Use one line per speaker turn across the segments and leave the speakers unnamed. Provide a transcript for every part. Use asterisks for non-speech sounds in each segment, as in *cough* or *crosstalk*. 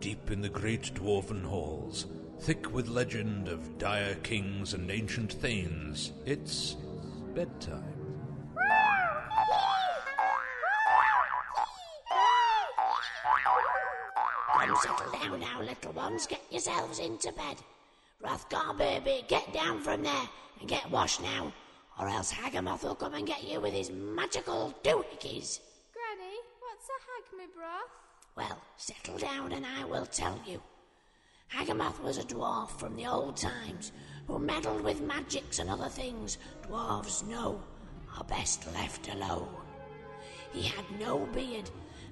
deep in the great dwarven halls, thick with legend of dire kings and ancient thanes, it's bedtime.
Come settle down now, little ones. Get yourselves into bed. Hrothgar, baby, get down from there and get washed now, or else Hagamoth will come and get you with his magical doohickeys.
Granny, what's a hagmy broth?
Well, settle down and I will tell you. Hagamoth was a dwarf from the old times who meddled with magics and other things dwarves know are best left alone. He had no beard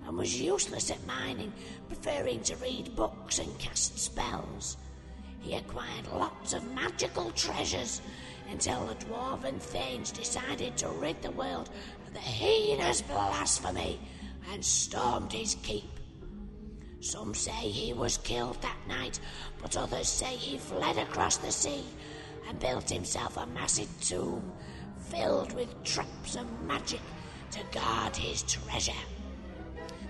and was useless at mining, preferring to read books and cast spells. He acquired lots of magical treasures until the dwarven thanes decided to rid the world of the heinous blasphemy and stormed his keep. Some say he was killed that night, but others say he fled across the sea and built himself a massive tomb filled with traps and magic to guard his treasure.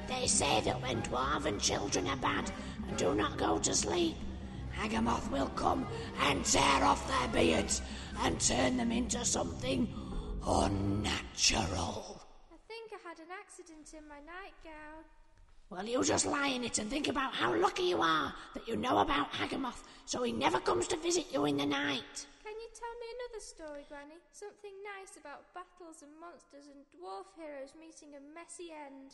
They say that when dwarven children are bad and do not go to sleep, Hagamoth will come and tear off their beards and turn them into something unnatural.
I think I had an accident in my nightgown.
Well, you just lie in it and think about how lucky you are that you know about Hagamoth, so he never comes to visit you in the night.
Can you tell me another story, Granny? Something nice about battles and monsters and dwarf heroes meeting a messy end.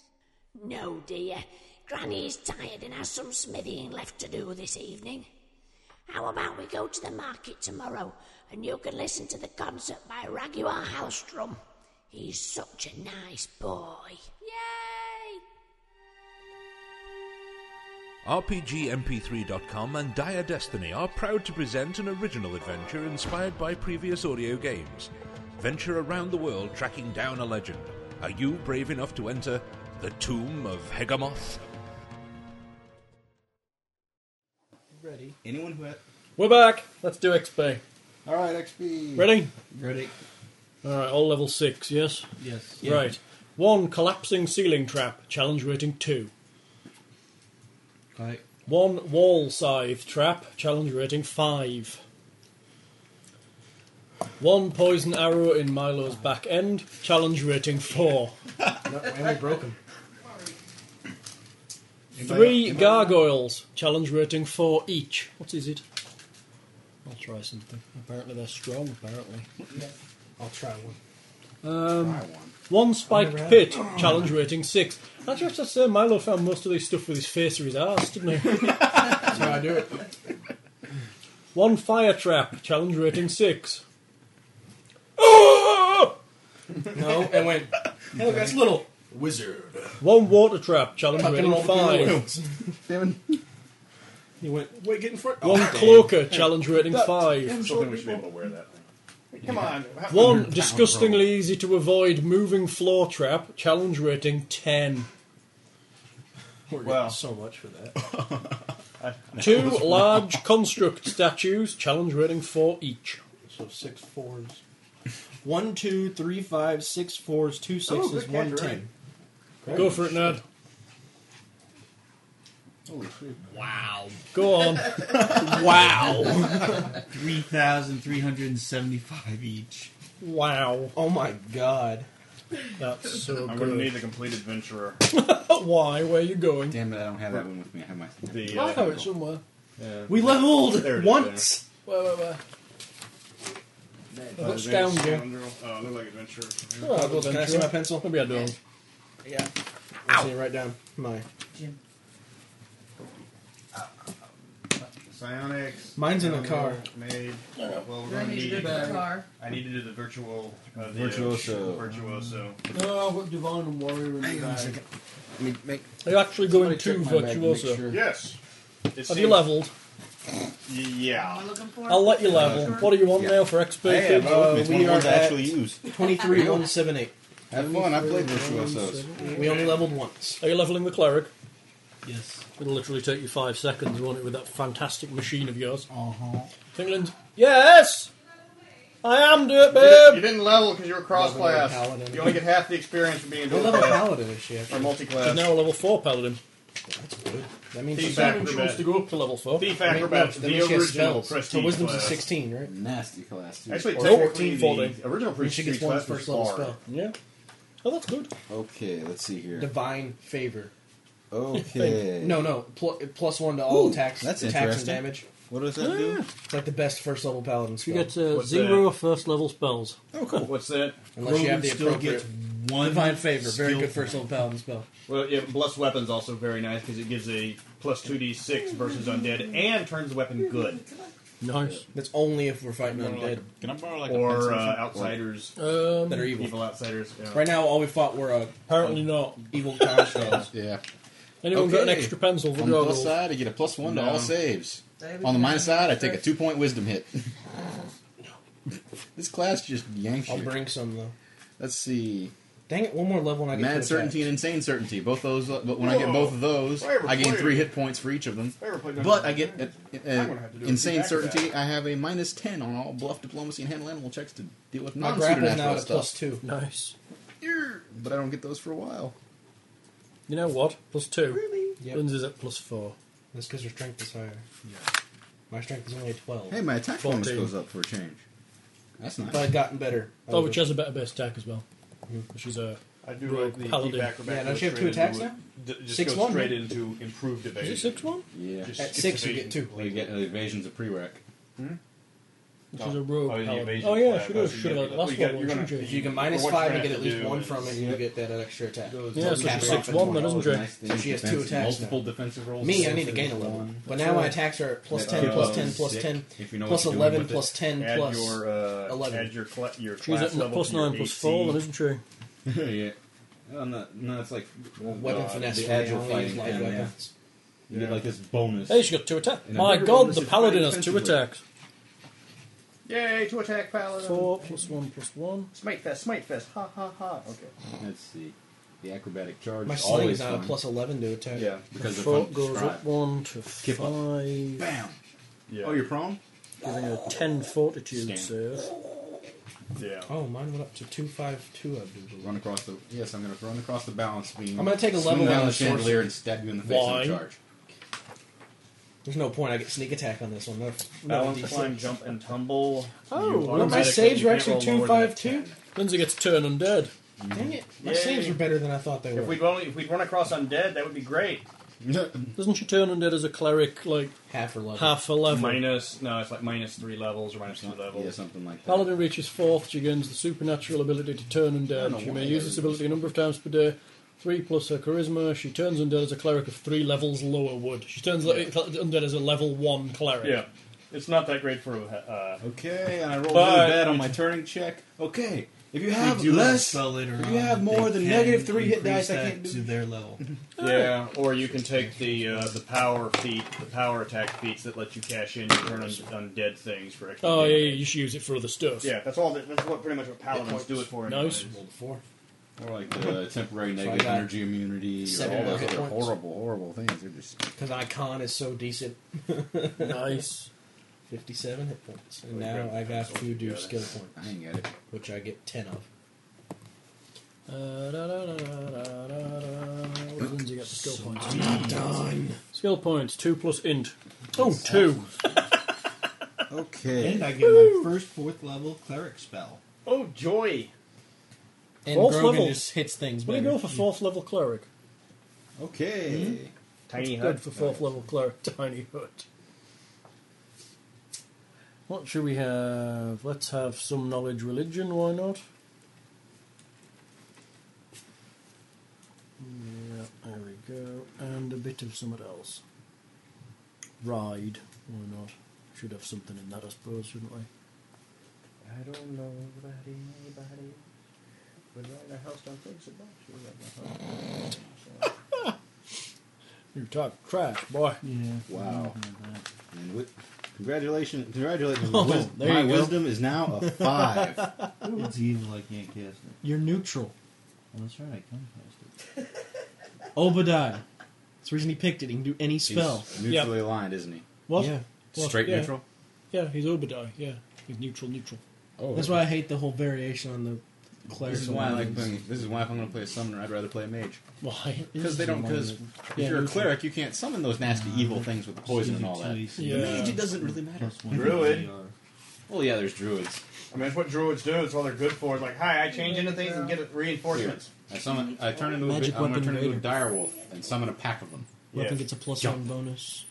No, dear. Granny is tired and has some smithying left to do this evening. How about we go to the market tomorrow and you can listen to the concert by Raguar Halstrom? He's such a nice boy.
Yay!
RPGMP3.com and Dire Destiny are proud to present an original adventure inspired by previous audio games. Venture around the world tracking down a legend. Are you brave enough to enter the tomb of Hegamoth?
Ready.
Anyone who had.
We're back. Let's do XP.
All right, XP.
Ready?
Ready.
All right, all level six. Yes.
Yes.
Right. One collapsing ceiling trap. Challenge rating two.
Right.
One wall scythe trap. Challenge rating five. One poison arrow in Milo's back end. Challenge rating four.
And we broke him.
Three gargoyles. Challenge rating four each. What is it? I'll try something. Apparently they're strong. Apparently.
I'll try one.
Um, One spiked pit, challenge rating six. Actually, I have to say, Milo found most of this stuff with his face or his ass, didn't *laughs* he?
That's how I do it.
One fire trap, challenge rating six. Ah!
No, and went. Hey, look, that's little.
Wizard.
One water trap, challenge
Fucking
rating
rolled through the
five.
windows. He went. Wait, get in front.
One cloaker, challenge rating five.
Something we should be able to wear that thing.
Come on.
One disgustingly easy to avoid moving floor trap, challenge rating ten.
Wow.
so much for that.
Two large construct statues, challenge rating four each.
So six fours. One, two, three, five, six fours, two
Oh,
sixes,
good
one
catch,
ten.
right.
Go for it, Ned.
Holy shit.
Wow. Go *laughs* on. wow.
3,375 each.
Wow.
Oh my god.
That's so
I'm
good.
going to need the complete adventurer.
Why? Where are you going?
Damn it, I don't have that one with me. I have my.
The,
I have it
uh,
somewhere.
yeah.
We leveled
There it is,
once.
Where, where, where?
Uh,
Looks down
advanced
here.
scoundrel. Uh, look like adventurer.
Oh,
Uh, can I see my pencil?
Maybe I don't.
Yeah. I'm seeing right down my.
Psionics.
Mine's in the car.
Made. Well, we're going to
Granny, you
need.
did the car.
I need to do the virtual. Uh, the,
Virtuoso.
Virtuoso.
No, what Devon and Warrior and
on a
I-
second. Let me make.
Are you actually going
check
to
my bag make
Virtuoso?
sure.
Yes. It
Have
Oh,
seems-
you leveled?
Y- Yeah.
Am I looking for?
I'll let you level. What do you want
Yeah.
now for XP?
Hey,
kids?
uh, it's
we
one of the ones I
are at-
actually use.
23178.
Have fun. I played virtuosos.
We only leveled once.
Are you leveling the cleric?
Yes.
It'll literally take you five seconds, won't it, with that fantastic machine of yours?
Uh huh.
Tingland? Yes! I am, do it,
You
babe!
didn't level because you were cross
Level
class.
paladin.
You only get half the experience from being dual
Level
class
paladin and shit.
or multi
He's
class.
now a level 4 paladin.
That's good. That means
Thief
she's not even
acrobat.
supposed to go up to level four.
Thief
I mean,
acrobat,
no,
the
that means she has
original
spells.
prestige
So wisdom's a
class.
sixteen, right?
Nasty class. Too.
Actually,
Or
technically,
14
the
folding.
original
And she
prestige
gets one
class
first
was
level
far.
spell. Yeah.
Oh, that's good.
okay, let's see here.
Divine favor.
Okay.
No, no. Pl- plus one to all
Ooh,
attacks,
that's
attacks and
interesting.
damage.
What does that
Ah.
do?
It's like the best first level paladin
You
spell.
get uh,
What's
zero
that?
first level spells.
Oh, cool.
What's that?
unless you have the
still
appropriate
gets one
divine favor. Very
skill
good first
point.
level paladin spell.
Well, yeah, blessed weapon's also very nice because it gives a plus two d six versus undead and turns the weapon good
Nice.
That's only if we're fighting
Borrow like
undead
a- Can I borrow like a pencil
or
or
uh,
something?
outsiders,
Um,
that are evil.
evil outsiders. yeah.
Uh, Right now, all we fought were uh,
Apparently not.
*laughs*
evil counter spells.
Yeah.
Anyone got an
Okay.
extra pencil for
On the plus
goggles?
side, I get a plus one to
No.
all saves. On the minus side, I take a two point wisdom
*laughs*
hit. *laughs* this class just yanks
I'll
you.
bring some though.
Let's see.
Dang it! One more level and I get to
Mad
attack.
certainty and insane certainty. Both those. uh, But when I get
Whoa.
both of those,
Why ever
I gain
play?
three hit points for each of them.
Why ever play Dungeons
But I
and
get uh,
Dragons? I'm
uh,
gonna have to do a
insane
feedback for
certainty. I have a minus ten on all bluff, diplomacy, and handle animal checks to deal with
My
non-supernatural
grapple now at a
stuff.
plus two.
nice.
Err, But I don't get those for a while.
You know what? Plus two.
Yep.
Lynn's is at plus four.
That's because her strength is higher. My strength is only a twelve.
Hey, my attack bonus
14.
goes up for a change. That's nice.
If I had gotten better, I
Oh,
would've-
which has a better base attack as well. Which is a.
I do
Rogue
like the
Paladin.
thief acrobat.
Yeah, don't
goes
you have
straight
two attacks
into
now?
it. D- just
Six,
goes
one,
straight
right?
into improved
Is
evasion.
it 6 1?
Yeah.
Just
at
skips
six you
evasion.
get two.
Well, you get uh, evasion's a prereq.
Which
Oh.
is a rogue.
Oh, the
paladin.
evasion
oh yeah,
class,
should have,
so you
should
get-
have had
well,
last
you got-
one,
you're gonna-
shouldn't you?
If you can
Or
minus
what
five
you
and get at
have
least
to do
one
is-
from it, you get that extra attack.
Yeah, so
Cap
it's
off
six
at
one, then,
twenty.
isn't it?
things,
She has two
defense-
attacks
Multiple
now.
defensive rolls.
Me, I
defensive
need to gain a
rolls.
level. But now my attacks are at plus
That
10, plus
goes
10, plus
sick,
10,
if you know
plus
what you're doing
11,
with
plus 10,
Add
plus.
your uh,
11.
Add your cla- your class
She's at
level
plus
to your
9 plus
AC.
4, then, isn't she?
*laughs* yeah. Oh, no, no, it's like
weapon
uh,
finesse.
the
for me, I
agile
only use
fighting.
light
thing, yeah.
weapons.
You get like this bonus.
Hey, she got two attacks.
And
My
another
god,
bonus
the
is
paladin
very
has two
offensively.
attacks.
Yay! Two attack paladin.
4 plus 1 plus 1.
Smite fest. Smite fest. Ha ha ha. Okay.
Let's see. The acrobatic charge.
My
is
sling
always
is now at
fun,
plus 11 to attack.
Yeah.
because of
Four
fun to
goes
describe.
up 1 to
Keep up.
5.
Bam.
Yeah.
Oh, you're prone.
Giving her 10 fortitude
Stand.
save.
yeah.
Oh, mine went up to 252, I do believe.
Run across the. Yes, I'm going to run across the balance beam.
I'm gonna take a
swing
level
down
on
the
the sorcerer.
chandelier and stab you in the face
Why?
on charge.
There's no point, I get sneak attack on this one. No,
Balance, climb, jump, and tumble.
Oh,
You
well, my
my
automatically-
saves
you
were
can't
actually
roll lower than a
252?
10.
Lindsay gets turn undead.
Dang it. My
Yay.
saves were better than I thought they
If
were.
we'd only if we'd run across undead, that would be great.
Doesn't she turn undead as a cleric, like
Half or level.
half a level?
Minus no, it's like minus three levels or minus two levels.
yeah, something like that.
Paladin reaches fourth, she gains the supernatural ability to turn undead. She may use this ability a number of times per day. Three plus her charisma, she turns undead as a cleric of three levels lower would. She turns le- undead as a level one cleric.
Yeah, it's not that great for uh,
Okay, and I roll
But-
really bad on my turning check. Okay, if you have
do have a
less,
spell later
if
on
you have
that
more
they
than
can
negative three hit
increase
dice, I
that
can't do
to their
*laughs*
level.
yeah. Or you can take the uh, the power feat, the power attack feats that let you cash in your turn on undead things for extra.
Oh, yeah,
damage.
yeah, you should use it for other stuff.
Yeah, that's all. That, that's what pretty much what paladins do it for.
Nice.
anyways.
Before.
Or like the temporary negative
got
energy immunity, or
seven
all those
hit
other
points.
horrible, horrible things. They're just
Because Icon is so decent.
*laughs* Nice.
57 hit points. And
Well, you
now
grab
I
the
got
pencil
to do
together.
skill
I
points,
ain't get it.
which I get 10 of.
Uh, da, da, da, da, da, da, da. What does Lindsay get for skill points?
Done.
Skill points, two plus int. Oh, two.
Okay,
And I get my first fourth level cleric spell.
Oh joy!
And
Fourth
Grogan
level.
just hits things
What do
better.
you go for fourth level cleric?
okay.
Tiny
Good
hut.
for fourth level cleric, *laughs* tiny hut. What should we have? Let's have some knowledge religion, why not? Yeah, there we go. And a bit of something else. Ride, why not? Should have something in that, I suppose, shouldn't we?
I don't know about anybody, but right now house don't thinks about you. right now.
You talk trash, boy.
Wow. And wi- congratulations, congratulations.
Oh,
my wis-
there
my
you go.
wisdom is now a five.
It's evil. I can't cast it.
You're neutral.
Well, that's right. I can cast
Obadiah. That's the reason he picked it. He can do any
He's
spell.
neutrally aligned, isn't he?
What?
Yeah.
What?
Straight
Yeah.
neutral.
Yeah, he's Obadiah, yeah. He's neutral, neutral.
Oh,
That's why I hate the whole variation on the
cleric.
This is why I like playing. This is why if I'm going to play a summoner, I'd rather play a mage
Why?
because they don't. Because if you're a
neutral.
cleric, you can't summon those nasty evil things with the poison and all that.
Yeah.
Mage, it doesn't really matter.
Druid.
Well, yeah, there's druids.
I mean, that's what druids do. That's all they're good for. It's like, hi, I change into things and get
Here,
reinforcements.
I summon. I turn into a.
Magic
bit- I'm going
weapon
to turn into a
raider.
direwolf and summon a pack of them.
Weapon
Yeah.
gets a plus
Jump.
one bonus.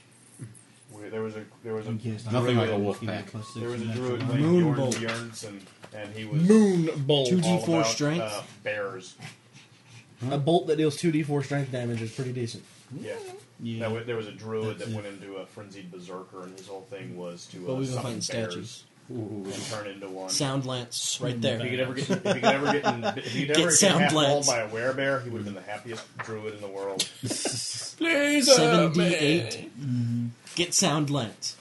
Wait, There was a there was a
Nothing like a wolf pack.
there was a druid named
Moon
Bjorn
bolt.
Bjornsson, and he was
Moon bolt.
Two-
all
2d4
about,
strength?
uh, bears.
A bolt that deals 2d4 strength damage is pretty decent.
Yeah.
Yeah.
That wa- there was a druid
That's
that
it.
went into a frenzied berserker, and his whole thing was to
But
uh,
we've been
summon
fighting
bears
statues.
and turn into one.
Sound Lance, right
If he
there.
could ever get, if he could ever
*laughs*
get, in, if he could
Get
ever get
sound
half-mauled
blends.
by a werebear, he would have been the happiest druid in
*laughs*
the world.
Please, uh,
Oh,
7d8.
Mm-hmm.
Get Sound Lance.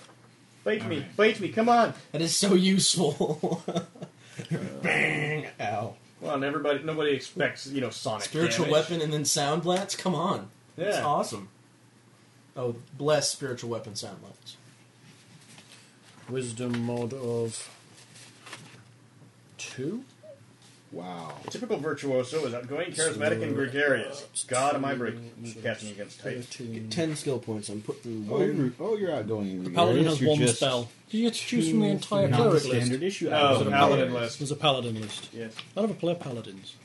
Bait me, bait me, come on!
That is so useful. *laughs* Bang! Ow.
Well, and everybody, nobody expects you know Sonic
Spiritual
damage.
weapon and then Sound Lance? Come on. That's
Yeah.
awesome. Oh, bless spiritual weapon Sound Lance.
Wisdom mod of two.
Wow.
Typical virtuoso is outgoing, charismatic, and gregarious. God, am I break catching against type?
Thirteen.
Get 10 skill points. I'm putting
Oh,
one.
you're, oh, you're outgoing. The
Paladin has one spell. Do you get to choose from the entire cleric list?
Standard issue.
Oh,
item.
paladin list.
There's a paladin list.
Yes,
I never play paladins.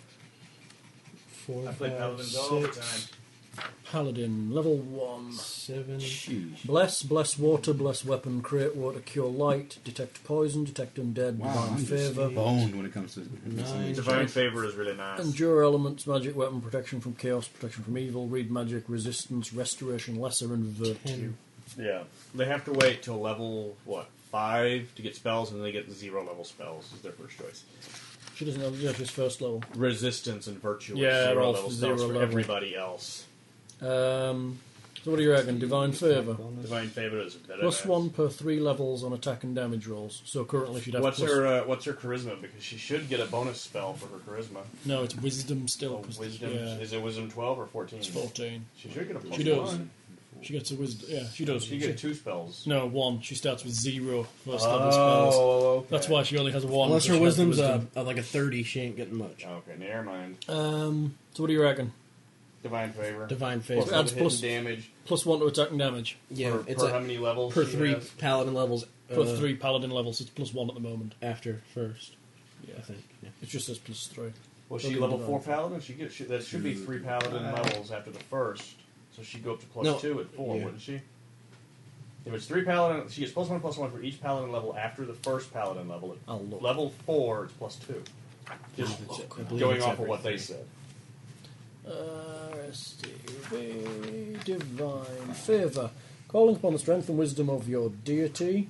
Four,
I play
five,
paladins all the time.
six. Paladin level one.
Seven.
Sheesh.
Bless, bless water, bless weapon, create water, cure light, detect poison, detect undead,
Wow,
divine
I'm just
favor,
boned when it comes to
Nine.
Divine favor is really nice.
endure elements, magic weapon, protection from chaos, protection from evil, read magic, resistance, restoration, lesser, and virtue.
Yeah, they have to wait till level what five to get spells, and they get zero level spells is their first choice.
She doesn't have yeah, she's first level.
Resistance and virtue. are
Yeah,
zero
roll
level
for
spells
zero
for
level.
everybody else.
Um, so what do you reckon? Divine favor.
Divine favor is better.
Plus
than-
one per three levels on attack and damage rolls. So currently she'd have
What's
plus-
her uh, What's her charisma? Because she should get a bonus spell for her charisma.
No, it's wisdom still.
Oh,
'cause-
wisdom
yeah,
is it wisdom twelve or fourteen?
it's fourteen.
She should get a plus
She does.
one.
She gets a wisdom. Yeah, she does.
She get two spells.
No, one. She starts with zero first level spells.
Oh, okay.
That's why she only has one.
Unless
so
her
she has the
wisdom's
wisdom.
uh, like a 30, she ain't getting much.
Okay, never mind.
Um, so what do you reckon?
Divine favor.
Divine
Plus
favor.
Adds
hidden
plus-
damage.
Plus one to attack and damage.
yeah,
per,
it's
per
a-
how many levels?
per
she
three
has?
paladin levels.
For
uh,
three paladin levels, it's plus one at the moment.
after first.
Yeah,
I think. Yeah.
it just says plus three.
Well, she
Okay,
level
divine.
four paladin. She gets she, that should be three paladin levels after the first, so she'd go up to plus
No.
two at four,
Yeah.
wouldn't she? If it's three paladin, she gets plus one, plus one for each paladin level after the first paladin level. At
I'll look.
Level four, it's plus two. Just
I believe
going
it's
off of what
every
they
three.
said.
RSDV, divine favor. Calling upon the strength and wisdom of your deity,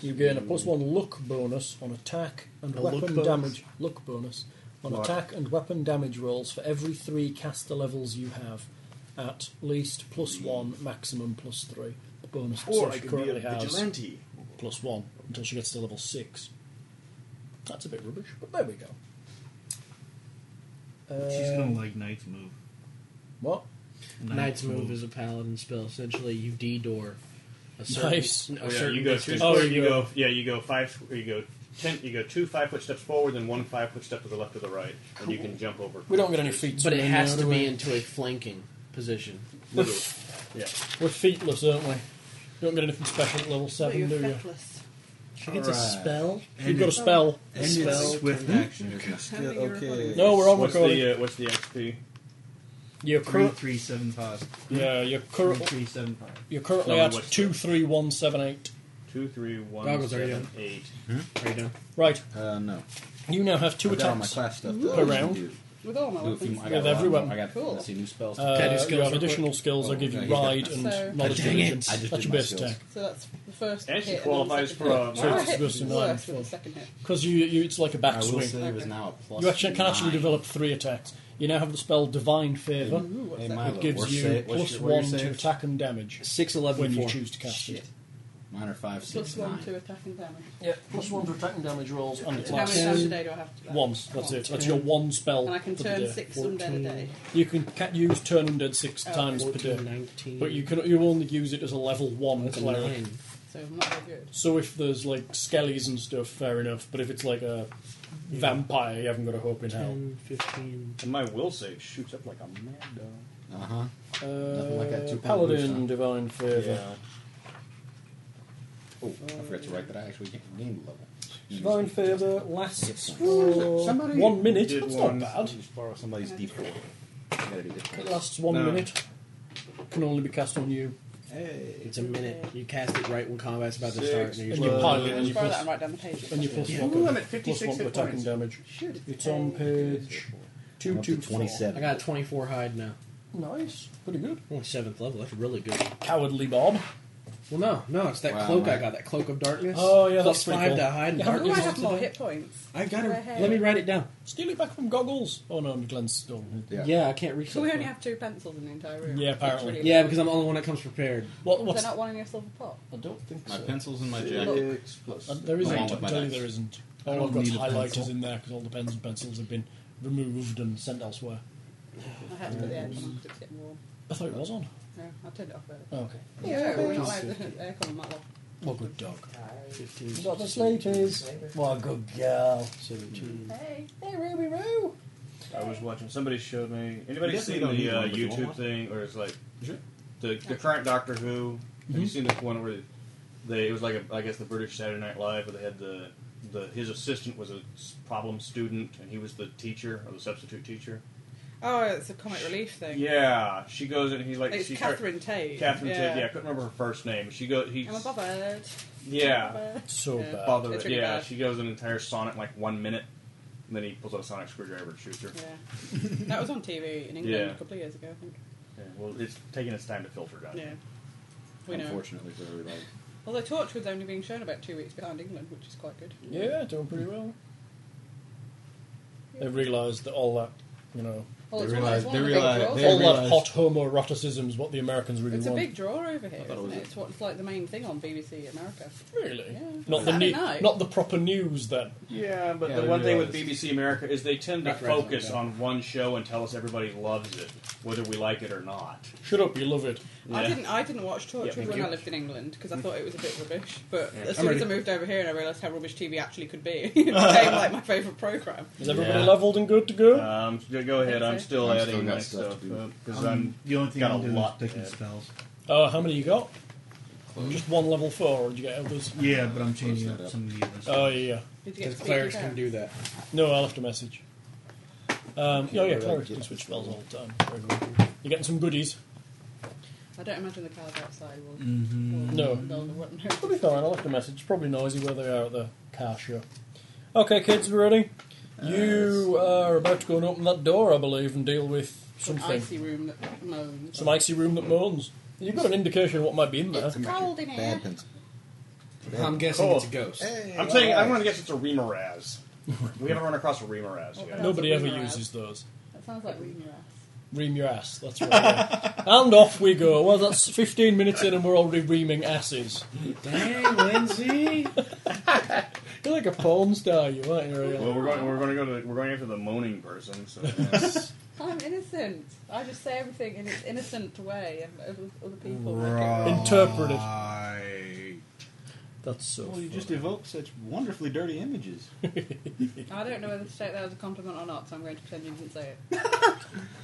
you gain a plus one luck bonus on attack and
A luck
weapon
bonus?
damage. Luck bonus on attack and weapon damage rolls for every three caster levels you have, at least plus one, maximum plus three. The bonus that she currently has plus one until she gets to level six. That's a bit rubbish, but there we go.
Uh,
She's gonna like Knight's move.
What?
Knight's move is a paladin spell. Essentially, you D door a certain,
Nice.
a
Oh, yeah,
certain
you go two.
distance.
Oh,
square-
you
you
go-
go. Yeah, you go five. or You go ten. You go two five foot steps forward, then one five foot step to the left or the right, and you can jump over.
We don't get any feats,
Oh, but it
in
has to
there, do we?
be into a flanking position.
*laughs*
Yeah.
We're feetless, aren't we? You don't get anything special at level 7, do you?
She gets a
Alright.
spell.
You've got a spell.
And
Spell,
it's swift action. isn't it?
Having your
okay.
No, we're on
What's
recording.
the uh, What's the XP?
you're
Three
current.
three seven five.
yeah, you're,
Three
curr-
three seven five.
you're currently
Tell me
at
what's the-
23178.
Two, three, one,
Goggles, are you
seven, eight.
Are you done?
Right,
Uh, no.
you now have 2
I've got all my
attacks.
class stuff.
Per round.
With all my
Do a few, I got
With
a lot
every
more.
weapon.
I got let's see new spells.
Uh,
Can I do
you
skills
have
real quick?
additional skills
Oh,
that give you
okay, he's got
ride
that.
and
So-
knowledge
Dang it.
diligence.
I
That's
just did
your
my
best
skills.
attack.
So that's the first
And she
hit.
qualifies
and
for uh,
then
a
the second hit.
So it's
Alright,
supposed to be
worse
nine,
for the
twelve.
second hit.
Because you, you, it's like a
I will
backswing.
say it was now a plus.
You actually can actually
nine.
develop 3 attacks. You now have the spell Divine Favour.
Ooh, what's
Hey,
that?
Milo,
It gives
what's
you
say- what's
plus
your- what
1
your
to
save?
attack and damage
Six eleven
when
four.
you choose to cast it.
Shit.
Mine are five, six,
Plus one
nine.
to attack and damage.
Yeah, plus 1 to attack and damage rolls and
How many
attacks.
times a day do I have to do that?
Once, that's
One.
it. That's your one spell.
And I can
for the
turn
day.
six undead a day.
You can ca- use turn undead six
Oh,
times per
14,
day,
19.
but you can you only use it as a level one
That's a
cleric.
nine.
so I'm not very good.
So if there's like skellies and stuff, fair enough. But if it's like a vampire, you haven't got a hope in hell.
10, 15.
And my will save shoots up like a mad dog.
Uh huh.
Uh,
Nothing like that two pound boost, huh?
Paladin, divine favor.
Uh,
Oh, I forgot to write that I actually can't name the level.
Divine
Usually just
favor lasts
Hit points.
for
Somebody
one minute.
did
That's
one.
not bad.
Just borrow somebody's D4. You gotta do this.
It lasts one
No.
minute. Can only be cast on you.
Hey.
It's a minute. You cast it right when combat's about to
Six.
start. And
And
you're
you
just-
pile it,
Just
and you
borrow that
plus,
and write down the pages.
and you
that's
plus
it.
Yeah.
one
Ooh, I'm
to
at
plus
56
one to
hit
attacking
points.
damage.
Shoot.
It's on page
I'm
two
up to
two four.
27.
I got a 24 hide now.
Nice, pretty good.
Only seventh level. That's really good.
Cowardly Bob.
Well, no, no, it's that
Wow,
cloak I
right.
got. That cloak of darkness.
Oh, yeah,
Plus
that's pretty
five
cool.
to hide in
Yeah,
Oh, I
darkness.
have more hit points.
I've got to.
Go ahead.
Let me write it down.
Steal it back from goggles. Oh no, Glenn's still.
Yeah.
Yeah, I can't reach.
So
that
we
far.
only have two pencils in the entire room.
Yeah, apparently.
That's really
Yeah,
good.
because I'm the only one that comes prepared.
What? What's?
They're not wanting a silver pot.
I don't think
My
so.
pencils and my jacket.
Six plus.
Uh, there
Along
isn't.
with
I
my
tell you,
dice.
there isn't.
I
All
don't
I've got
need
is
a
highlighters
pencil.
in there because all the pens and pencils have been removed and sent elsewhere.
I had it at the end and it's getting warm.
I thought it was on.
No, I turned it off early.
Oh, okay.
Yeah, we're not like the *laughs* aircon and that lot.
Well, good dog. You got the slaties. Well, good girl.
Hey.
Hey, Ruby Roo.
I was watching. Somebody showed me. Anybody
Yeah,
seen
you don't need
the uh,
one, but you want
YouTube
one?
thing, or it's like
Sure.
the, the current Doctor Who? Have you seen the one where they it was like a, I guess the British Saturday Night Live where they had the the his assistant was a s- problem student and he was the teacher or the substitute teacher.
Oh, it's a comic relief thing.
Yeah, she goes and he's like
It's
she start-
Catherine Tate.
Catherine Tate. Yeah, I couldn't remember her first name. She go he
I'm a bothered.
yeah
Bothered.
So
Yeah.
bad.
bother
It's
it.
really
Yeah,
bad.
she goes an entire sonnet in like one minute, and then he pulls out a sonic screwdriver and shoots her.
Yeah. that was on TV in England
Yeah.
a couple of years ago, I think.
Yeah, well, it's taking its time to filter down.
Yeah. We know.
Unfortunately for everybody.
Although Torchwood's only being shown about two weeks behind England, which is quite good.
Yeah, doing pretty well. They realised that all that, you know,
Well,
They
it's one of- it's
realise-
one
they
of the big
realise-
draws.
they
all that
realised-
hot homoeroticism is what the Americans really
It's a
want.
big draw over here,
thought it
isn't
was
it?
a-
It's, what, it's like the main thing on BBC America.
really.
Yeah.
Not the
Saturday
new,
night.
not the proper news then.
Yeah, but
Yeah,
the
they
one thing with
realize-
BBC America is they tend to
That's right,
focus
yeah.
on one show and tell us everybody loves it, whether we like it or not.
Shut up, you love it.
I
Yeah.
didn't. I didn't watch
Yeah,
Torchwood
thank
when
you.
I lived in England because I thought it was a bit rubbish. But
Yeah.
as
I'm
soon as I
ready.
moved over here and I realised how rubbish TV actually could be, *laughs* it became like my favourite program.
Is everybody
Yeah.
levelled and good to go?
Um, go go ahead. I'm still
I'm
adding
still got
my
stuff
stuff
to do.
because
Um, the only thing
got
I'm
a
doing
lot
is taking
to add.
spells.
Uh, how many you got? Just one level four, or did you get others?
Yeah, but I'm changing
Close that
up
up.
some of the others.
Oh, yeah, yeah.
Did you
Because
get to
clerics
speak
can
again?
do that.
No, I left a message. Um,
Okay,
oh, yeah,
well,
clerics
get
can switch
this
spells
one.
all the time. Everyone. You're getting some goodies.
I don't imagine the cars outside will.
Mhm.
No.
they'll- they won't know.
It'll
*laughs*
be fine, I left a message. It's probably noisy where they are at the car show. Okay, kids, we ready? You are about to go and open that door, I believe, and deal with
Some
something.
icy room that moans.
Some icy room that moans. You've got an indication of what might be in there.
It's cold in here.
Bad pencil.
I'm guessing
Cool.
it's a ghost.
I'm saying I'm going to guess it's a Remaraz. we haven't run across a Remaraz
Okay.
yet.
Nobody
That's
ever
a rumor,
uses those.
That sounds like reading your ass.
Ream your ass, that's right.
*laughs*
yeah. and off we go. Well, that's 15 minutes in and we're already reaming asses.
Dang, Lindsay.
*laughs* You're like a porn star, you aren't you? really?
Well, we're going. We're going to go to. We're going after the moaning person. *laughs* So
I'm innocent. I just say everything in its innocent way, and other, other people. make it
Right.
wrong.
Interpret it. That's so
Well, you just
funny.
evoke such wonderfully dirty images.
Oh,
I don't know whether to take that as a compliment or not, so I'm going to pretend you didn't say it.
No,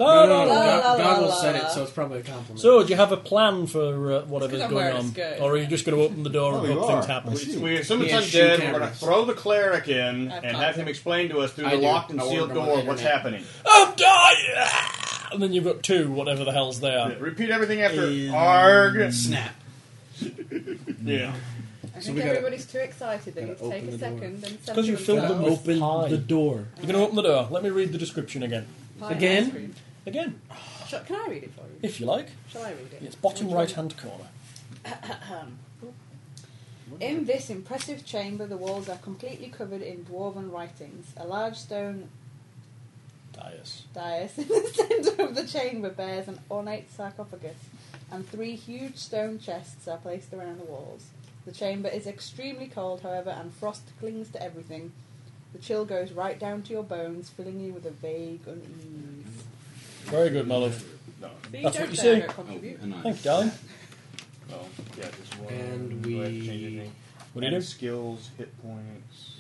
no, no.
la, la,
Go-
la,
Goggles said
la.
it, so it's probably a compliment.
So, do you have a plan for uh, whatever's
It's 'cause I'm
going
wearing a
on?
skirt.
Or are you just going to open the door
Oh,
and
you
hope
are.
things happen?
I see.
we assume it's
Yeah,
undead.
shoot
We're going to
cameras.
throw the cleric in
I've
and
got
have
it.
him explain to us through
I
the
do.
locked and
I
sealed
ordered them on
door
the
what's
internet.
happening.
I'm dying! Ah! And then you've got two, whatever the hells they are.
Repeat everything after
In-
Arg.
snap.
Yeah.
I
So
think
we gotta-
everybody's too excited. They
gotta
need to take
open
a
the door.
second and
Because you filled them with
Open
pie.
the door.
You're going to open the door. Let me read the description again.
Again?
Again,
Shall, can I read it for you?
if you like.
Shall I read it?
It's bottom right hand corner.
In this impressive chamber, the walls are completely covered in dwarven writings. A large stone
Dais.
dais *laughs* in the centre of the chamber bears an ornate sarcophagus, and three huge stone chests are placed around the walls. The chamber is extremely cold, however, and frost clings to everything. The chill goes right down to your bones, filling you with a vague unease.
Very good, my love.
See,
That's
don't
what you
say
say.
I don't
Oh,
contribute.
and I-
Thanks, darling.
Oh, yeah, just one.
And
Do I have to
we-
change anything?
What do you
Added
do?
skills, hit points.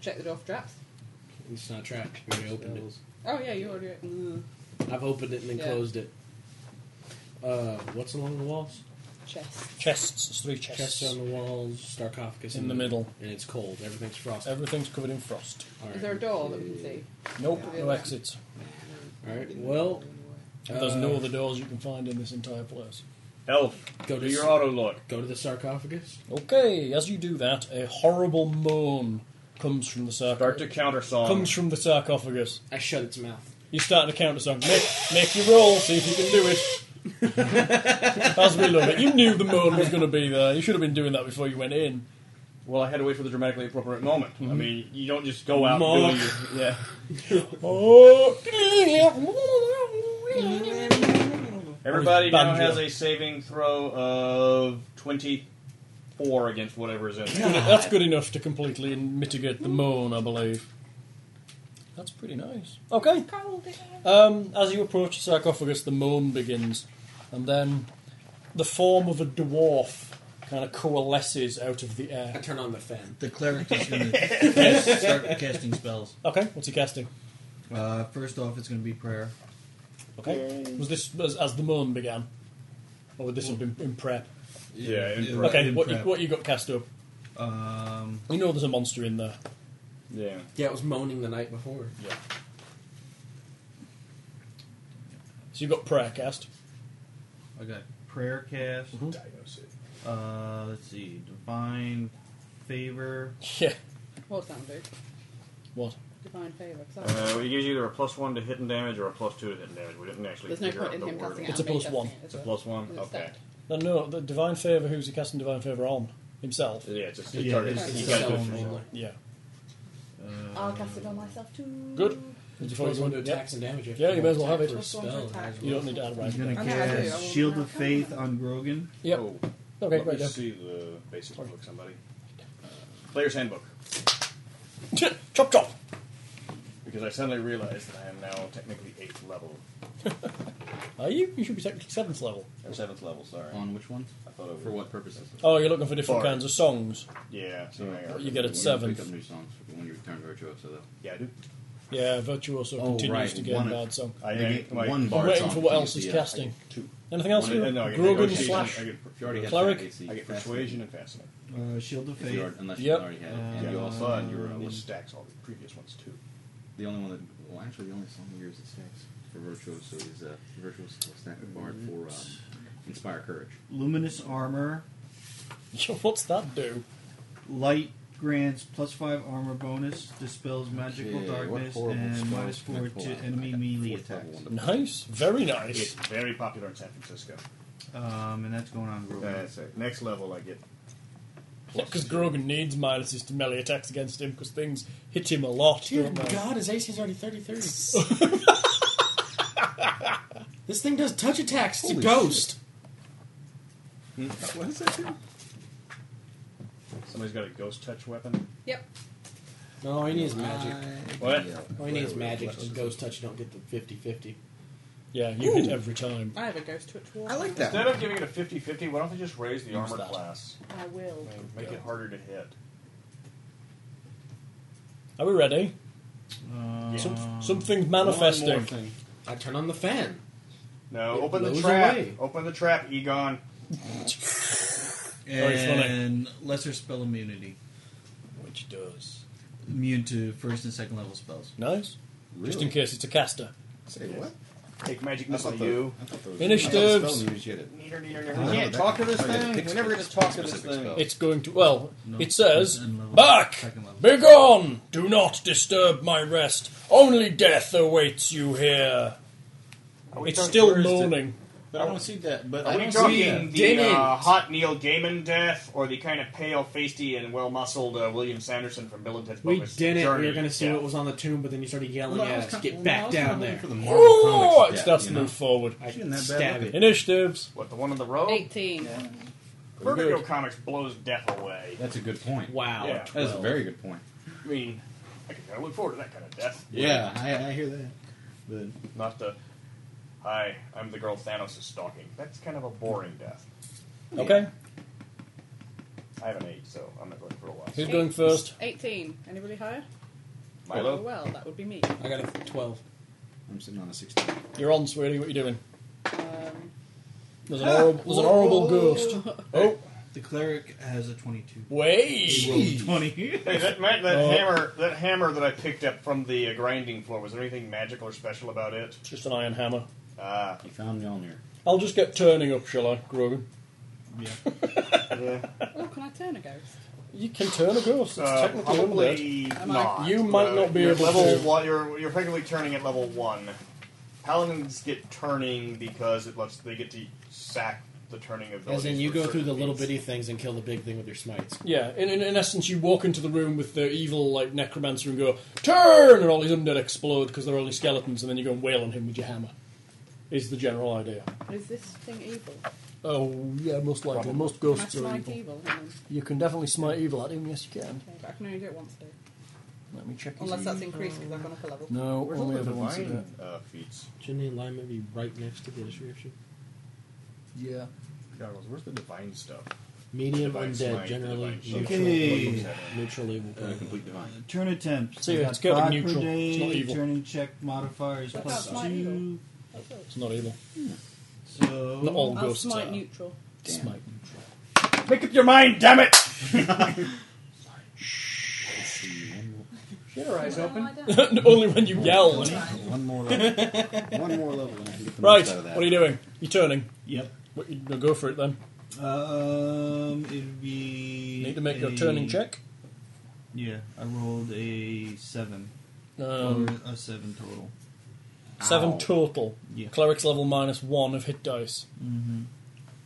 Check the door for traps.
It's not trapped. We already opened it.
Oh yeah, you already. Mm,
I've opened it and then
Yeah.
closed it. Uh, what's along the walls?
chest.
Chests. There's three chests.
Chests on the walls, sarcophagus
In the middle.
and it's cold. Everything's frosted.
Everything's covered in frost.
All
Is
right.
there a door that we can see?
Nope, no exits.
All right. Well,
And there's no other doors you can find in this entire place.
Elf,
Go
do
to
your
s-
auto look.
go to the sarcophagus.
Okay, as you do that, a horrible moan comes from the
Start
sarcophagus.
to counter song.
Comes from the sarcophagus.
I shut its mouth.
You start to counter song. Make, make your roll, see if you can do it. As we love it. You knew the moan was going to be there. You should have been doing that before you went in.
Well, I had to wait for the dramatically appropriate moment. I mean, you don't just go out
Mm-hmm. Mark.
doing your. Yeah.
Oh.
Everybody now
Banjo.
has a saving throw of 24 against whatever is in it.
That's good enough to completely mitigate the moan, I believe. That's pretty nice. Okay. Um, as you approach the sarcophagus, the moan begins, and then the form of a dwarf kind of coalesces out of the
I
air.
turn on the fan.
The cleric is
*laughs*
going to start casting spells.
Okay, what's he casting?
Uh, first off, it's going to be prayer.
Okay, was this as, as the moan began, or would this have been in prep?
Yeah, in prep.
Okay,
in
what you,
prep.
what you got cast up?
Um,
You know there's a monster in there.
Yeah.
Yeah, it was moaning the night before.
Yeah.
So you got prayer cast.
I got prayer cast. Uh, let's see, divine favor.
Yeah.
What's that do?
What?
Divine favour. 'cause that's-
Uh, it gives you either a plus one to hit and damage or a plus two to hit and damage. We didn't actually
There's no
figure
point
out
in
the
him casting
wording.
it.
It's a
and me
plus
casting
one.
it as
It's a
well.
plus one?
It's
Okay.
stacked.
No, no, the divine favor. Who's he casting divine favor on? Himself.
Yeah, it's a
Yeah,
target.
it's-
you
it's
gotta
a
do it
stone
for
roll.
sure.
Yeah.
I'll cast it on myself too.
Good.
Did you
Before
always
you
want to
do-
attacks and damage?
Yeah, you may as well have it.
For a spell,
You
might as
You
well.
don't need to add
He's
right.
going to
I know, I do.
cast
I will
Shield
now
of
come
Faith
on.
on Grogan.
Yep.
Oh,
Okay, right
let me
down.
see the basic book, somebody. Uh, Player's Handbook.
*laughs* chop chop.
Because I suddenly realized that I am now technically 8th level.
Are you? You should be technically seventh level.
Or 7th level, sorry.
On which one?
I thought it
For
was.
what purposes?
Oh, you're looking for different
Bard.
kinds of songs.
Yeah, so I-
You
Oh,
get it
Yeah,
seven.
Pick up new songs when you return virtuoso, though.
I do.
Yeah, virtuoso
Oh,
continues
right,
to get
one
a
of-
bad song.
I
They
I-
get
my-
one
I'm
bar
waiting
song
for what
to
else
use
he's
the, uh,
casting.
Two.
Anything else?
One-
you?
no, I get
Grogan
negotiation,
slash. *laughs*
I get,
If you already had
Cleric.
that, it's
I get
fascinating.
persuasion and fascinating.
Uh, Shield of
If
Faith.
you are-
unless
Yep.
you already had it. and
yeah,
you also
also and you were
uh,
list stacks all the previous ones too.
The only one that, well, actually, the only song of yours that stacks for virtuoso is uh, virtuoso stack of bard for um, inspire courage. Luminous armor,
What's that do?
Light grants plus five armor bonus, dispels magical
Okay, what
darkness,
horrible
and
spells
minus
can I
four
pull
to
out? I
enemy
got
melee
fourth level
attacks.
one to-
Nice, very
It's
nice.
very popular in San Francisco.
Um, and that's going on Grogan.
That's it. Next level, I get.
Because Grogan needs minuses to melee attacks against him because things hit him a lot.
Dear
don't they?
God, his AC is already 33. this
*laughs*
thing does touch attacks. It's a
Holy
ghost.
*laughs* What is that do?
Somebody's got a ghost touch weapon.
Yep.
No, all he needs is magic.
What?
all he needs is magic. Just ghost touch. You don't get the 50 50.
Yeah, you hit every time.
I have a ghost twitch wall.
I like that.
Instead of giving it a 50-50, why don't they just raise the armor
that.
class?
I will.
and Make it harder to hit.
Are we ready? Some, something's manifesting.
One more thing.
I turn on the fan.
Oh,
No,
It
open the
blows
trap.
away.
Open the trap, Egon.
Very funny.
And lesser spell immunity.
Which does.
Immune to first and second level spells.
Nice. Just in case it's a caster.
Say what?
Take magic
I
missile,
thought the-
you.
I thought those-
Initiatives.
I thought the spell you should hit.
Neater, neater, neater.
I
We
know
can't
that-
talk to this
I know that
thing.
picks
We never get to
specific
talk to this
spells.
thing.
It's going to. Well,
No,
it says,
it's in level-
Back!
second level.
Begone! Do not disturb my rest. Only death awaits you here. It's still
where is the-
moaning.
But I don't see that. But I
Are we
don't see
talking the uh, hot Neil Gaiman death, or the kind of pale, feisty, and well-muscled uh, William Sanderson from Bill and Ted's
We
Bogus
didn't.
Journey?
We were going to see
Yeah.
what was on the tomb, but then you started yelling
Well, I
at
was
us.
kind-
Get
well, I
back
was kinda
down
hoping
there.
For the
Ooh,
Marvel Comics
it's
death,
that's
you
to
know?
move forward.
I
Shouldn't that bad
stab
of
it.
Initiatives.
What the one on the road?
18.
Vertigo
Good.
Comics blows death away.
That's a good point.
Wow.
Yeah.
That is a
Well,
very good point.
I mean, I can kind of look forward to that kind of death.
Yeah, I, I hear that. But
Not the, hi, I'm the girl Thanos is stalking. That's kind of a boring death.
Okay.
I have an eight, so I'm not going for a while.
Who's going first?
18. Anybody higher?
Milo.
Oh, well, that would be me.
I got a 12.
I'm sitting on a 16.
You're on, sweetie. What are you doing?
Um,
There's an horrible, there's an horrible
Whoa.
ghost. Oh.
The cleric has a 22.
Way!
He rolled a 20.
Hey, that ma- that
Oh.
hammer, that hammer that I picked up from the uh, grinding floor. Was there anything magical or special about it?
Just an iron hammer.
Ah,
you found Mjolnir.
I'll just get turning up, shall I, Grogan?
Yeah.
Oh, can I turn a ghost?
You can turn a ghost. It's
Uh,
technically
probably
undead.
not.
You might
Uh,
not be
you're
able
level
to.
One, you're, you're effectively turning at level one. Paladins get turning because it lets they get to sack the turning of
As
those.
in, you go through the little bitty things and kill the big thing with your smites.
Yeah, in, in, in essence, you walk into the room with the evil like necromancer and go, turn! And all these undead explode because they're only skeletons, and then you go and wail on him with your hammer. Is the general idea.
Is this thing evil?
Oh, yeah, most likely.
Probably.
Most
Can I
ghosts are
smite
evil.
evil? Hang on.
You can definitely smite evil at him, yes, you can.
Okay, but I can only do it once, though.
Let me check. his
Unless that's
evil.
increased because I've gone up a level.
No,
Where's
only
all the
ever once a
divine?
day.
uh, feats.
Shouldn't the alignment be right next to the description?
Yeah.
Goggles, where's the divine stuff?
Medium
Divine
undead,
smite,
generally
divine
neutral,
shield.
Okay.
neutral evil.
Uh, complete divine.
Turn attempt.
So
You
yeah,
got
it's got a
five
neutral.
Per day,
It's not evil.
Turning check modifier is
But
plus
that's not
two.
evil. That's all.
It's not evil.
So
Not all
I'll
ghosts
smite
are.
neutral.
Smite.
Make up your mind, damn it!
Get her eyes
open.
*laughs* Only when you yell.
One more level. *laughs* One more level, and I can get the
Right,
most out of that.
what are you doing? You're turning.
Yep.
What, you, no, go for it then.
Um, it'd be.
You need to make your
a-
turning check.
Yeah, I rolled a seven.
Um,
or a seven total.
seven
Ow.
total.
Yeah.
Cleric's level minus one of hit dice.
Mm-hmm.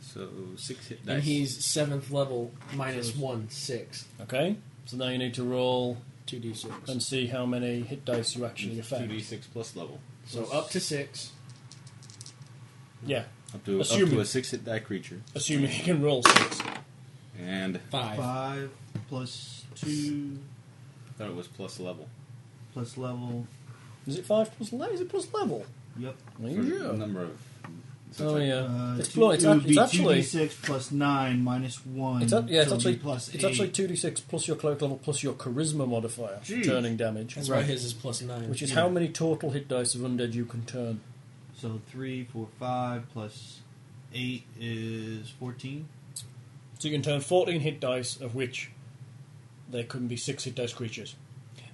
So six hit dice.
And he's seventh level, minus one, six.
Okay, so now you need to roll
2d6.
and see how many hit dice you actually affect.
two d six plus level.
So up to six.
Yeah,
Up to up
Assuming-
to a six hit die creature,
assuming you can roll six.
and
Five.
Five plus two
I thought it was plus level.
plus level.
Is it five plus level? Is it plus level?
Yep.
Are
for
you sure?
the number of. so
Oh
it's
yeah,
Uh,
it's,
two-
pl- it's,
it
ac-
would
it's
be
actually
2d6 plus 9 minus 1.
It's a, yeah, it's
so it'd be
actually
plus
it's
eight.
actually two d six plus your cleric level plus your charisma modifier for
Jeez.
turning damage,
That's why his is plus nine.
which is how many total hit dice of undead you can turn.
So 3, 4, 5 plus 8 is 14.
So you can turn fourteen hit dice, of which there can be six hit dice creatures.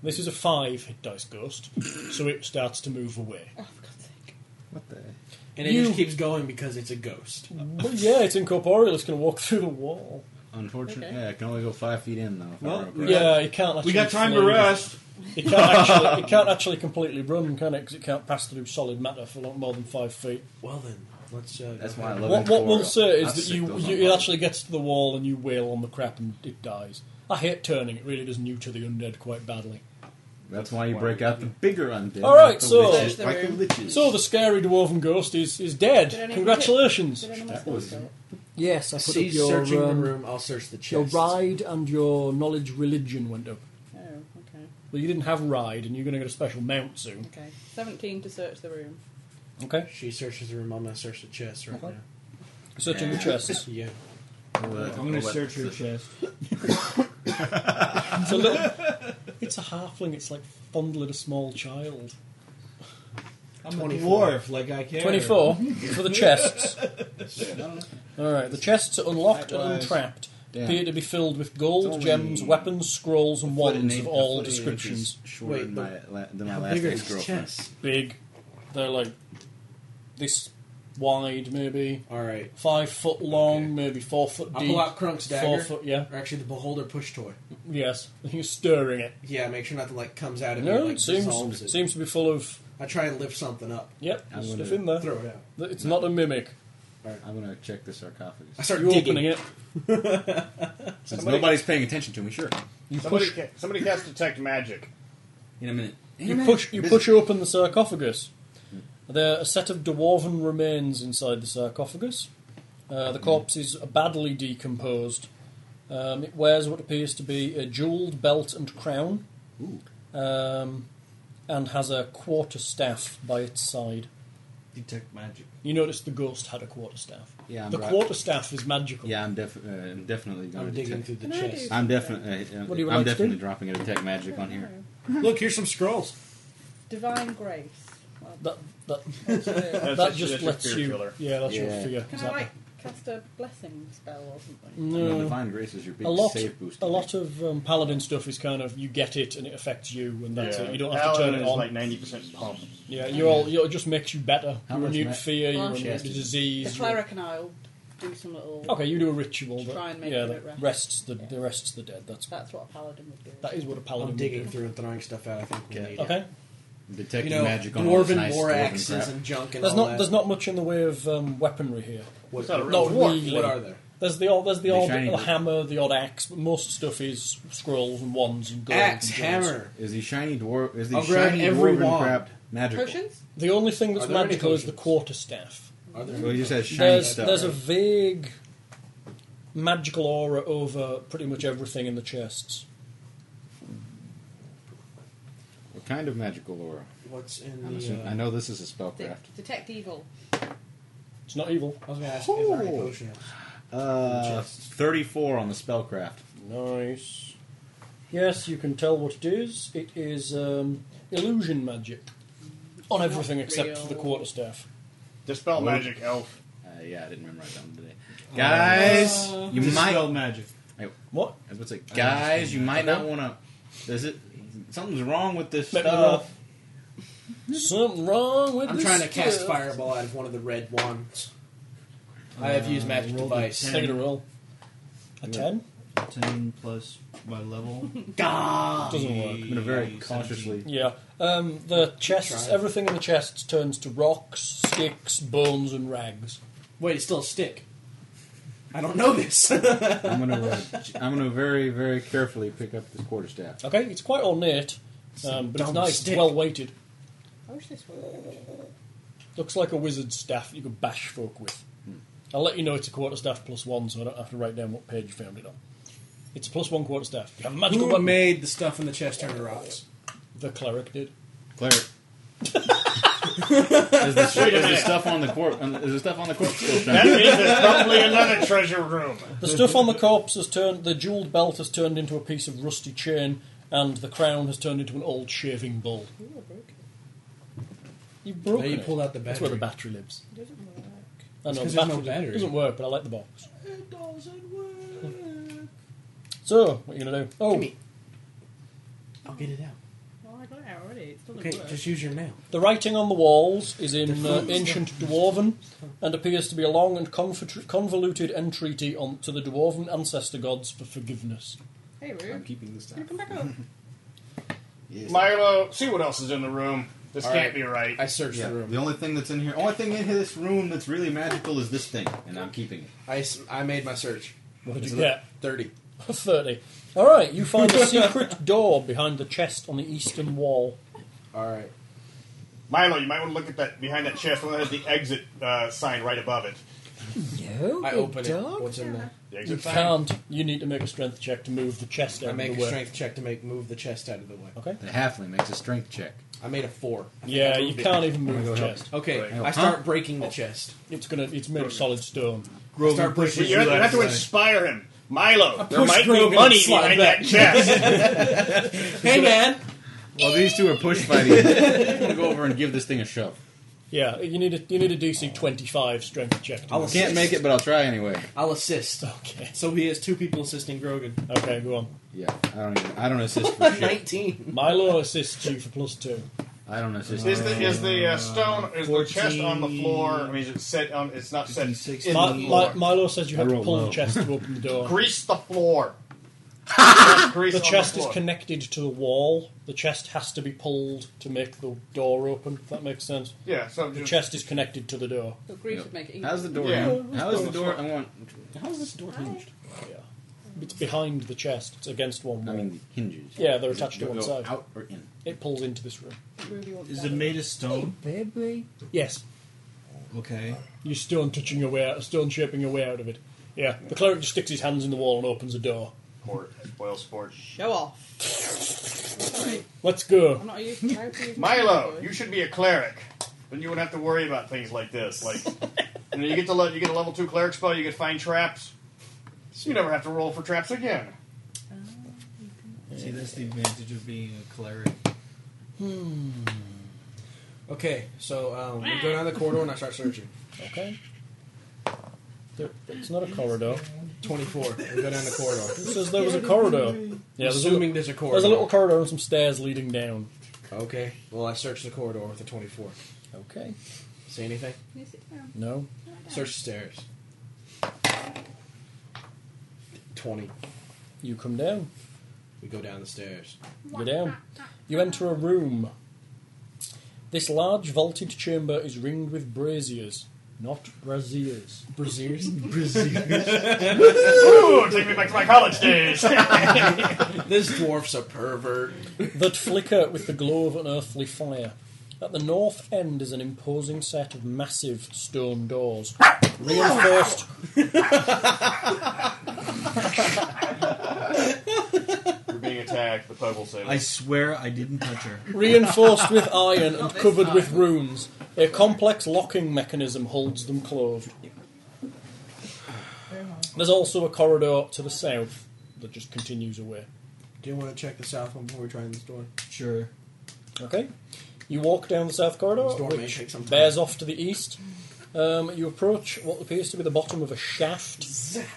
This is a five hit dice ghost, so it starts to move away.
Oh, for God's sake.
What the?
And it
You-
just keeps going because it's a ghost.
But yeah, it's incorporeal. It's going to walk *laughs* through the wall.
Unfortunately,
Okay.
yeah, I can only go five feet in though. If
Well,
I remember correctly.
Yeah, it can't. Actually
We got time to
flee.
rest.
It can't actually. It can't actually completely run, can it? Because it can't pass through solid matter for lot more than five feet.
Well then, let's. Uh,
That's
go
why I
ahead.
love
What, what we'll say is
I've
that
sick
you,
those
you
on
it
mine.
actually gets to the wall and you wail on the crap and it dies. I hate turning; it really does neuter the undead quite badly.
That's why you break out the bigger undead.
All right,
not the
Oh,
so-
liches,
There's
like
the
the liches.
So the scary dwarven ghost is, is dead.
Did anyone
Congratulations!
Did anyone else
That was-
go?
Yes, I put um,
He's searching the room. I'll search the chest.
and your knowledge religion went up.
Oh, okay.
Well, you didn't have ride, and you're going to get a special mount soon.
Okay. 17 to search the room.
Okay,
She searches the room. I'm gonna search the chest right
Okay.
now.
searching the chests.
Yeah.
*laughs* Well, that's-
I'm going to
well,
search her
that's the-
chest.
It's a little. *laughs* it's a halfling. It's like fondling a small child.
I'm
24.
a dwarf, like I care.
24 for
*laughs*
the chests. Alright, the chests are unlocked and
Likewise.
untrapped.
Damn.
Appear to be filled with
It's
gold,
only
gems, weapons, scrolls, and
Foot and
wands
eight-
of
a
all
foot eight
descriptions.
inches Shorter
Wait,
than my,
but
la, than my
How
last
big are
ex
his
girlfriend.
chests?
Big. They're like this wide, maybe.
All right.
Five foot long, maybe four foot
I'll
deep.
pull out Krunk's
Four
dagger.
foot, yeah.
Or actually, the beholder push toy.
Yes. *laughs* You're stirring it.
Yeah, make sure nothing like comes out of me.
No,
like,
it seems,
dissolves it.
seems to be full of.
I try and lift something up.
Yep,
I'm
stuff
gonna-
in there.
Throw it out.
It's not a mimic.
I'm going to check the
I
sarcophagus.
start
You're
digging.
opening it.
Since
Somebody-
nobody's paying attention to me, sure.
You
Somebody,
push.
ca- somebody cast detect magic.
In a minute. In a
You
minute.
push, you
Busy.
push open the sarcophagus. There are a set of dwarven remains inside the sarcophagus. Uh, the corpse is badly decomposed. Um, it wears what appears to be a jewelled belt and crown, um, and has a quarter staff by its side.
Detect magic.
You notice the ghost had a quarter staff.
Yeah, I'm
the
right.
quarterstaff is magical.
Yeah, I'm, def- uh, I'm definitely going
I'm
to
digging
detect-
through the Can I chest. do
I'm
something?
definitely. Uh,
What do you
I'm
like to
definitely
do?
dropping a detect magic on here.
Look, here's some scrolls.
Divine grace. Well,
That that
That's
that
that's
just
your
lets
fear
you.
killer.
Yeah, that's your
Yeah.
figure.
Can I like cast a blessing spell or something?
No.
No, Divine Grace is your big
a lot,
save boost.
A lot of um, paladin stuff is kind of you get it and it affects you, and that's
Yeah.
it. You don't have
Paladin
to turn it
is
on.
like 90% pump.
Yeah, you're all. You're, it just makes you better.
How
you
much
remove
ma-
fear. You
Well,
remove
the
disease.
The
you-
cleric and I'll do some little.
Okay, you do a ritual that,
Try and make
yeah,
it
that
rest.
rests the, the rests the dead. That's
That's what a paladin would do.
that is what a paladin
I'm
would
digging
do.
through and throwing stuff out. I think we need it.
Okay,
Detecting
You know,
magic on all this
dwarven
nice
war
dwarven
axes
crap.
and junk and
there's
all
not
that.
there's not much in the way of um, weaponry here.
uh, What,
not a real
Not
dwarf.
really.
What are there?
There's the odd, there's the
The
odd
shiny bit.
hammer, the odd axe, but most stuff is scrolls and wands and gold.
Axe,
and jewels.
hammer.
Is the shiny dwarf? Is the
I'll grab
shiny
every
dwarven
wand.
crap magical?
Potions?
The only thing that's
Are there any
magical is the
potions?
quarterstaff.
Are there?
Well, he just has shiny
There's
stuff.
there's a vague magical aura over pretty much everything in the chests.
What kind of magical aura?
What's in
I'm
the?
assuming-
Uh,
I know this is a
De-
spellcraft.
detect evil.
It's not evil.
I was going to ask. Is there any potions?
Uh,
Just-
thirty-four on the spellcraft.
Nice. Yes, you can tell what it is. It is um, illusion magic on everything except for the
real.
quarterstaff.
Dispel magic, elf.
Uh, yeah, I didn't memorize that one today.
Uh,
Guys, you might.
Dispel magic.
What?
I was about to say, guys, you might not want to. There's it. Something's wrong with this
Let me roll.
stuff.
Something wrong with
I'm
this
trying to cast
stuff.
fireball out of one of the red wands. I have used magic device.
Take it a roll. A ten
Ten plus my level.
doesn't work.
I'm gonna very cautiously.
Yeah. Um, the chests,
Try it.
everything in the chests turns to rocks, sticks, bones, and rags.
Wait, it's still a stick. I don't know this. *laughs*
I'm gonna. Uh, I'm gonna very, very carefully pick up this quarterstaff.
Okay, it's quite ornate, um, but it's
dumb
nice.
stick.
It's well weighted.
I wish this were.
Looks like a wizard's staff you could bash folk with. I'll let you know it's a quarter staff plus one, so I don't have to write down what page you found it on. It's a plus one quarter staff. You have a magical
Who
weapon.
made the stuff in the chest turn to rocks?
The cleric did.
Cleric. is the, is the stuff on the corpse? Is the stuff on the corpse still
That
shining?
means there's *laughs* probably another treasure room.
The stuff on the corpse has turned. The jeweled belt has turned into a piece of rusty chain, and the crown has turned into an old shaving bull. You broke
Now you
it.
pulled out the
That's where the
battery.
battery lives.
It doesn't work.
I
'cause
know the
there's
battery,
no battery.
doesn't work, but I like the box.
It doesn't work.
So what are you gonna do? Oh,
me. I'll get it out.
well, I got it out already. It still
Okay,
doesn't work.
just use your nail.
the writing on the walls is in uh, ancient dwarven, and appears to be a long and convol- convoluted entreaty on, to the dwarven ancestor gods for forgiveness. *laughs*
Hey,
I'm
Rube.
keeping this
You
staff.
come back up.
Yes.
Milo, see what else is in the room. This
All
can't
right.
be right.
I searched
Yeah,
the room.
the only thing that's in here, only thing in this room that's really magical is this thing, and I'm keeping it.
I, s- I made my search.
What did you get?
Thirty.
30. Alright, you find a
*laughs*
secret door behind the chest on the eastern wall.
All right.
Milo, you might want to look at that behind that chest. The one that has the exit uh, sign right above it.
No,
I open it. What's in there?
The
You
exit sign.
can't. You need to make a strength check to move the chest out
I make
of
a
the way.
strength check to make move the chest out of the way.
Okay.
The halfling makes a strength check.
I made a four. I think
Yeah,
I
you
moved it.
can't even move
go
the
help.
chest.
Okay,
Huh?
I start breaking the
Oh.
chest.
It's gonna. It's made of solid stone.
Grover
Start pushing.
pushes
You have, you
out
have
of
to
the way.
inspire him. Milo, there
push
might be
Grogan
money
and slide
behind that
*laughs*
chest.
Hey man,
While these two are push fighting,
*laughs*
I'm gonna go over and give this thing a shove.
Yeah, you need a you need a DC twenty five strength check. To
I'll
move.
ass-
Can't make it, but I'll try anyway.
I'll assist.
Okay.
So he has two people assisting Grogan.
Okay, go on.
Yeah, I don't. Even, I don't assist
*laughs*
for shit.
Nineteen.
Milo assists you for plus two.
I don't assist.
is
for
the,
shit.
is the uh, stone, is the chest on the floor? I mean, is it set on, it's not set
56.
in
Mi-
the floor.
Mi- Milo says you have
I
to
roll
pull
low.
the chest to open the door.
*laughs* Grease
*laughs*
the floor. Grease
The
on
chest is
floor.
connected to the wall. The chest has to be pulled to make the door open. If that makes sense.
Yeah, so
The
just,
chest is connected to the door.
So Grease would make it easy.
How's the door?
Yeah.
hinged? How is the door? I want. How is this door hinged?
Yeah. It's behind the chest. It's against one
I
wall.
mean, the hinges.
Yeah, they're
Does it
attached to
go
one side.
Out or in?
it pulls into this room.
Ruby wants
Is
that.
it made of stone?
Baby. Yes.
Okay.
You stone touching your way out, stone shaping your way out of it. Yeah. The cleric just sticks his hands in the wall and opens a door.
Sport, spoil sport.
Show off. Sorry,
Let's go.
I'm not used to how to use my
Milo,
*laughs*
keyboard.
you should be a cleric. Then you wouldn't have to worry about things like this. Like, And then you get to le- you get a level two cleric spell. You get find traps. So you never have to roll for traps
*laughs*
again.
See, that's the advantage of being a cleric.
Hmm. Okay, so um, we go down the corridor and I start searching.
Okay. There- It's not a corridor.
24. We go down the corridor.
It says there was a corridor.
Yeah,
there's a-
assuming there's a corridor.
There's a little corridor and some stairs leading down.
Okay. Well, I search the corridor with a 24.
Okay.
See anything?
You sit down.
No.
Search the stairs. 20.
You come down.
We go down the stairs.
You're down. You enter a room. This large vaulted chamber is ringed with braziers, not braziers.
Braziers?
*laughs*
Ooh, take me back to my college days. *laughs*
this dwarf's a pervert.
that flicker with the glow of an earthly fire. At the north end is an imposing set of massive stone doors, reinforced.
You're being attacked. The pug will say.
I swear I didn't touch her.
Reinforced with iron and covered with runes, a complex locking mechanism holds them closed. There's also a corridor to the south that just continues away.
Do you want to check the south one before we try this door?
Sure.
Okay. You walk down the south corridor,
This door may
which
take some time.
bears off to the east. Um, you approach what appears to be the bottom of a shaft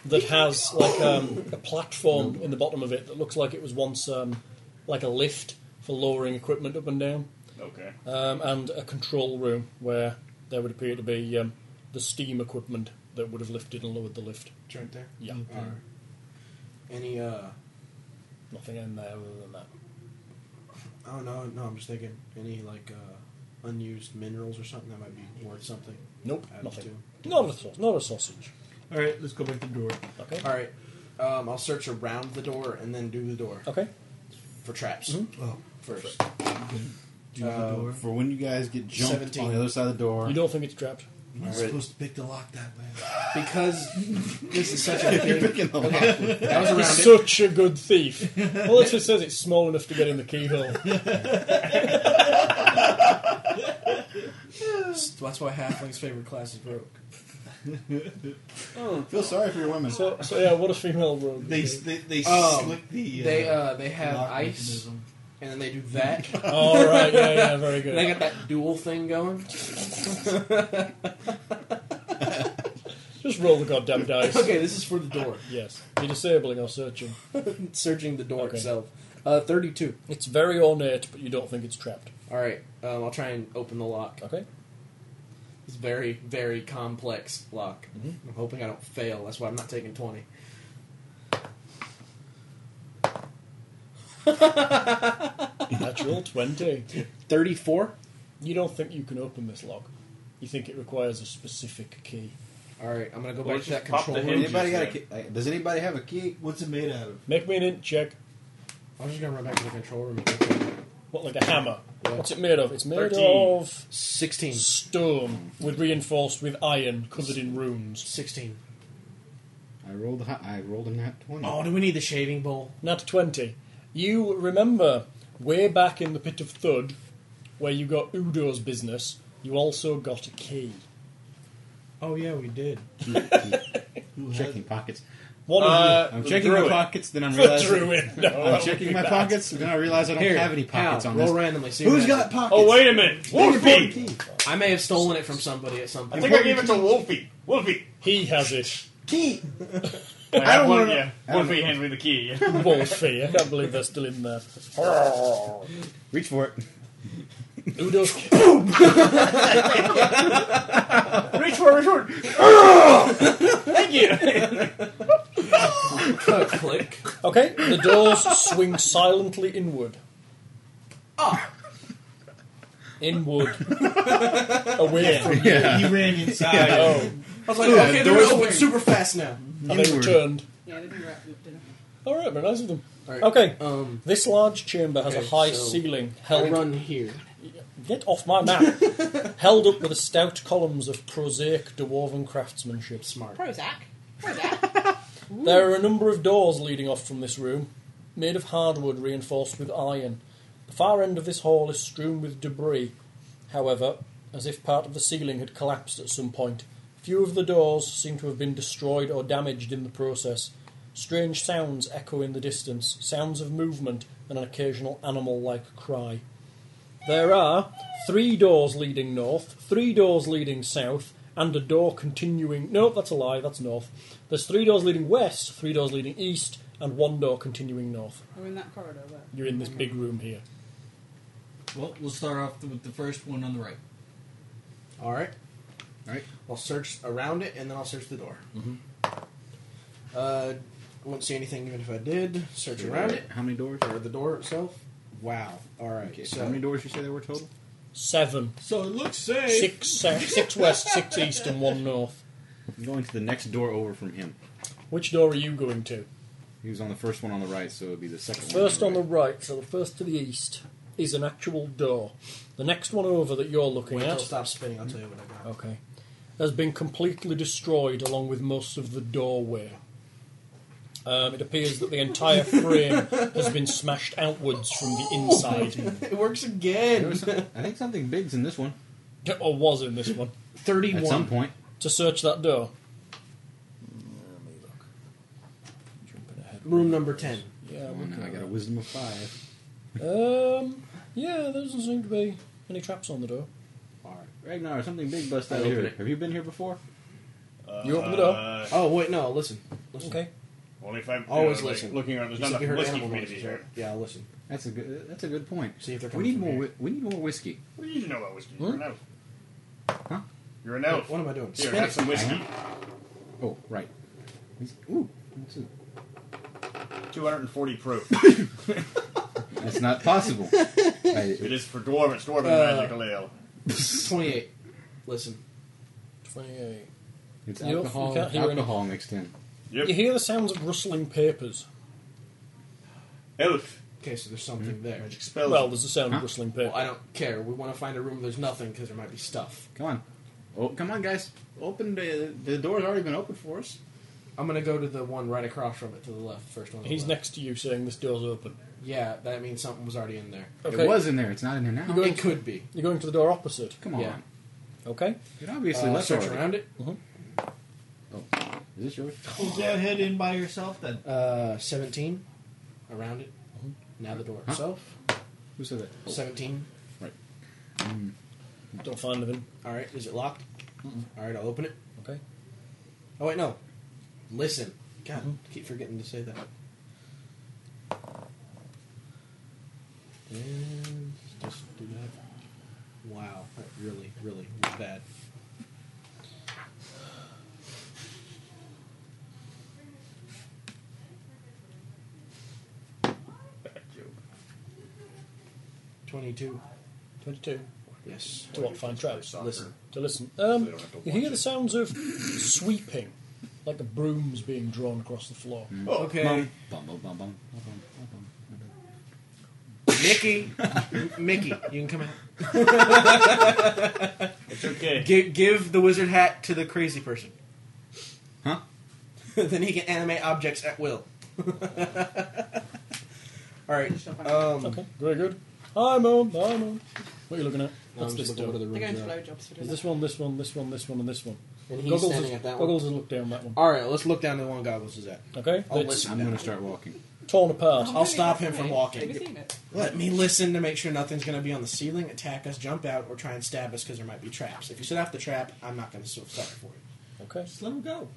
that has like um, a platform in the bottom of it that looks like it was once um, like a lift for lowering equipment up and down,
Okay.
Uh,
um, and a control room where there would appear to be um, the steam equipment that would have lifted and lowered the lift.
It's right there.
Yeah,
Alright. Any, uh,
nothing in there other than that.
I don't know. No, I'm just thinking any, like, uh, unused minerals or something that might be worth something.
Nope,
Add
nothing.
to.
Not a, sau- not a sausage.
All right, let's go back to the door.
Okay.
All right. Um, I'll search around the door and then do the door
Okay.
for traps
Oh,
first.
do the door.
For when you guys get jumped
17.
on the other side of the door. *laughs*
You don't think it's trapped?
You're not supposed to pick the lock that way.
Because this is such a big.
Picking the lock.
That was around
He's
it.
such a good thief. *laughs* Well, it just says it's small enough to get in the keyhole.
*laughs* That's why Halfling's favorite class is broke.
Feel sorry for your women.
So, so yeah, what a female rogue.
They they, they
Um,
slick the uh,
They uh, they have
lock
ice,
mechanism.
and then they do that. *laughs*
All right, yeah, yeah, very
And they got
good.
that dual thing *laughs* going.
Just roll the
*laughs*
goddamn dice.
Okay, this is for the door.
Yes, you're disabling or searching.
Searching the door
Okay.
itself. Uh, 32.
It's very ornate, but you don't think it's trapped.
Alright, um, I'll try and open the lock.
Okay.
It's very, very complex lock. I'm hoping I don't fail. That's why I'm not taking 20.
Natural twenty.
34?
You don't think you can open this lock. You think it requires a specific key.
Alright, I'm gonna go
Well,
back to
just
that
pop the
control room.
hinge.
Anybody got a key? uh, Does anybody have a key?
What's it made out of?
Make me an int check.
I'm just gonna run back to the control room. and check.
What, like a hammer?
Yeah.
What's it made of? It's made
13.
of
16.
stone, with reinforced with iron, covered in runes.
16.
I rolled. hi- I rolled a nat twenty.
Oh, do we need the shaving bowl?
Nat 20. You remember way back in the Pit of Thud, where you got Udo's business, you also got a key.
Oh, yeah, we did.
checking pockets.
One
Uh,
I'm checking my
druid.
pockets. Then I'm
of you
realizing.
drew in. No,
I'm checking my pockets. Then I realize I don't
Here,
have any pockets
Hal,
on
roll
this.
randomly. See
Who's
what
got
happens.
pockets?
Oh wait a minute, Wolfie!
I may have stolen it from somebody at some
I
point.
think I gave it to Wolfie. Wolfie,
He has it.
Key.
I, have
don't
one.
wanna-
Yeah,
I don't-
Wolfie hands me the
*laughs*
key.
Wolfie. I can't believe they're still in there.
Reach for *laughs* it.
Udo's
reach for, it, reach for. it. Thank you.
*laughs* click.
Okay, the doors swing silently inward.
Ah.
Inward. Away.
He ran inside.
Oh,
I was like,
Yeah,
okay,
there
they're
was
open super fast now.
and they
Inward.
returned.
Yeah, they didn't wrap it up.
All right, very nice of them.
Alright.
Okay,
Um,
this large chamber has a
Okay,
high
so-
ceiling
I'll
held
run here.
Get off
*laughs*
my map. Held up with a stout columns of prosaic dwarven craftsmanship.
Smart.
Prozac. Prozac.
There are a number of doors leading off from this room, made of hardwood reinforced with iron. The far end of this hall is strewn with debris, however, as if part of the ceiling had collapsed at some point, Few of the doors seem to have been destroyed or damaged in the process. Strange sounds echo in the distance, sounds of movement, and an occasional animal like cry. There are three doors leading north, three doors leading south, and a door continuing. No, that's a lie, that's north. There's three doors leading west, three doors leading east, and one door continuing north.
We're in that corridor there.
You're in this big room here.
Well, we'll start off with the first one on the right.
All right.
All right.
I'll search around it and then I'll search the door.
Mm-hmm.
Mhm.
Uh, I wouldn't see anything even if I did. Search
Sure.
around it.
How many doors?
Or the door itself. Wow. All right.
Okay,
So
how many doors you say there were total?
Seven.
So it looks safe.
Six, sou- six west, six east, and one north.
I'm going to the next door over from him.
Which door are you going to?
He was on the first one on the right, so it would be the second
First
one.
on the right, so the first to the east, is an actual door. The next one over that you're looking
Wait till it
at
stops spinning. I'll tell you what I got.
Okay. has been completely destroyed along with most of the doorway. Um, it appears that the entire frame has been smashed outwards from the
*laughs*
inside,
it works again. *laughs*
I think something big's in this one.
or was in this one.
At
31.
some point.
To search that door. Let me look. Jumping ahead.
Room number 10.
Yeah,
Oh, no, I got a wisdom of five.
Um, yeah, there doesn't seem to be any traps on the door.
All right. Ragnar, something big busted
I
out
open
here.
it.
Have you been here before?
You open the door.
Uh,
Oh, wait, no. Listen. listen.
Okay.
Oh.
Only if I'm
Always
you know, like,
listen.
looking around, there's
You
not
said you
enough
heard
whiskey
animal
for me to
noises,
be
right?
here.
Yeah, I'll listen.
That's a good. That's a good point.
See if they're
We
coming
need
from
more.
here.
Whi- we need more whiskey.
What do you know about whiskey?
Hmm?
You're an elf.
Huh?
You're an
Wait,
elf.
what am I doing?
Here,
Spin
have
it.
some whiskey.
Uh-huh.
Oh, right. Whis- Ooh, that's, a-
*laughs*
240 proof.
that's not *laughs* possible. I,
it is for dwarven. It's dwarven
Uh,
magical ale.
28. Listen.
28.
it's
You don't- you
alcohol.
can't hear any-
Alcohol mixed in.
Yep.
You hear the sounds of rustling papers.
Elf.
Okay, so there's something
Mm-hmm.
there.
Magic spells.
Well, there's the sound of
Huh?
rustling
Well,
papers.
I don't care. We want to find a room where there's nothing because there might be stuff.
Come on. Oh, come on, guys. Open the the door's already been open for us.
I'm going to go to the one right across from it to the left. First one. on the
He's
left.
next to you saying this door's open.
Yeah, that means something was already in there.
Okay.
It was in there. It's not in there now.
Go
It
into-
could be.
You're going to the door opposite.
Come on.
Yeah.
Okay.
It obviously
Uh,
left
search
already.
around it.
Is this yours?
Go ahead in by yourself then.
Uh, 17. Around it. Now the door
Mm-hmm. Huh?
itself.
Who said that? Oh,
17.
Don't find anything.
All right. Is it locked?
Mm-hmm.
All right. I'll open it.
Okay.
Oh wait, no. Listen. God, I keep forgetting to say that. And just do that. Wow, that really, really was bad. Twenty-two.
22.
Yes.
To what? Find traps.
Listen.
To listen. Um,
don't have to
you
watch
hear the
it.
sounds of sweeping, like the brooms being drawn across the floor.
Okay.
Bum, bum, bum, bum, bum, bum, bum, bum.
Mickey, M- Mickey, you can come out.
It's okay.
Give, give the wizard hat to the crazy person. *laughs*
Huh?
then he can animate objects at will. *laughs* All right. Um,
Okay. Very good. Hi, Mom. Hi, Mom. What are you looking at? What's
I'm
this
just looking
door?
over the
They're going
rooms
to
are.
blowjobs for
There's
doing
this
that.
one, this one, this one, this one, and this one.
And he's
Goggles
standing
has,
at that one.
Goggles has looked down that one.
All right. Let's look down to the one goggles is at.
Okay?
I'll
it's
listen.
I'm going to start walking.
torn apart.
I'll stop him from
Have you
walking.
seen it?
Let me listen to make sure nothing's going to be on the ceiling, attack us, jump out, or try and stab us because there might be traps. If you set off the trap, I'm not going to suffer for it.
Okay.
Just let him go.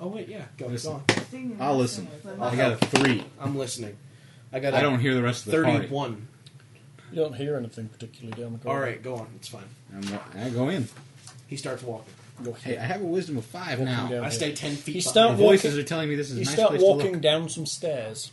Oh wait, yeah, go,
Listen.
go on.
I'll listen. I got a three.
I'm listening. I got.
I don't hear the rest of the party.
thirty-one.
You don't hear anything particularly down the
All
corridor.
right, go on. It's fine.
I'm wa- I go in.
He starts walking.
You'll
Hey,
hear.
I have a wisdom of five
Walking
now.
down.
I stay ten feet.
You
behind.
start
The voices
walking-
are telling me this is a
You
nice
start
place to
walking
look. Hmm.
down some stairs.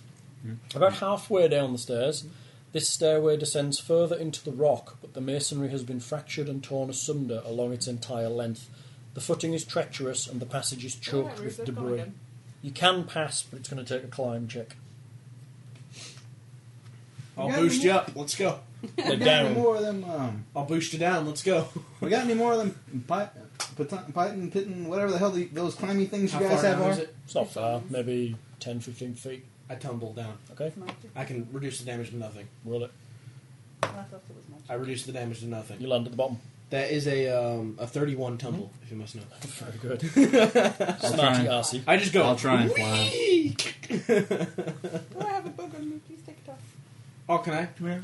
About halfway down the stairs, this stairway descends further into the rock, but the masonry has been fractured and torn asunder along its entire length. The footing is treacherous and the passage is choked
Alright,
with
Ruth, go
debris.
again.
You can pass, but it's going to take a climb check.
I'll
Yeah,
boost
you-
you up. Let's go.
They're
We got any
down.
more of them? Um,
I'll boost you down. Let's go.
we got any more of them? pi- patan- Python, pitton, whatever the hell the, those climbing things you guys have
down
are.
is it?
It's not far, maybe 10, 15 feet.
I tumble down.
Okay,
I can reduce the damage to nothing.
roll it.
I thought it was magic.
I reduce the damage to nothing.
You land at the bottom.
That is a um, a 31 tumble, if you must know.
Very good.
Smarty
Smarty arsey.
I just go.
I'll try and fly.
"Whee!"
Oh, I have a bug on me. Please take it off.
oh, can I?
Come here.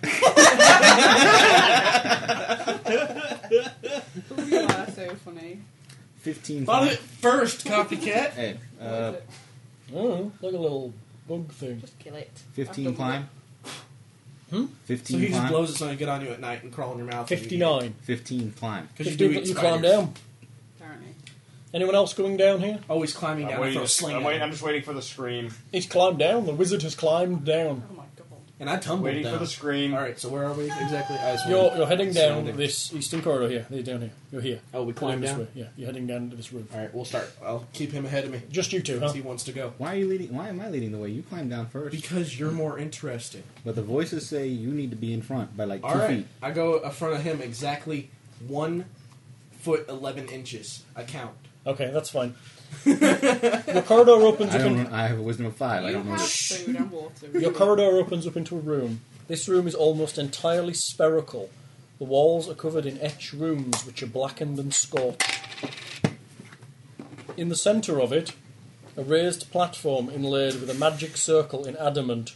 Ooh, Oh, you are so funny.
15.
Follow it first, copycat.
Hey,
What is
uh,
it?
Oh, like a little bug thing.
Just kill it.
15
I've done
climb.
Hmm?
So
15
he just
climb.
blows it so it get on you at night and crawl in your mouth.
59.
15 climb.
Because you do eat
Fifteen, but you
spiders.
climb down.
it, Apparently.
Anyone else going down here?
Always climbing
I'm,
down and
waiting,
throw a sling.
I'm,
at
waiting,
him.
I'm just waiting for the scream.
He's climbed down. The wizard has climbed down.
Oh my god.
And I tumbled
Waiting
down.
for the scream.
All right, so where are we exactly? I just
You're,
wanted-
you're heading down
Surrounding.
this eastern corridor here. You're down here. You're here.
Oh, we climb
Going this
down?
way. Yeah, you're heading down into this room.
All right, we'll start. I'll keep him ahead of me
Just uh, you two, huh?
because he wants to go.
Why are you leading? Why am I leading the way? You climb down first.
Because you're more interesting.
But the voices say you need to be in front by like two
All right,
feet.
I go in front of him exactly one foot eleven inches. I count.
Okay, that's
*laughs*
fine. Your corridor opens
I
up.
don't.
In,
know- I have a wisdom of five. I
You
don't know.
have
this.
food and water.
your corridor opens up into a room. This room is almost entirely spherical. The walls are covered in etched runes, which are blackened and scorched. In the centre of it, a raised platform inlaid with a magic circle in adamant.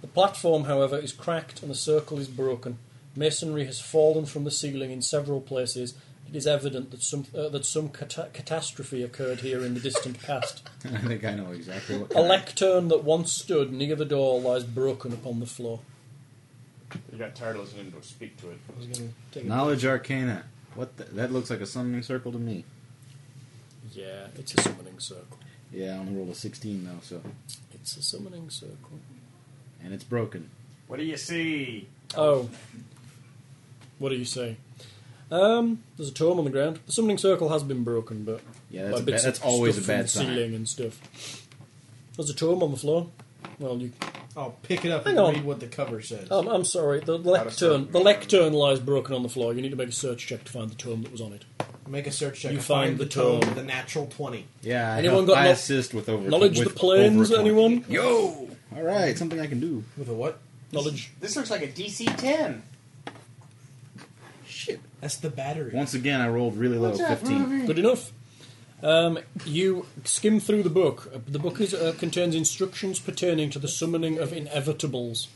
The platform, however, is cracked and the circle is broken. Masonry has fallen from the ceiling in several places. It is evident that some uh, that some cata- catastrophe occurred here in the distant past.
*laughs* I think I know
*laughs*
exactly what.
A lectern that once stood near the door lies broken upon the floor.
You got tired of listening to him speak to it.
I was gonna take a
Knowledge Arcana. What the, that looks like a summoning circle to me.
Yeah, it's a summoning circle.
Yeah, I only rolled a sixteen though, so
It's a summoning circle.
and it's broken.
What do you see?
Oh. What do you say? Um, there's a tome on the ground. The summoning circle has been broken, but
Yeah, that's,
by
a bad,
bits
that's
of
always a
stuff from
bad
the
sign.
Ceiling and stuff. There's a tome on the floor. Well, you
I'll pick it up
Hang
and
on.
read what the cover says.
Um, I'm sorry. The lectern, the lectern lies broken on the floor. You need to make a search check to find the tome that was on it.
Make a search check.
You
I
find the
tome,
tome.
the natural twenty.
Yeah, I,
Anyone
help-
got
I
kno-
assist with over
Knowledge
with
the planes.
over a twenty.
Anyone?
Yo, all right, something I can do.
With a what?
Knowledge.
This looks like a DC 10.
Shit, that's the battery.
Once again, I rolled really low, fifteen.
Good enough. Um, you skim through the book. Uh, The book is, uh, contains instructions pertaining to the summoning of inevitables.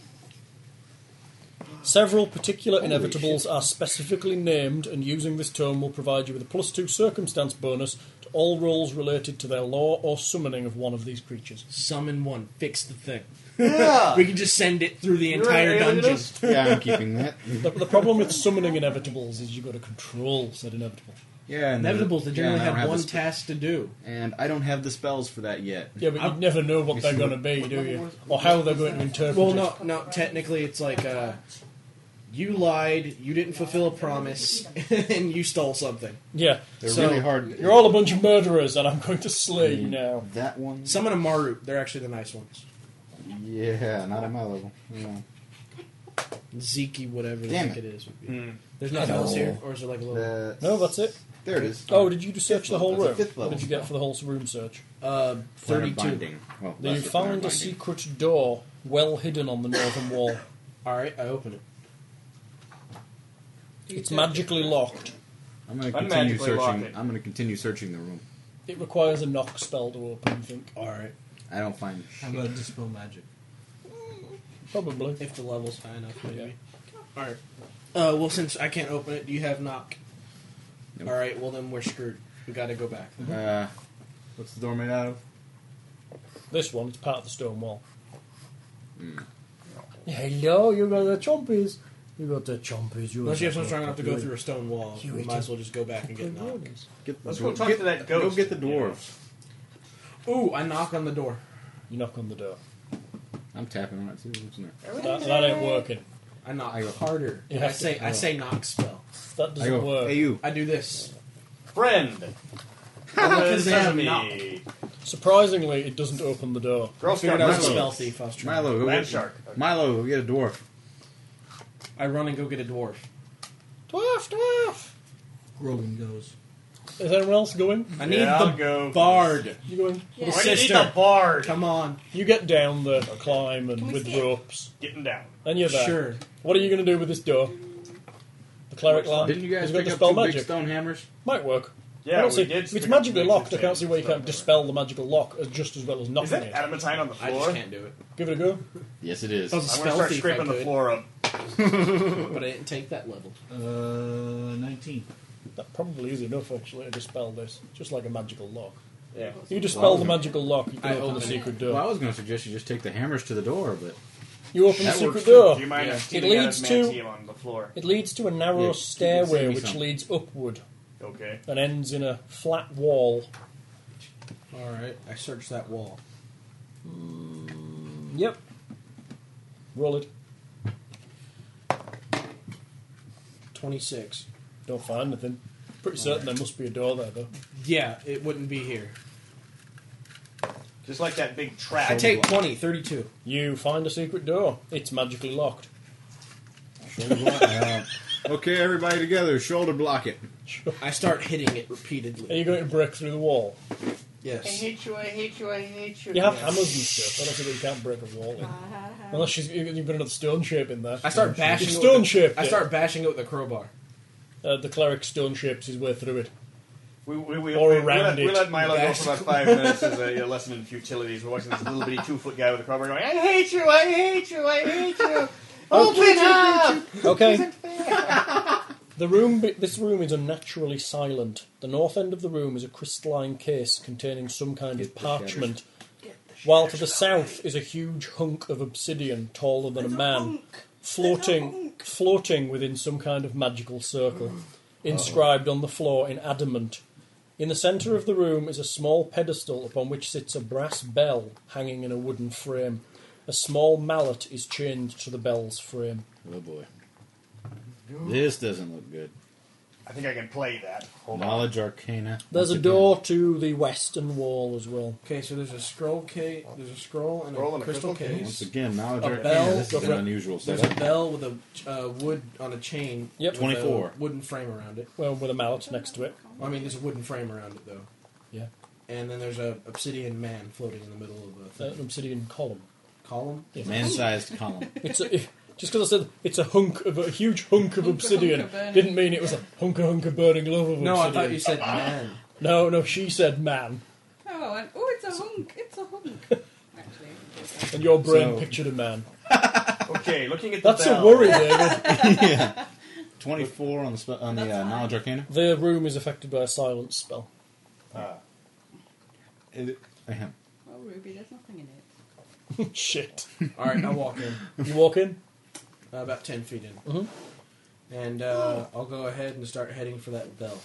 Several particular inevitables are specifically named, and using this tome will provide you with a plus two circumstance bonus to all rolls related to their lore or summoning of one of these creatures.
Summon one. Fix the thing.
Yeah.
*laughs* We can just send it through the entire
ready to do
dungeon.
this?
yeah, I'm keeping that. *laughs*
The, the problem with summoning inevitables is you've got to control said inevitable.
Yeah, and
Inevitables. They
yeah,
generally
and I don't
have one
the sp-
task to do.
and I don't have the spells for that yet.
Yeah, but you
I'm-
never know what they're going to be, do you? Or how they're going to interpret
Well,
it.
no, no. Technically, it's like uh, you lied, you didn't fulfill a promise, *laughs* and you stole something.
Yeah.
They're
So-
really hard.
You're all a bunch of murderers, and I'm going to slay you now.
That one.
Summon a Maru. They're actually the nice ones.
Yeah, not at my level. Yeah.
Zeke, whatever the
Damn
heck
it. Oh.
it is. Would be. There's nothing else here, or is it like a little? uh,
That's-
No, that's it.
There it is.
Oh, did you just search the whole
level.
room?
It's a fifth
What
level
did you get for the whole room search?
Uh,
Planet
thirty-two.
binding. Well,
You
lesser planet
found a
binding.
secret door well hidden on the northern wall.
All right, I open it.
It's magically locked.
I'm going to
I'm
continue
magically
searching.
locking.
I'm going to continue searching the room.
It requires a knock spell to open, I think.
All right,
I don't find.
I'm gonna dispel magic.
Probably.
if the level's high enough, maybe.
Yeah.
All right. Uh, well, since I can't open it, do you have knock?
Nope.
All right. Well, then we're screwed. We got to go back.
Uh, what's the door made out of?
This one, it's part of the stone wall.
Hmm.
Hello, you got the chompies. You got the chompies. You
Unless you have someone
got
strong
the
enough to go through a stone wall,
You
we
eat
might
it.
as well just go back and get knock.
chompies.
Get the
Let's
dwar-
go talk
get-
to that
Go
ghost.
get the dwarves.
Ooh, I knock on the door.
You knock on the door.
I'm tapping on it too. What's in there?
That, that ain't working.
I knock
I go-
harder.
You
I
have to-
say I say knock spell.
That
I
doesn't
go.
work.
Hey you.
I do this.
*laughs*
Friend.
Because they have
Sesame.
knock.
Surprisingly, it doesn't open the door.
Girl Scout
Figured I was a
Milo.
spell thief. I was trying.
Milo, go
Land
get
shark.
Milo, go get a dwarf.
I run and go get a dwarf.
Dwarf, dwarf.
Grogan goes.
Is anyone else going?
I need
Yeah, I'll
the
go.
bard.
You going?
Yeah.
The
Why do you need
sister.
the bard?
Come on.
You get down the climb
Can
and
we
with
skip?
ropes,
Getting down.
and you're there.
Sure.
What are you going to do with this door? The cleric lamp.
Didn't you guys
He's Uh, got
pick up
dispel
two big
magic.
stone hammers?
Might work.
Yeah,
I don't
we
see-
did
It's
pick up
magically
big
locked. I
big
can't see where you can't dispel the magical lock as just as well as knocking
Is that
it.
adamantine on the
I
floor?
just can't
do it.
Give it a go.
Yes, it is.
I want to start scraping the floor up.
but I didn't take that level.
Uh, 19. That probably is enough, actually, to dispel this. Just like a magical lock.
Yeah.
You dispel
Well, I was
the
gonna-
magical lock, you can
I
open the
opened it.
secret door.
Well, I was going to suggest you just take the hammers to the door, *laughs* but
You open
That
the secret
works
door.
too. Do you mind if
It
Tina got
leads
adamantium
to
on the floor?
It leads to a
Yeah,
narrow
you can
stairway
send me
which
some.
leads upward.
Okay.
And ends in a flat wall.
All right, I searched that wall.
Yep. Roll it.
Twenty-six.
Don't find anything. Pretty certain there must be a door there, though.
Yeah, it wouldn't be here.
Just like that big trap.
I take 20, 32.
You find a secret door. It's magically locked.
Uh, okay, everybody together, shoulder block it.
I start hitting it repeatedly.
Are you going to break through the wall?
Yes.
hate you, I hate you, I hate
You have hammers and stuff. I don't think you can't break a wall in. Unless she's, you- you've got another stone shape in there.
I start bashing.
You've
it
stone
with
shaped.
the, I start bashing it with a crowbar.
Uh, the cleric stone shapes his way through it.
We, we, we,
or
we, we
around
let, we
it.
let Milo go for about five minutes as a, uh, lesson in futilities. We're watching this little bitty two foot guy with a crowbar going, I hate you, I hate you, I hate
*laughs*
you. Open up!
Okay. the room. be- This room is unnaturally silent. The north end of the room is a crystalline case containing some kind of parchment, while to the south is a huge hunk of obsidian taller than a man, floating, floating within some kind of magical circle, inscribed on the floor in adamant. In the centre of the room is a small pedestal upon which sits a brass bell hanging in a wooden frame. A small mallet is chained to the bell's frame.
Oh boy. This doesn't look good.
I think I can play that. Hold on.
Knowledge Arcana.
There's a door to the western wall as well.
*laughs* Okay, so there's a scroll case. There's a scroll and a,
Scroll and a
crystal,
crystal
case.
case. Once again, knowledge
a
arcana.
bell.
This is an
a-
unusual
There's
setup.
a bell with a uh, wood on a chain.
Yep.
with a
24.
wooden frame around it.
Well, with a mallet next to it.
I mean, there's a wooden frame around it though.
Yeah.
And then there's a obsidian man floating in the middle of a
Uh,
thing.
an obsidian column.
column.
Yeah.
Man-sized *laughs* column.
It's a, *laughs* just because I said it's a hunk of a huge hunk of
Hunk of-
obsidian
hunk of burning.
didn't mean it was a hunk of hunk of burning love of
No, I
obsidian.
thought you said man.
No, no, she said man,
Oh, and, oh, it's a hunk. It's
*laughs*
a hunk. Actually,
and your brain
So-
pictured a man.
Okay, looking at the
That's a
bell.
*laughs*
worry, David.
yeah. 24 on the, spe- on the uh, knowledge arcana.
The room is affected by a silence spell. *laughs*
It- uh-huh.
well, Ruby, there's nothing in it.
Shit.
All right, I walk in.
You walk in.
Uh, about ten feet in.
Mhm.
And uh, I'll go ahead and start heading for that bell.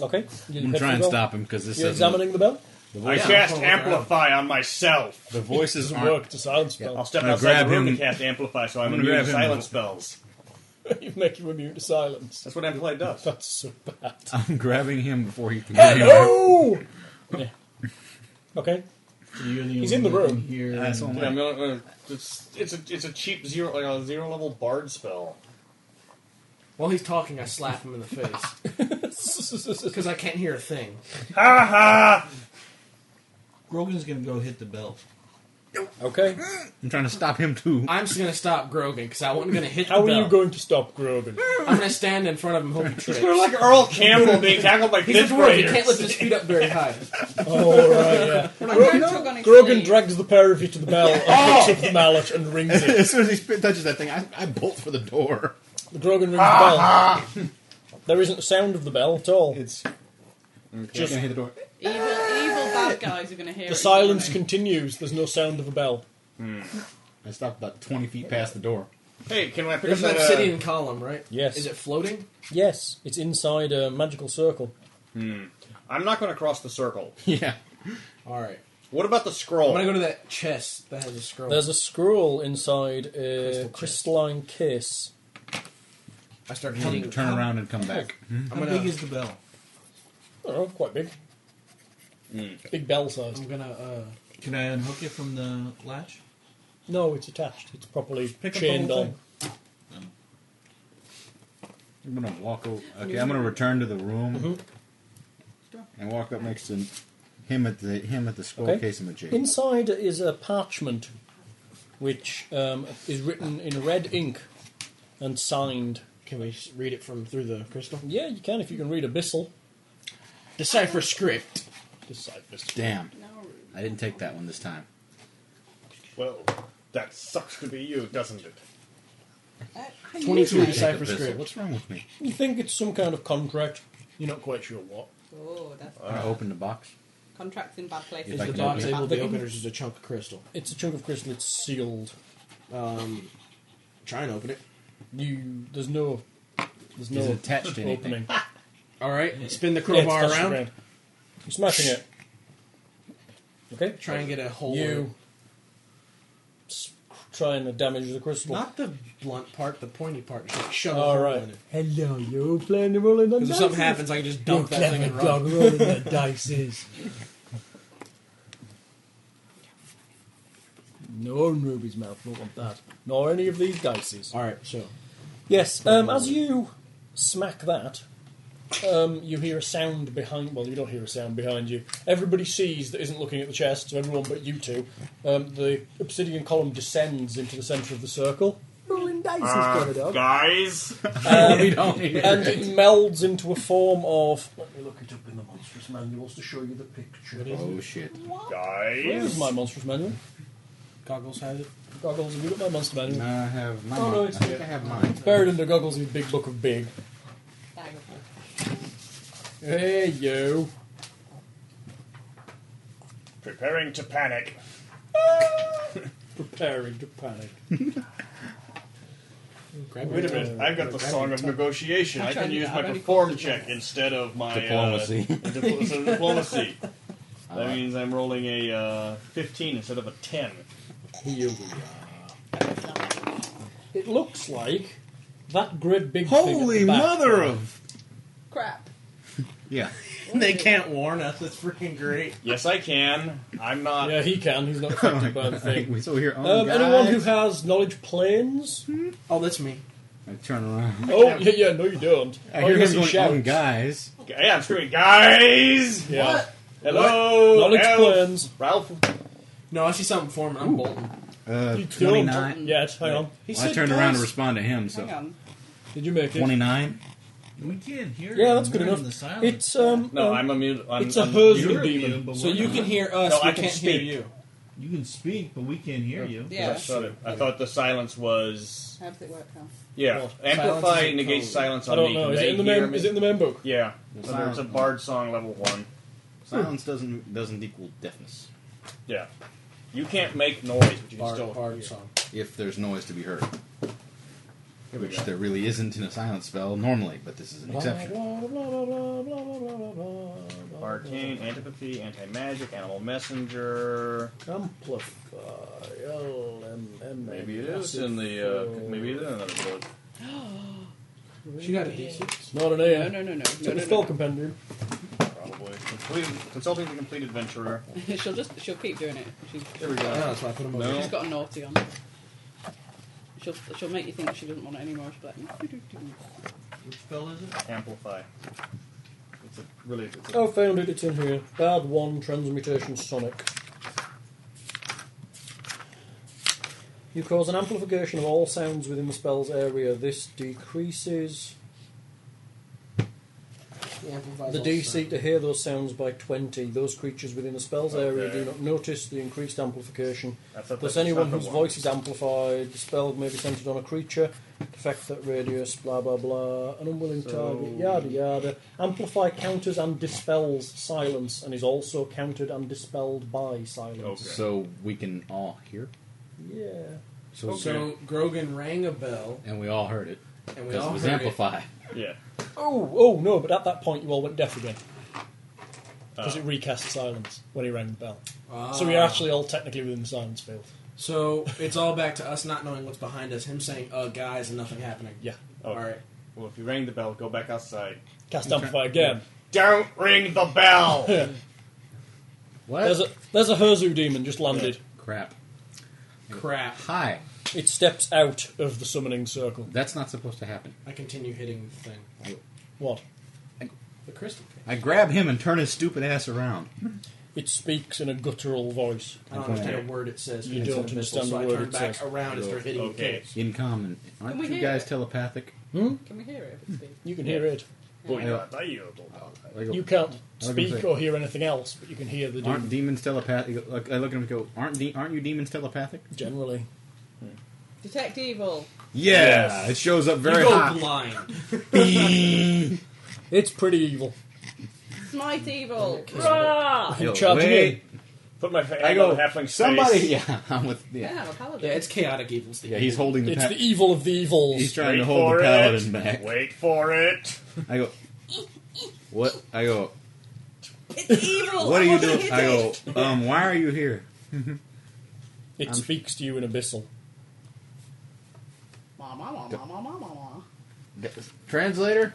Okay. You
I'm
head for
trying
the
to
bell.
stop him because this
You're
doesn't look-
examining the bell.
The
I
voice.
cast
Yeah.
amplify on myself.
The voices
Doesn't
aren't.
work. It's a silence spell.
I'll step
I'm gonna
outside
grab
the room
him.
to cast amplify, so I'm,
I'm gonna
immune
grab
to
him.
silent spells.
*laughs* you make you immune to silence.
That's what amplify does.
That's so bad.
I'm grabbing him before he can get anywhere.
Hello. yeah. Okay.
You're the
He's
only
in the
one
room.
Here.
That's
and-
all
Yeah, I'm
right.
gonna, uh, it's, it's a it's a cheap zero like a zero level bard spell.
While he's talking, I slap him in the face because I can't hear a thing.
Ha ha!
Grogan's gonna go hit the bell.
*laughs* Okay.
I'm trying to stop him too.
I'm just gonna stop Grogan because I wasn't gonna hit.
How
the
are
bell.
you going to stop Grogan?
I'm gonna stand in front of him, hope he trips.
You're like Earl Campbell *laughs* being tackled by
He's a
fifth
dwarf. He
graders.
can't lift his feet up very high.
oh, right, yeah.
We're not going to tug on his
Grogan
sleeve.
drags the pair of you to the bell and picks up the mallet and rings
*laughs*
it.
*laughs* as soon as he spit- touches that thing, I, I bolt for the door.
Grogan rings the bell. There isn't a sound of the bell at all.
It's
Just-
just gonna hit the door.
Evil, evil bad guys are going to hear
the
it.
silence
aren't
continues. There's no sound of a bell.
I stopped about 20 feet past
*laughs*
the door.
Hey, can I pick
There's
up
an
uh,
that? uh,
obsidian column, right?
Yes.
Is it floating?
Yes, it's inside a magical circle.
Uh, I'm not going to cross the circle.
Yeah.
All right.
What about the
I'm
scroll?
gonna go to that chest that has a scroll.
There's a scroll inside a
Crystal chest.
crystalline case.
I start
Turn,
hitting.
turn around and come back.
I'm
How
gonna.
big is the bell?
Oh, quite big. Big bell size.
I'm gonna. Uh,
Can I unhook it from the latch?
No, it's attached. It's properly
Pick up the
chained
whole
on.
thing.
I'm gonna walk over. Okay, I'm gonna return to the room
Mm-hmm.
and walk up next to him at the him at the scroll
Okay.
case and the jade.
Inside is a parchment, which um, is written in red ink and signed
Can we s- read it from through the crystal?
Yeah, you can if you can read abyssal.
Decipher script.
Decipher script.
Damn. I didn't take that one this time.
Well, that sucks to be you, doesn't it?
I
I
usually
take
decipher
Abyssal.
script.
What's wrong with me?
You think it's some kind of contract. You're not quite sure what.
Oh, that's
I opened the
*laughs*
box.
contracts in bad places.
Is the box able to be opened, or is it a chunk of crystal?
It's a chunk of crystal. It's sealed.
Um, try and open it.
You there's no
Is
there's no
it attached to anything?
opening.
All right, spin the
Yeah, it's
crowbar
touched
around.
around. You're smashing it. Okay.
Try and get a hole.
You s- trying to damage the crystal.
Not the blunt part, the pointy part. Just like shove a
All
hole
right.
in it.
Hello, you're playing the rolling the dice.
Because if something happens, I can just dump
you
that thing and
clever
run.
dog rolling the dices.
*laughs* No in Ruby's mouth. Not want that. Nor any of these dices.
All right. So
Yes. Um, as you smack that, um, you hear a sound behind. Well, you don't hear a sound behind you. Everybody sees that isn't looking at the chest. So everyone but you two. Um, the obsidian column descends into the centre of the circle.
Rolling dice is
Uh,
covered
*laughs*
up.
guys?
Um,
We don't hear
and
it.
it melds into a form of. Let me look it up in the monstrous manuals to show you the picture.
*laughs* Oh shit.
Guys?
Where's my monstrous manual?
Goggles has it.
Goggles, have you got my monster manual?
No, I have my
Oh, no,
mon-
it's
I think
here.
I have mine.
Buried under goggles in big book of big. Hey you.
Preparing to panic.
Preparing to panic.
Wait a minute, I've got the Song of Negotiation. I can use my
Actually,
perform check instead of my. uh,
Diplomacy.
dipl- so diplomacy.
All
That
right.
means I'm rolling a uh, 15 instead of a 10.
Here we It looks like that great big thing. at
Holy
the back
mother
there.
of!
Crap.
Yeah.
they can't warn us. That's freaking great.
Yes, I can. I'm not.
Yeah, he can. He's not
*laughs*
affected by the thing.
So here, oh,
Um, anyone who
guys.
has knowledge planes?
Oh, that's me.
I turn around.
Oh, yeah, yeah, no, you don't.
I
oh,
hear
yes,
him
you
going,
shout.
"Oh, guys.
Yeah, I'm screaming, guys!
Yeah. What?
Hello!
Knowledge
elf,
plans.
Ralph.
No, I see something forming. I'm bolting.
Uh,
You don't.
29.
Yet, hang on.
He
Well, I
said
turned around to
guys.
respond to him, so.
Hang on.
Did you make it?
29.
We can't hear.
Yeah,
him.
that's good
We're in
enough.
the silence.
It's um.
No,
um,
I'm a mute. I'm,
it's a
I'm-
Herzler
You're
demon.
immune, but
So
we're
you
not.
can hear us.
No, I
we
can
can't
speak.
hear you.
You can speak, but we can't hear you.
Yeah.
I thought, it- I thought the silence was.
How does it work now?
Yeah.
What?
Silence
Amplify
is a
negates
code.
silence
I
on
don't
me.
know.
Can
Is it
they
in the
hear
mem?
me?
Is it in the mem book?
Yeah. Whether
silence
it's a
on.
bard song level 1.
Silence doesn't doesn't equal deafness
Yeah. You can't make noise, but you can
Bard,
still.
bard song.
if there's noise to be heard,
Here we
which
go.
there really isn't in a silence spell normally, but this is an exception.
Arcane, antipathy, anti magic, animal messenger.
Amplify. LMM.
Maybe it is in the. Uh, maybe it is in another book.
She got a D6.
It's not an
No,
A.
no, no, no.
It's
no,
in the
no, no.
spell compendium.
Probably. Complete, consulting the complete adventurer.
*laughs* she'll just she'll keep doing it. She's,
Here we
No,
go.
that's why I put him
No.
over.
she's got a naughty on. She'll she'll make you think she doesn't want it anymore. She'll be like,
Which spell is it?
Amplify. It's a really. It's a,
Oh, found it. It's in here. Bard one transmutation sonic. You cause an amplification of all sounds within the spell's area. This decreases
He amplifies
the
all
DC
sound.
to hear those sounds by 20. Those creatures within the spell's area
Okay.
do not notice the increased amplification.
I thought
Plus,
that's
anyone
another
whose
one.
voice is amplified, the spell may be centered on a creature, the fact that radius, blah blah blah, an unwilling target, yada yada. Amplify counters and dispels silence, and is also countered and dispelled by silence.
Okay.
So we can all hear,
Yeah.
so
So Grogan rang a bell,
and we all heard it
and we
because
all
it was
heard
amplify.
yeah.
Oh, oh no! But at that point, you all went deaf again
Uh.
because it recast silence when he rang the bell.
Ah.
So we are actually all technically within the silence field.
So it's all back to us not knowing what's behind us. Him saying, "Uh, guys," and nothing happening.
Yeah.
Oh.
All right.
Well, if you rang the bell, go back outside.
Cast amplify again.
Don't ring the
*laughs*
bell!
What?
There's a there's a Herzu demon just landed.
Crap.
Crap.
Hi.
It steps out of the summoning circle.
That's not supposed to happen.
I continue hitting the thing.
What?
The crystal. thing.
I grab him and turn his stupid ass around.
It speaks in a guttural voice.
I don't understand a word it says.
You
It's
don't
an abyssal,
understand
so
the
I
word
turn
it
back
says.
around and start hitting
Okay.
the
In common. Aren't
Can we
you
hear
guys
it?
telepathic?
Hmm?
Can we hear it? If it's big?
You can hear it.
But
Yeah. Like a-
You can't
like a-
speak or hear anything else, but you can hear the
Aren't
demon.
demons telepathic? Look, I look at him and go, "Aren't de- aren't you demons telepathic?"
Generally.
Detect evil.
Yeah, it shows up very hot.
*laughs*
*laughs*
it's pretty evil.
Smite evil.
Rah!
Yo,
I'm charging
wait.
in.
Put my hand
I
on
go,
the halfling's
somebody. *laughs*
face.
Yeah, I'm with. Yeah,
Yeah, I'm a paladin.
Yeah, it's chaotic evil.
yeah. He's holding the.
It's
pa-
the evil of the evils.
He's trying
Wait
to hold
for
the paladin
it.
back.
Wait for it.
I go. What? I go.
It's evil.
What are
I
you
wanna
doing?
hit
I go.
it.
Um, why are you here?
It
I'm-
speaks to you in abyssal.
Ma, ma, ma, ma, ma, ma, ma, ma.
Translator?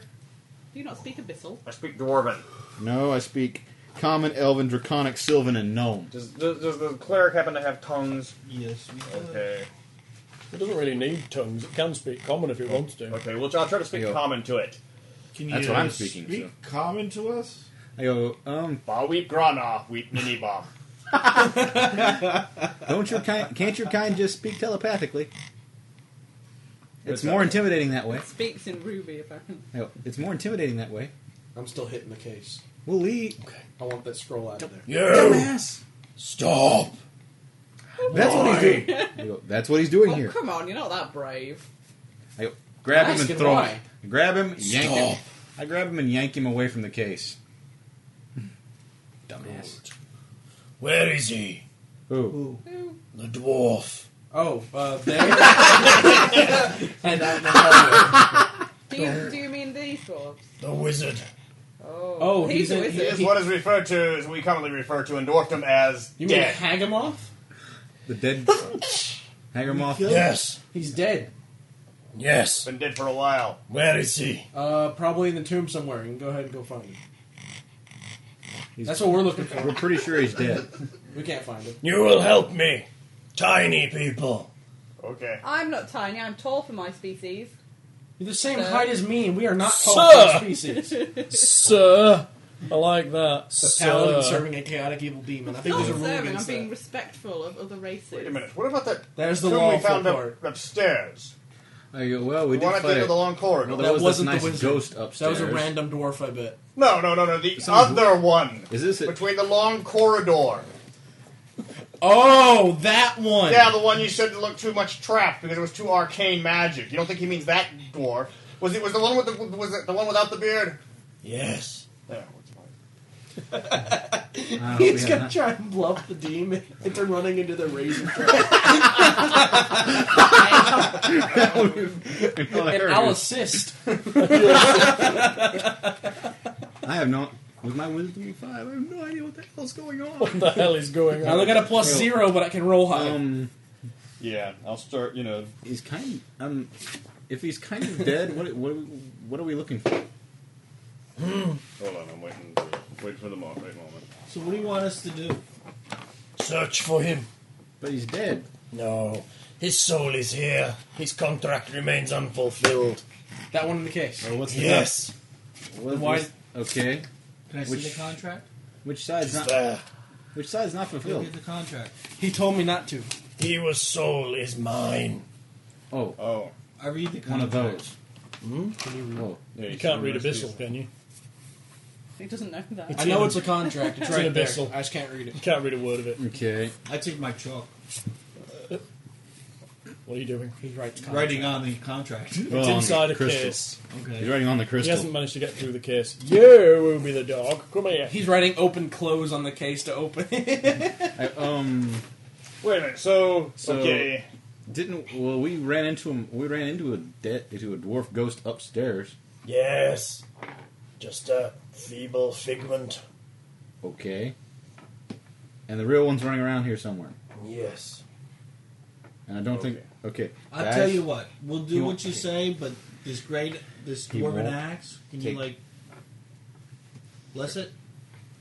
Do you not speak abyssal?
I speak dwarven.
No, I speak common, elven, draconic, sylvan, and gnome.
Does, does, does the cleric happen to have tongues?
Yes. We
Okay.
It doesn't really need tongues. It can speak common if it wants to.
Okay. Well, I'll try to speak
Yo.
common to it.
Can
That's what I'm speaking,
Speak common to us.
I go. Um,
Ba wheat grana wheat mini ba.
don't your kind? Can't your kind just speak telepathically? It's
What's
more
that?
intimidating that way.
Speaks in Ruby, apparently.
I go, It's more intimidating that way.
I'm still hitting the case.
We'll eat.
I want that scroll out of there.
Dumbass.
Stop!
That's what he's doing. I go, That's what he's doing
Oh,
here.
come on, you're not that brave.
I go, grab
I'm
him
asking
and throw
why.
him. Grab him, yank
Stop.
him. I grab him and yank him away from the case. Dumbass.
Where is he?
Who?
The dwarf.
Oh, uh,
*laughs*
there. and out the hallway.
Do you, do you mean these dwarves?
The wizard.
Oh,
Oh,
he's,
he's
a
a-
wizard.
He is what is referred to, as we commonly refer to in dwarfdom as
You mean
dead.
hang him off?
The *laughs* dead. Hang him off.
Yes.
He's dead.
Yes.
Been dead for a while.
Where is he?
Uh, probably in the tomb somewhere. You can go ahead and go find him. That's what we're looking
We're
for.
pretty sure he's dead.
We can't find him.
You will help me. Tiny people.
Okay.
I'm not tiny, I'm tall for my species.
You're the same
Sir.
height as me, and we are not
Sir.
called the species.
Sir! I like that.
The paladin
Sir.
serving a chaotic evil demon. I think
Not
there's a rule
observing, I'm
against
being
that.
respectful of other races.
Wait a minute. What about that
There's the
tomb we
lawful
found up
part.
upstairs?
I go, well, we
The
did
one at the
fight
end
a-
of the
*laughs*
long corridor.
No,
No,
there was this
wasn't the
nice
wizard.
ghost
That was
upstairs.
a random dwarf, I bet.
no, no, no. The
Someone's-
other one.
Is this it?
Between the long corridor.
Oh, that one.
Yeah, the one you said looked too much trapped because it was too arcane magic. You don't think he means that dwarf? Was it was the one with the was it the one without the beard?
Yes.
There, what's mine?
Uh,
He's
we
gonna
had
try and bluff the demon into running into the *laughs* razor
not-
and I'll assist.
I have not. With my wisdom of five, I have no idea what the hell's going
What
*laughs* on.
the hell is going
I
on?
only got a plus zero, but I can roll high.
Um,
Yeah, I'll start. You know,
he's kind. Um, if he's kind of dead, what what are we, what are we looking for?
hold on, I'm waiting. For, waiting for the mo- right moment.
So what do you want us to do?
Search for him.
But he's dead.
No. His soul is here. His contract remains unfulfilled.
that one in the case.
Or what's the
Yes.
What,
Why-
what's- okay.
Can I
Which-
see the contract?
Which side's
He's
not?
there.
Which side's not
Go
fulfilled?
get the contract.
He told me not to.
He was soul is mine.
Oh,
Oh,
I read the contract.
one of those. Oh,
yeah,
You can't read Abyssal, can you?
He doesn't know that.
I know it's a contract. It's
It's
right
an
there.
abyssal.
I just can't read it.
You can't read a word of it.
okay.
I took my chalk.
What are you doing?
He writes contract.
Writing on the contract.
It's inside a
crystal.
case.
Okay.
He's writing on the
He
crystal.
hasn't managed to get through the case. You will be the dog. Come here.
He's writing open close on the case to open it.
I, um,
Wait a minute. So,
So-
okay,
didn't well we ran into him. We ran into a dead into a dwarf ghost upstairs.
Yes. Just a feeble figment.
Okay. And the real one's running around here somewhere.
Yes.
And I don't think. Okay.
I'll
guys,
tell you what. We'll do
He won't-
what you say, but this great, this
He
dwarven
won't
axe. Can
take-
you like bless it?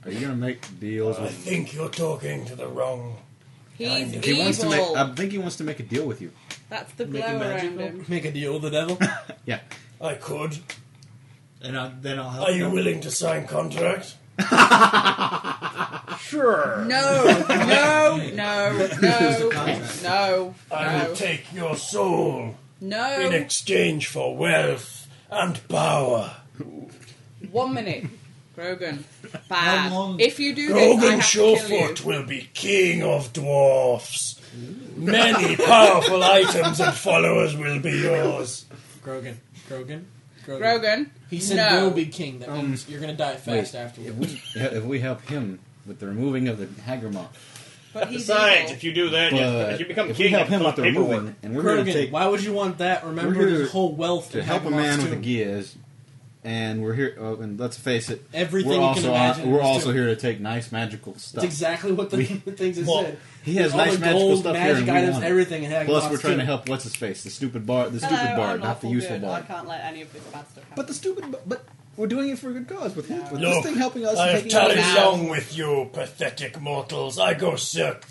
Are you gonna make deals
I
with?
think you're talking to the wrong.
He's
He
He
evil.
wants to make. I think he wants to make a deal with you.
That's the glow
Make it
around
magical.
him.
Make a deal with the
*laughs*
devil.
Yeah.
I could.
And I, then I'll
Oh,
help.
Are you
them.
willing to sign contract?
sure.
No, no, no, no,
contract.
no,
I will
no,
take your soul in
no.
exchange for wealth and power.
One minute. Grogan.
How
Bad.
long-
If you do this, I
Grogan
have to kill you.
Shawfoot will be king of dwarfs.
*laughs*
Many powerful items and followers will be yours.
Grogan. Grogan. Grogan.
Grogan,
He said
no.
will be king. That means you're gonna die
Um, Wait,
fast
If
afterwards.
we, *laughs* yeah, if we help him with the removing of the Hagermont,
But he's
Besides, if you do that, you,
But
you become
Uh, if
king.
we help
you
him
fill
with the
out paperwork.
removing, and we're
Grogan,
going to take
why would you want that? Remember
We're here
his whole wealth
to
in
help a
Hagamot's
man with a
tomb.
gears, and we're here. Oh, and let's face it,
Everything
We're
you can
also
imagine
we're
is
also
doing.
here to take nice magical stuff.
That's exactly what *laughs* the, the things it
Well,
said.
He has
All
nice
the
magical
gold,
stuff
magic
here, and we
items,
want it.
everything in Hagamot's
Plus, we're trying to
tomb.
help. What's his face? The stupid bard. The stupid
Hello,
bard,
I'm
not the
awful
useful
good. I
bard.
can't let any of this bad stuff happen.
But the stupid. But, but we're doing it for a good cause with, with
Look,
this thing helping us.
I
and
have
taking
tallied
us out.
along with you, pathetic mortals. I go search,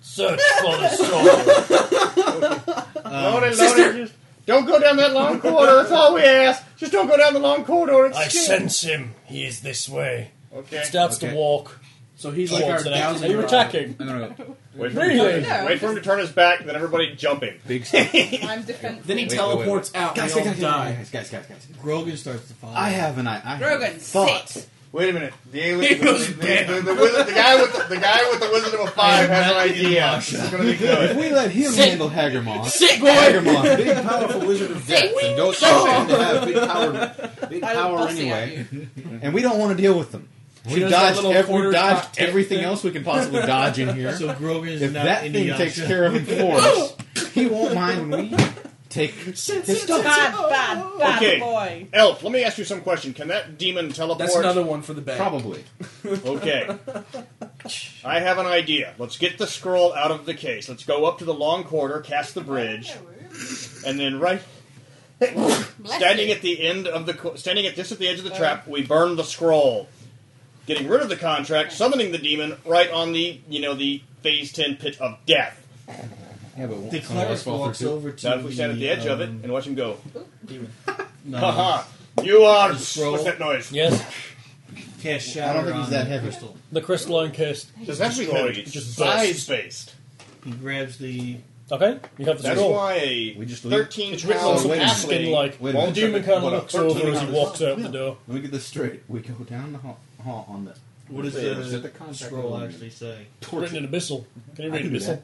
search for the soul.
*laughs*
Um,
Loaded, loaded, just- don't go down that long corridor. That's all we ask. Just don't go down the long corridor. It's
I
scary.
sense him. He is this way.
Okay.
Starts to walk.
So he's
like our
Are
dowsing
you
rod.
attacking?
I'm gonna *laughs* go.
Wait for,
Really?
him to, wait for him to turn his back, then everybody jump him.
*laughs*
Big
I'm defensive.
Then he
Wait, wait,
teleports
wait.
out.
Guys,
and we
guys,
all
guys,
die.
guys, guys, guys, guys.
Grogan starts to follow.
I have an I. I have
Grogan,
a thought.
sit.
Wait a minute. The
He
alien, the,
goes
the,
dead.
the, the wizard, the guy with the, the guy with the Wizard of Five has an idea. This is gonna be
If
good.
we let him
Sit.
handle Hagermont,
Sit, boy.
Hagermont, *laughs* big powerful wizard of death, and don't pretend to have big power, big
I
power
will see
anyway. And we don't want to deal with them.
She
We
does that
dodged,
little
ev- we
quarter
dodged
cocktail
everything
thing.
else we can possibly dodge in *laughs* here.
So Grogan is
if
not
that thing
Inuyasha.
takes care of him for us, he won't mind when we take his stuff.
Bad, bad, bad
Okay.
boy.
Elf, let me ask you some question. Can that demon teleport?
That's another one for the bag.
Probably.
Okay. I have an idea. Let's get the scroll out of the case. Let's go up to the long corridor, cast the bridge, and then right standing at the end of the co- standing at this at the edge of the trap, we burn the scroll. Getting rid of the contract, summoning the demon right on the you know the phase ten pit of death.
Yeah, but
The
someone
cleric
else fall
walks
through too.
over to.
Now if we stand at the edge of it and watch him go,
No,
uh,
*laughs*
haha, you are
The scroll.
what's that noise?
Yes.
cast shatter.
I don't think he's
on the
that heavy.
Crystal.
The crystalline case.
Does that mean
destroyed.
that it's
It just
size
bursts.
based?
He grabs the.
Okay, you have the
That's
scroll.
why a
We just leave.
thirteen
It's written on
pound
some
wait a minute.
skin like
Wait a
the
minute.
demon kind of looks over as he
pounds.
walks out the door.
Let me get this straight. We go down the hall, hall on the
What does
Yeah, it's at
the,
the contact
scroll
level.
actually say?
Written in abyssal. Can you
I
read
can do
abyssal?
that.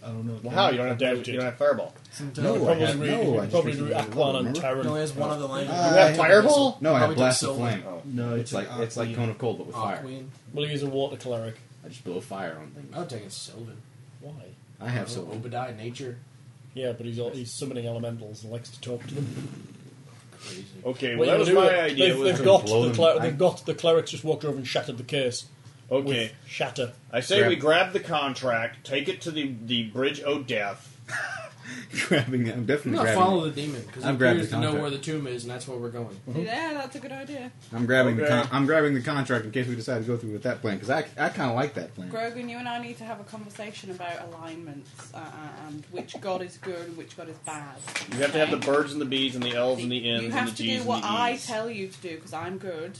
I don't know.
Well, how you don't have to, you don't have fireball.
No, I
Probably
have,
read,
no, I just
probably
recently
do
did it level,
Aklan and
remember?
Terran.
No, he has one of the languages.
Uh,
You have fireball?
No, I have
Probably did
blast of
silver.
flame.
Oh.
No,
It's like it's like cone of cold but with
Aw,
fire.
Queen.
Well, he's a water cleric.
I just blow fire on things.
Oh.
I would take a Sylvan.
Why?
I have
Oh,
silver.
Obadiah, nature.
Yeah, but he's all, he's summoning elementals and likes to talk to them.
Crazy.
Oh,
Okay,
What
well that
you
was
do-
my idea.
They've,
was
they've
to-
got
blow
the
them.
cler-
I-
they've got the clerics just walked over and shattered the case.
Okay,
With shatter.
I say we grab the contract, take it to the the bridge of death.
*laughs* grabbing it. I'm
I'm
definitely
gonna
grabbing.
follow
it.
the demon because
I'm
it
grabbing
appears
the
to know
contract.
where the tomb is, and that's where we're going.
Yeah, that's a good idea.
I'm grabbing
Okay.
the con- I'm grabbing the contract in case we decide to go through with that plan because I, I kind of like that plan.
Grogan, you and I need to have a conversation about alignments uh, and which god is good and which god is bad.
You have to have the birds and the bees and the elves and the
You
ends and the
have to
G's
do
and
what
the
I
E's.
tell you to do because I'm good.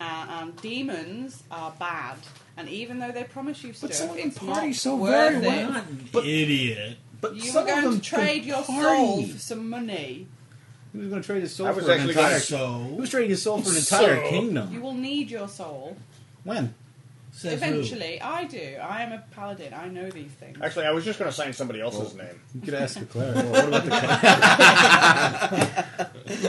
Uh, and demons are bad, and even though they promise you stuff, it's not worth it.
But idiot. But
You
some
were going
of them
to trade your soul for some money.
He was going to trade his soul
I
for
was
an
actually
entire.
gonna-
He
So
was trading his soul for an entire
So-
kingdom.
You will need your soul
when?
says
eventually. I do. I am a paladin. I know these things.
Actually, I was just going to sign somebody else's name.
You could ask the cleric. Well, what about the cleric? *laughs*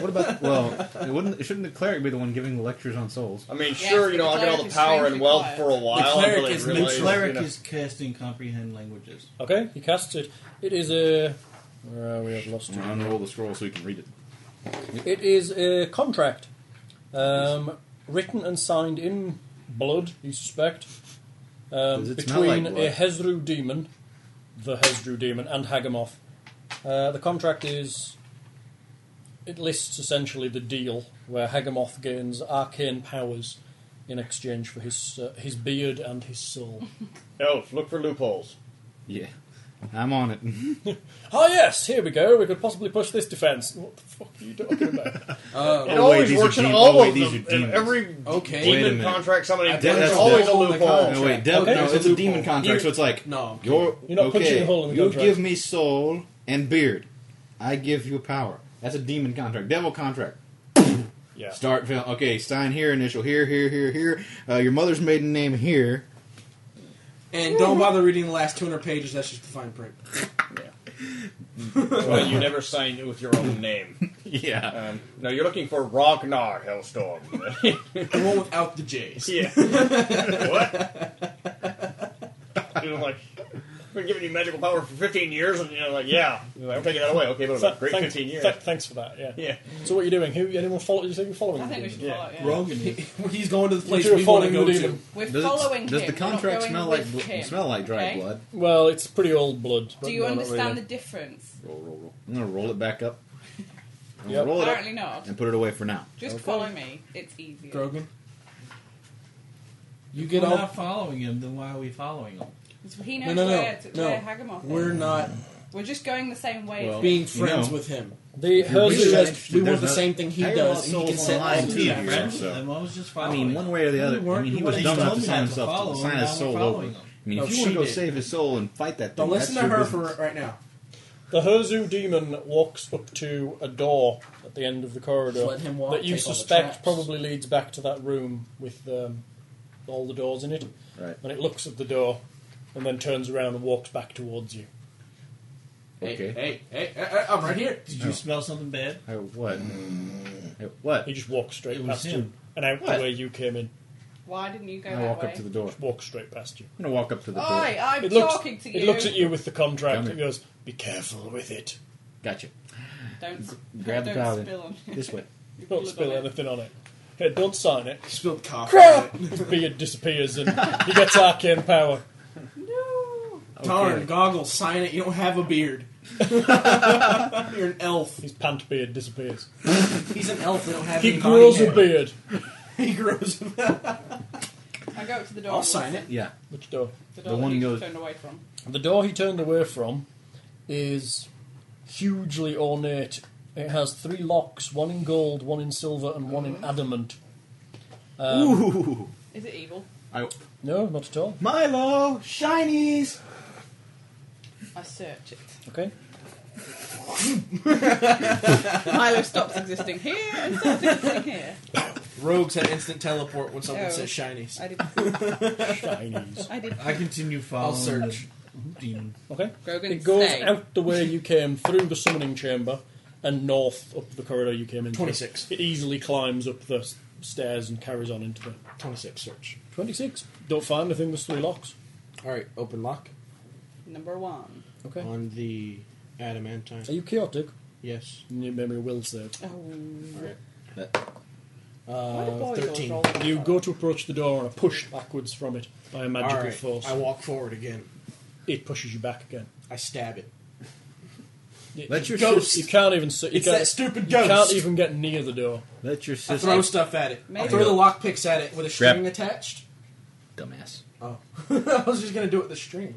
what about well? It wouldn't. Shouldn't the cleric be the one giving the lectures on souls?
I mean,
Yes,
sure, you know,
the
I'll get all
cleric
the
is
power and
strangely
wealth
quiet.
for a while.
cleric
until they
is
Who.
realize,
The
you
cleric
know-
is casting comprehend languages.
Okay, he casts it. It is a. Where are we? I've lost
I'm
it.
gonna unroll the scroll so you can read it.
It is a contract, um, written and signed in blood. You suspect
Does
um,
it smell
between
like
a
blood?
Hezru demon, the Hezru demon, and Hagamoth. Uh, the contract is. It lists essentially the deal where Hagamoth gains arcane powers in exchange for his uh, his beard and his
*laughs*
soul.
Elf, Oh, look for loopholes.
Yeah, I'm on it.
Ah, yes, here we go. We could possibly push this defense. What the fuck are you talking about?
It
Oh, wait,
always
these are
works in
dem-
all
oh, wait,
of
these
them.
are
In
demons.
every
Okay.
Wait a
demon
minute.
contract, somebody
I've
there's
that's
always a
devil in the
loophole.
No, Oh, wait, devil,
Okay.
no,
It's
it's,
a
a,
loophole.
demon contract,
You're-
so it's like
no.
You're,
You're not
okay,
punching a hole in the
You
contract.
give me soul and beard. I give you power. That's a demon contract. Devil contract.
Yeah.
Start film. Okay, sign here, initial here, here, here, here. Uh, your mother's maiden name here.
And don't bother reading the last 200 pages. That's just the fine print.
Well, you never signed with your own
*laughs*
name.
yeah.
Um, no, you're looking for Ragnar Hellstorm. *laughs*
the one without the J's.
Yeah. *laughs* what? *laughs* You know, like, we're giving you magical power for 15 years, and you're like, yeah. You're like, I'm taking that away. Okay, but it was a great
Thank-
15 years.
th- thanks for that. Yeah.
Yeah.
So what are you doing? Who? Anyone follow? You think you're following?
I think
the
we
demon?
should follow it, yeah.
*laughs* He's going to the place
You two are
we want to
following
go
the
to.
demon.
We're
Uh,
following him. we're not going with him, okay?
Well, it's pretty old blood. but
Do you
no, not
understand
really.
the difference?
Roll, roll, roll. I'm gonna roll it back up. I'm gonna
Yep.
Roll it up
Apparently not.
And put it away for now.
Just follow me. It's easier.
Grogan. You
We're
get all.
not following him. Then why are we following him?
So He
No,
knows
no, no,
where, to,
no.
where Hagamoth is.
We're not
We're just going the same way. as
being
him.
friends
know.
with him.
The
If you're
hers
really
is-
interested, we want
there's
the
no-
same thing he
Hey,
does, and
well,
he can
it's
set
online
all
too,
three
here,
friends.
so-
Then why was just
I
following?
mean, one way or the other.
We weren't-
I mean, he
we
was
weren't-
dumb
he
enough
told
to
me
sign
not to
himself
follow him,
sign
now
his
we're
soul over.
following
I
him.
mean,
No,
if
she
you want to go
did.
save his soul and fight that thing,
Don't listen
that's
to
your
her
business.
for right now.
The Herzu demon walks up to a door at the end of the corridor
Let him walk,
that you
take all the
suspect
traps.
probably leads back to that room with um, all the doors in it.
Right.
And it looks at the door and then turns around and walks back towards you.
Hey,
Okay.
hey, hey, hey, hey, I'm right here.
Did you smell something bad?
Hey, what? Hey, what?
He just walks straight
It was
past you
him.
and out
What?
the way you came in.
Why didn't you go
I
that
walk
way?
up to the door.
Walks straight past you.
I'm gonna walk up to the door.
Oi, I'm
it looks,
talking to you.
It looks at you with the
Come
contract.
here.
It goes, "Be careful with it.
Gotcha.
Don't,
G- grab the
don't
powder.
spill on it.
This way.
You
Don't
blood
spill
on it.
anything on it. Here, don't sign it."
Spilled coffee.
Crap! His beard disappears and he gets arcane power.
No.
Darn,
Okay.
goggles, sign it. You don't have a *laughs* beard. You're an elf.
His pant beard disappears.
He's an elf. They don't have
He
any
grows
body
a
hair.
beard.
*laughs* He grows a
I go up to the door.
I'll
and
sign
listen.
it.
Yeah.
Which door?
The,
The
door
one
one
goes-
goes turned away from.
The door he turned away from is hugely ornate. It has three locks, one in gold, one in silver, and one in adamant.
Ooh.
Is it evil?
I,
No, not at all.
Milo, shinies.
I search it.
*laughs* Okay.
Milo stops existing here and stops existing here.
Rogues have instant teleport when someone
Oh.
says shinies.
I did.
Chinese.
I did.
I continue following.
I'll search.
The demon.
Okay.
Grogan,
It goes
stay.
out the way you came, through the summoning chamber, and north up the corridor you came in.
26.
It easily climbs up the s- stairs and carries on into the
26 search.
26. Don't find anything, there's three locks.
All right, open lock
Number one.
Okay.
on the adamantine.
Are you chaotic?
Yes.
Your memory will save.
Oh. Why do
Uh,
boys always
13.
roll
All
like
You
that?
go to approach the door and are pushed backwards from it by a magical
right,
force.
I walk forward again.
it pushes you back again.
I stab it.
It-
Let your
Ghost.
You can't even. see- You
It's
can't,
that stupid
You can't
ghost.
even get near the door.
Let your
I
sister.
throw stuff at it. I
Maybe.
throw the lockpicks at it with a
Grab-
string attached.
Dumbass.
Oh. *laughs* I was just going to do it with the string.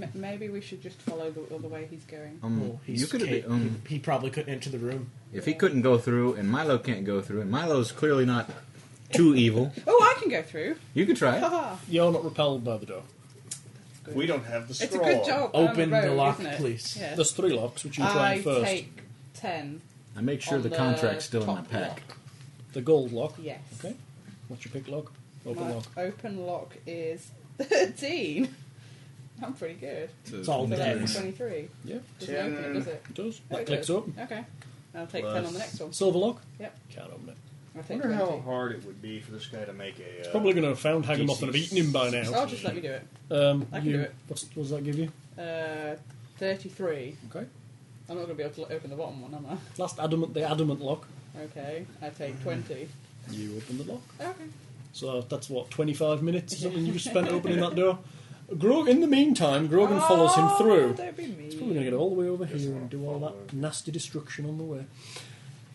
M- Maybe we should just follow the other way he's going.
Um,
Well, Oh, he's
you could have
ca-
been. Um,
he, he probably couldn't enter the room.
if he couldn't go through, and Milo can't go through, and Milo's clearly not too evil,
Oh, I can go through. Ah,
you could try
*laughs*
it.
Haha.
You're not repelled by the door.
We don't have the scroll.
It's a good job.
Open
I'm a
the
rogue,
lock,
isn't it?
please.
Yeah.
There's three locks, which you try
I
first.
take ten.
I make sure
on
the, contract's still in my
top
pack.
lock.
The gold lock.
Yes.
Okay. What's your pick lock? Open
My
lock.
open lock is *laughs* thirteen. I'm pretty good.
It's all
So that's
dead.
twenty-three.
Yeah,
Doesn't open it, does it?
it does.
Oh,
That
it
clicks
does.
open.
Okay. I'll take ten on the next one.
Silver lock.
Yep.
Can't open it.
I
I
take
wonder how
20.
hard it would be for this guy to make a. Uh,
Probably going to have found Hagamoth and have eaten him by now.
Oh, just let me do it.
Um,
I can
you-
do it.
What's, what does that give you?
Uh, Thirty-three.
Okay.
I'm not going to be able to lo- open the bottom one, am
Last adamant, the adamant lock.
I? Okay. I take twenty.
You open the lock.
Okay.
So that's what, 25 minutes or something you just *laughs* spent opening that door? Grog, in the meantime, Grogan
oh,
follows him through.
Don't be mean.
We're going to get all the way over here and do all that nasty destruction on the way.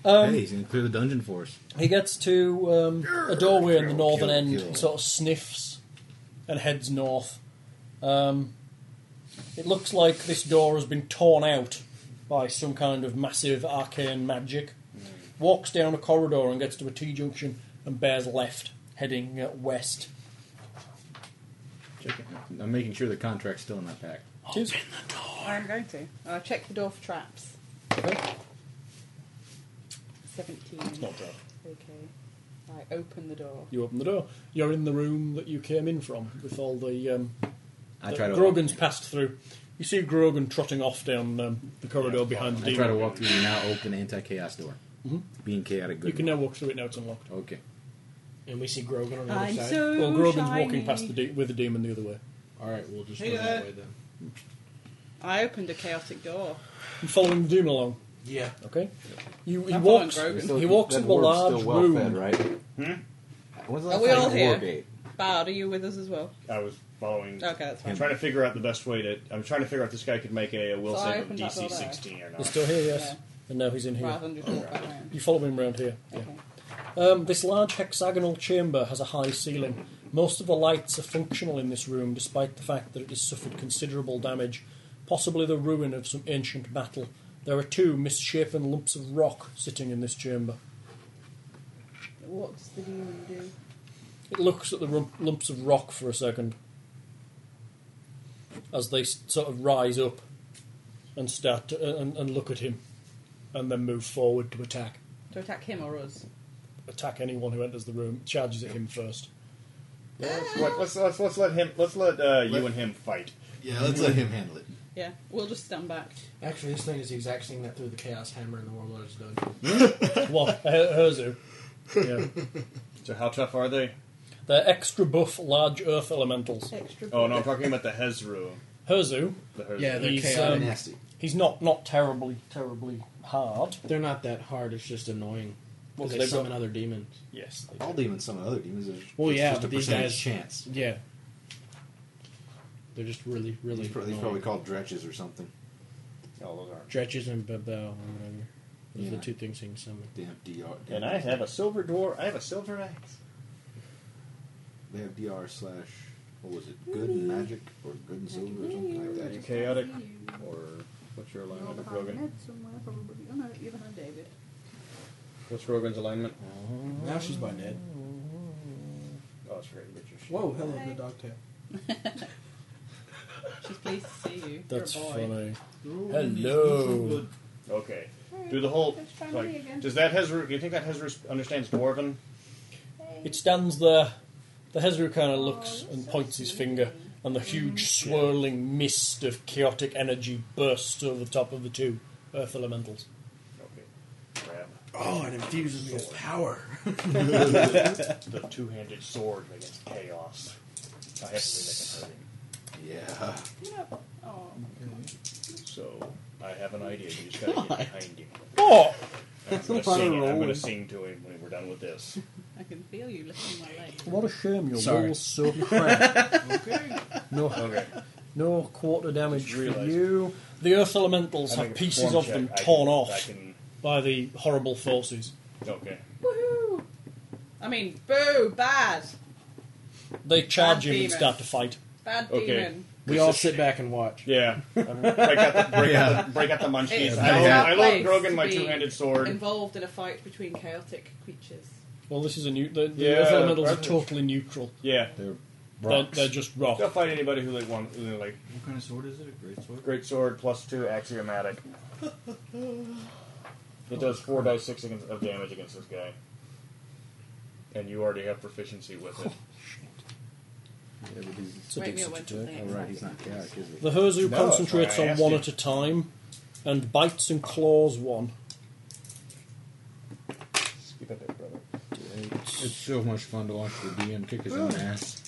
hey, he's gonna clear the dungeon for us.
He gets to um, a doorway in the
kill,
northern
kill,
end,
kill.
sort of sniffs and heads north. Um, it looks like this door has been torn out by some kind of massive arcane magic. Walks down a corridor and gets to a T junction and bears left, heading uh, west.
Check it. I'm making sure the contract's still in my pack.
Cheers.
I am going to. I'll check the door for traps.
Okay.
Seventeen.
It's not bad.
Okay. I open the door.
You open the door. You're in the room that you came in from with all the. Um,
I
that
try to
Grogan's passed through. You see Grogan trotting off down um, the corridor behind the
I
demon.
try to walk through the now open anti chaos door.
Mhm.
Being chaotic good.
You can now walk through it. Now it's unlocked.
Okay.
And we see Grogan on the
I'm
other side.
so
well, Grogan's
shiny.
walking past the de- with the demon the other way.
All right, we'll just
Hey,
go that
Dad.
way then.
I opened a chaotic door.
You following the demon along.
Yeah.
Okay. You, he
I'm
walks.
following Grogan.
He walks
That
into a
dwarf's
large
still well
room.
Fed, right? When's the
Are
last
we
time
all
you
here?
wore bait?
Bard, are you with us as well?
I was following.
Okay, that's fine.
I'm trying to figure out the best way to. I'm trying to figure out if this guy could make a, a will
So I
save of
opened that door
DC
there.
16 or not.
He's still here, yes.
Yeah.
And now he's in here.
Rather than just walk back round.
You follow him around here. Yeah. Um, this large hexagonal chamber has a high ceiling. Most of the lights are functional in this room, despite the fact that it has suffered considerable damage, possibly the ruin of some ancient battle. There are two misshapen lumps of rock sitting in this chamber.
What does the demon do?
It looks at the rum- lumps of rock for a second as they s- sort of rise up and start to, uh, and, and look at him, and then move forward to attack.
To attack him or us?
attack anyone who enters the room, charges at him first.
Yeah, let's, let, let's, let's, let's let him. Let's let uh, you and him fight.
Yeah, let's let him handle it.
Yeah, we'll just stand back.
Actually, this thing is the exact thing that threw the Chaos Hammer in the Warlord has done.
what? Herzu? Uh, Yeah.
So how tough are they?
They're extra buff large earth elementals.
Extra
Oh no, I'm talking about the Hezru.
Herzu.
The Hezru.
he's, um, he's not, not terribly, terribly hard.
They're not that hard. It's just annoying.
Well,
Because
'cause
they
they've got-
summon other demons.
Yes.
All demons summon other demons. There's-
Well,
it's
yeah,
just a
but these
percentage
guys-
chance.
Yeah. They're just really, really.
He's probably, he's
annoying.
probably called dretches or something.
Oh, those aren't.
Dretches and Babel or whatever. Those are
Yeah.
the two things he can summon.
They have DR.
And I have a silver door. I have a silver axe.
They have DR slash. What was it? Good and magic or good and silver or something like that.
Chaotic, or what's your alignment with Rogan?
somewhere, probably. Oh no, you behind David.
What's Rogan's alignment?
Now she's by Ned.
Oh, it's right, Richard.
Whoa, hello, the dog tail.
She's pleased to see you.
That's
You're a boy.
funny.
Ooh,
Hello.
Okay. Do the whole.
It's trying to be again.
Like, does that Hezru? Do you think that Hezru understands Dwarven?
It stands there. The Hezru kind of looks and points his finger, and the huge swirling mist of chaotic energy bursts over the top of the two earth elementals.
Okay. Grab
Oh, and infuses me with power.
the two-handed sword against chaos. I have to make
Yeah.
No. Oh.
it hurting. So I have an idea. You just gotta get behind him.
Oh!
I'm gonna,
What a
sing, I'm
roll.
gonna sing to him when we're done with this.
I can feel you lifting my leg.
What a shame your
Sorry.
roll's so crap. No,
Okay.
no quarter damage for
realised.
you. The earth elementals
I
have
make a
pieces
perform
of
check.
them
I can-
torn
I
off
can.
by the horrible forces.
Okay.
Woohoo! I mean, boo, bad,
They charge
Bad
him and
demon.
start to fight.
bad
Okay.
demon.
We all sit back and watch.
Yeah. Um, *laughs* break out the break, out the, break out the munchies.
It's
I
not
load,
our
I load
place
Grogan
to
my
be
two-handed sword.
Involved in a fight between chaotic creatures.
Well, this is a new. The, the
Yeah,
earth elementals are
right.
totally neutral.
Yeah.
They're
They're,
rocks.
they're just rock.
They'll fight anybody who they want. Who they like
What kind of sword is it? A great sword?
Great sword plus two axiomatic. It does four dice six against, of damage against this guy, and you already have proficiency with it.
Yeah, but he's-
It's a
Wait,
decent
Neil, what's
attack.
the
All
thing?
right, he's not chaotic, is he?
The Herzu
No,
concentrates
that's why I
on
asked
one
you.
at a time and bites and claws one.
Skip it, big brother.
It's so much fun to watch the DM kick his own ass.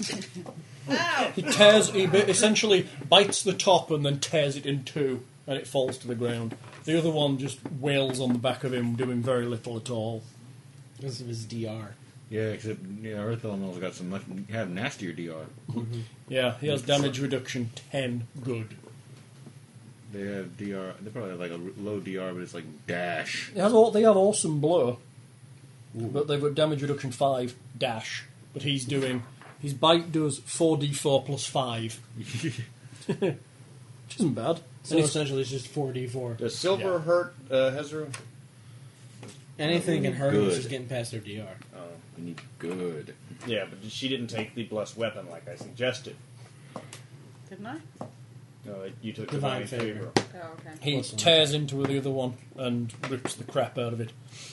He tears. He bi- essentially bites the top and then tears it in two, and it falls to the ground. The other one just wails on the back of him, doing very little at all.
Because of his DR.
Yeah, except yeah, Earth Elemental's got some much have nastier DR.
Yeah, he has damage reduction ten. Good.
They have DR. They probably have like a r- low DR, but it's like dash.
He has all, they have awesome blow, but they've got damage reduction five dash. But he's doing his bite does four d four plus
*laughs*
five, *laughs* which isn't bad.
So
And it's-
essentially, it's just 4d4.
Does silver
Yeah.
hurt uh, Hezru?
Anything can hurt
Good.
which is getting past their DR.
We need good.
Yeah, but she didn't take the blessed weapon like I suggested.
Didn't I?
No, it- you took divine,
Divine
favor.
favor.
Oh, okay.
he tears into the other one and rips the crap out of it.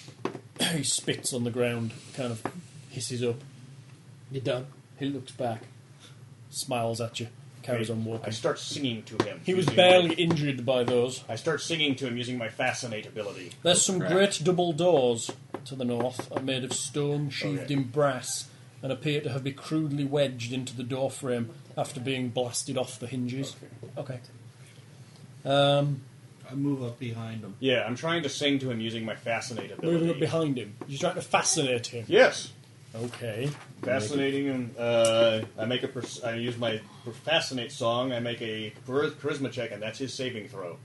*clears throat* he spits on the ground, kind of hisses up.
You done?
He looks back, smiles at you, carries on walking.
I start singing to him.
He was
using
barely
my-
injured by those.
I start singing to him using my fascinate ability.
There's some
Crap.
great double doors to the north, are made of stone sheathed in brass, and appear to have been crudely wedged into the door frame after being blasted off the hinges. Okay. Um,
I move up behind him.
Yeah, I'm trying to sing to him using my fascinate ability.
moving up behind him. You're trying to fascinate him.
Yes.
Okay.
Fascinating, and uh, I make a. Pers- I use my per- fascinate song. I make a char- charisma check, and that's his saving throw.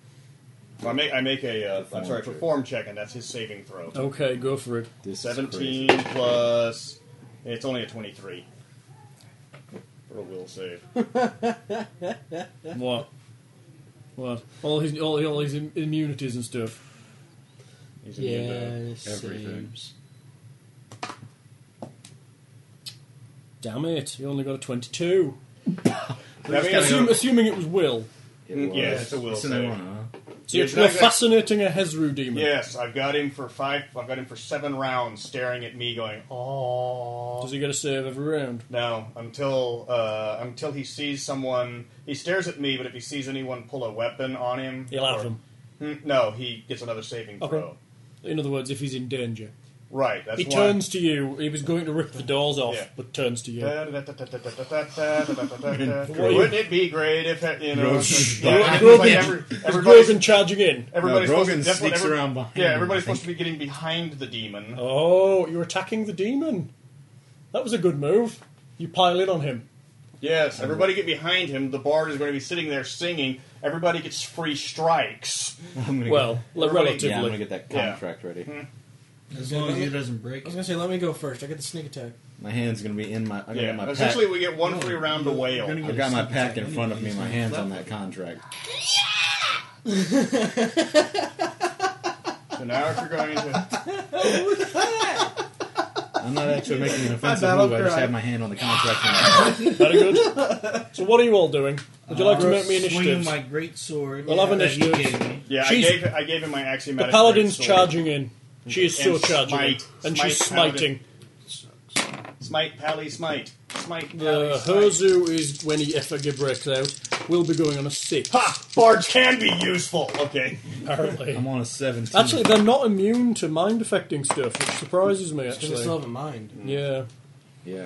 I make. I make a. Uh, I'm
Perform
sorry,
check. Oh,
perform check, and that's his saving throw.
Okay, go for it.
Seventeen plus. It's only a twenty-three. For a will save.
What? What? All his all, all his im- immunities and stuff.
He's
immune
Yes, everything.
Damn it! You only got a twenty-two.
That means-
Assume, assuming it was will.
It was. Yeah, it's a will It's another save. one, huh?
So you're,
Yeah,
you're
that-
fascinating a Hezru demon.
Yes, I've got him for five. I've got him for seven rounds, staring at me, going, "Oh."
Does he get a save every round?
No, until uh, until he sees someone. He stares at me, but if he sees anyone pull a weapon on him,
He'll have
or-
them.
Hmm, No, he gets another saving throw.
Okay. In other words, if he's in danger.
Right. That's
he
why- *laughs*
turns to you. He was going to rip the doors off, but turns to you. *laughs*
Wouldn't it be great if you know?
Grogan. *laughs*
Yeah, I mean,
Grogan.
like every-
Is
everybody's-
Grogan charging in?
Everybody's
No,
supposed
Grogan
to, that's what
sneaks
every-
around behind
Yeah,
him, I
everybody's supposed to be getting behind the demon.
Oh, you're attacking the demon. That was a good move. You pile in on him.
Yes, everybody get behind him. The bard is going to be sitting there singing. Everybody gets free strikes.
Well,
Everybody-
Yeah, I'm gonna get that contract ready.
Hmm.
As
long as
it
he
doesn't break. I was gonna say, let me go first. I get the sneak attack.
My hand's gonna be in my. I
Yeah,
got my pack.
essentially we get one free round to wail.
I've got my pack in front of me. My hands on that contract.
So now if you're going to...
I'm not actually making an offensive
I
move.
battle
I just
cry.
have my hand on the contract.
Very good. So, what are you all doing? Would you like to make me
Swinging
initiative?
my great sword.
We'll have
that you
initiative.
gave me.
*laughs* Yeah, I
She's-
gave, I gave him my
The
axiomatic
paladin's
greatsword.
charging in. She is so
And
charging in.
smite,
And
smite,
she's
paladin.
smiting.
Smite, pally, smite. Smite, pally,
The
smite.
Uh, Herzu is, when he effig breaks out, will be going on a six. Ha!
Bards can be useful! Okay.
Apparently.
I'm on a 17.
Actually, they're not immune to mind affecting stuff, which surprises me,
It's 'cause
actually.
they still have a mind.
*laughs* Yeah.
Yeah.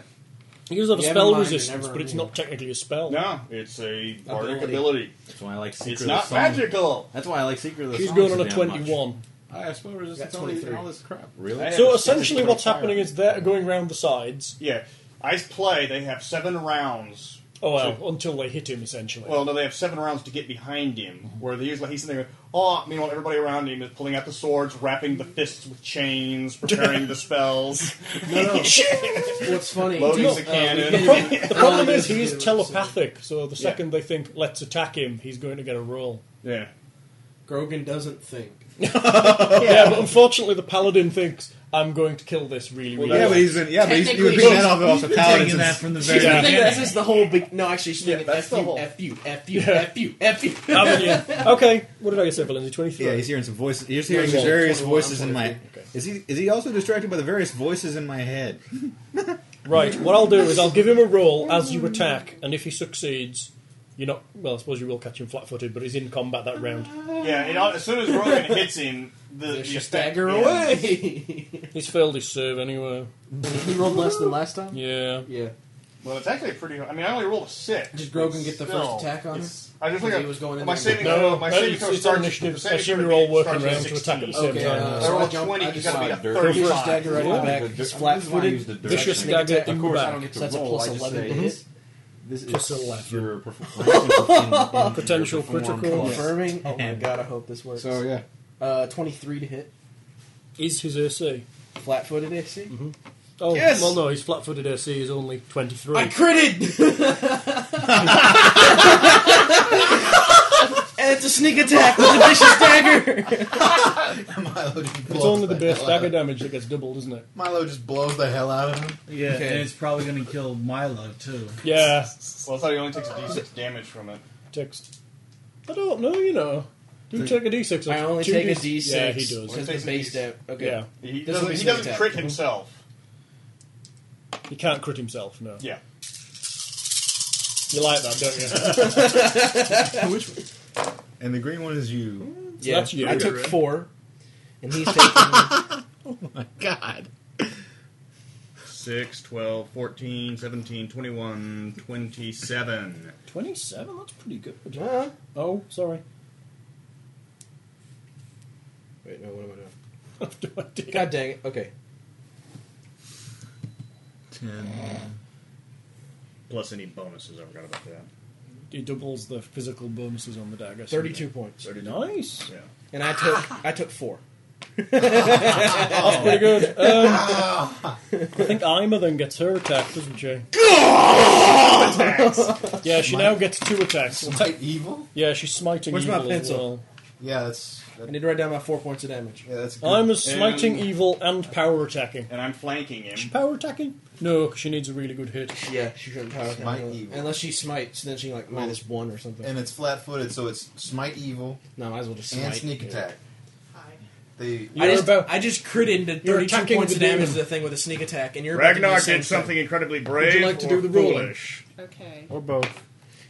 He does have a
You have a
spell
mind, you're
resistance,
never
but it's
immune.
not technically a spell.
No, it's a bardic
Ability.
ability.
That's why I like Secret
It's
of the
not
Song.
magical!
That's why I like Secret of the
He's
Song
going
so
on a
damn much.
21.
I have spell resistance all, these- all this crap.
I
Really?
have
So
a-
essentially,
it's
what's
fire.
happening is they're going round the sides.
Yeah. I play, they have seven rounds.
Oh well,
to-
until they hit him, essentially.
Well, no, they have seven rounds to get behind him, where they usually he's sitting there. Oh, meanwhile, everybody around him is pulling out the swords, wrapping the fists with chains, preparing
*laughs*
the spells. *laughs*
What's funny?
Loading
No,
the
uh, *laughs*
cannon.
we get-
the problem, *laughs* the problem is
Yeah.
he is telepathic, so the second they think let's attack him, he's going to get a roll.
Yeah.
Grogan doesn't think.
Yeah, but unfortunately, the paladin thinks I'm going to kill this really, really.
yeah,
well."
but he's been- yeah, but he's- he was picking that off- off the paladin since-
*laughs* Yeah. This is the whole big. No, actually, she's yeah, F, you, F you, F you,
Yeah.
F you, F you.
Haven't you? Okay, what did I say, Valenzi? Twenty three.
Yeah, he's hearing some voices. He's hearing
Yeah, yeah.
various
21,
voices in my. Is he? Is he also distracted by the various voices in my head?
Right. What I'll do is I'll give him a roll as you attack, and if he succeeds, you're not. Well, I suppose you will catch him flat-footed, but he's in combat that round.
Yeah, it, as soon as Rogan hits him, the, the effect- yeah.
he's failed his serve anyway.
He rolled less than last time.
Yeah.
Yeah.
Well, it's actually pretty. I mean, I only rolled a six.
Did Grogan get the
Still,
first attack on
it's-
her?
I just
Because
think I-
he was going in
my
there.
saving
No,
throw. My
that
saving
is-
throw
it's
starts.
on initiative.
saving
I assume
throw
you're all
starts
working
at
around to
16.
attack at the same Okay, time. uh,
I
so I
rolled a
jump-
twenty.
I
You
just
got to be
saw
a
dirt.
thirty.
First dagger right in the back. It's flat-footed. Vicious dagger in
Of
the
course, I
back.
don't get to
That's a
roll.
plus
I just
11
say
to hit.
This is
Plus
11.
*laughs* your perform- in- in-
Potential
your perform
critical.
plus.
Confirming. Oh my god, I hope this works.
So, yeah.
Uh, 23 to hit.
Is his AC?
Flat footed AC?
Mm-hmm. Oh,
Yes!
well, no, his flat footed AC is only 23.
I *laughs* critted! and it's a sneak attack with a vicious dagger!
it's only the base dagger damage that gets doubled, isn't it?
Milo just blows the hell out of him.
Yeah, and it's probably going to kill Milo too.
Yeah.
Well, I thought he only takes a d6 damage from it.
Text. I don't know, you know. Do you take a d6?
I only
Two
take a
d-
d6.
Yeah, he does.
Because the base step. Okay.
Yeah.
This will be sneak attack.
He can't crit himself, no.
Yeah.
You like that,
*laughs*
don't you?
Which And the green one is you.
Yeah, I took
Right?
four, and
*laughs*
he's taking. oh
my god.
6, 12, 14, 17, 21, 27.
27? That's pretty good.
Huh?
Oh, sorry. *laughs*
Wait, no, what am I doing? God dang it. Okay.
10.
Plus any bonuses, I forgot about that.
He doubles the physical bonuses on the dagger.
32 points.
Nice.
Yeah.
And I took I took four. Oh,
That's pretty good. Um,
*laughs*
I think Ima then gets her attack, doesn't she? yeah, she now gets two attacks.
Smite evil?
Yeah, she's smiting
Where's my
evil as
pencil?
well.
Yeah, that's. I need to write down my four points of damage. Yeah, that's.
I'm a smiting evil and power attacking.
And I'm flanking him.
She power attacking? No, 'cause she needs a really good hit.
Yeah, she shouldn't power attack.
Smite
unless-
evil.
Unless she smites, then she like minus one or something.
And it's flat-footed, so it's smite evil.
No, might as well just
and
smite.
sneak
Yeah.
attack. They
I just, I just crit into
You're
32
attacking
points
the
of damage
demon.
to the thing with a sneak attack, and you're about to do
Ragnar
the same
did something
thing.
incredibly brave.
Would you like to
or
do the rolling?
foolish.
Okay.
Or both.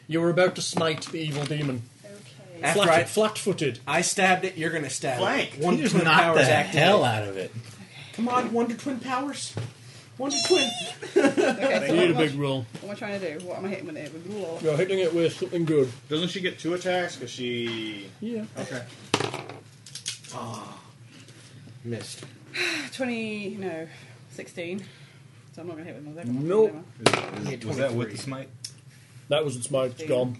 You were about to smite the evil demon. Okay.
After
Flat,
I-
flat-footed.
I stabbed it. You're gonna stab it.
Flank.
One
You just
twin
knocked
powers
the
activated.
hell out of it.
Come on, one to twin powers. One to twin.
*laughs*
They
Okay, so
need
what
a
am I-
big roll.
What am I trying to do? What am I hitting with it? With the law?
You're hitting it with something good.
Doesn't she get two attacks? Because she.
Yeah.
Okay.
Missed.
20, no, 16. So I'm not going to hit with my second one.
Nope.
is- Yeah,
was that with the 23.
smite? That was the smite. It's gone.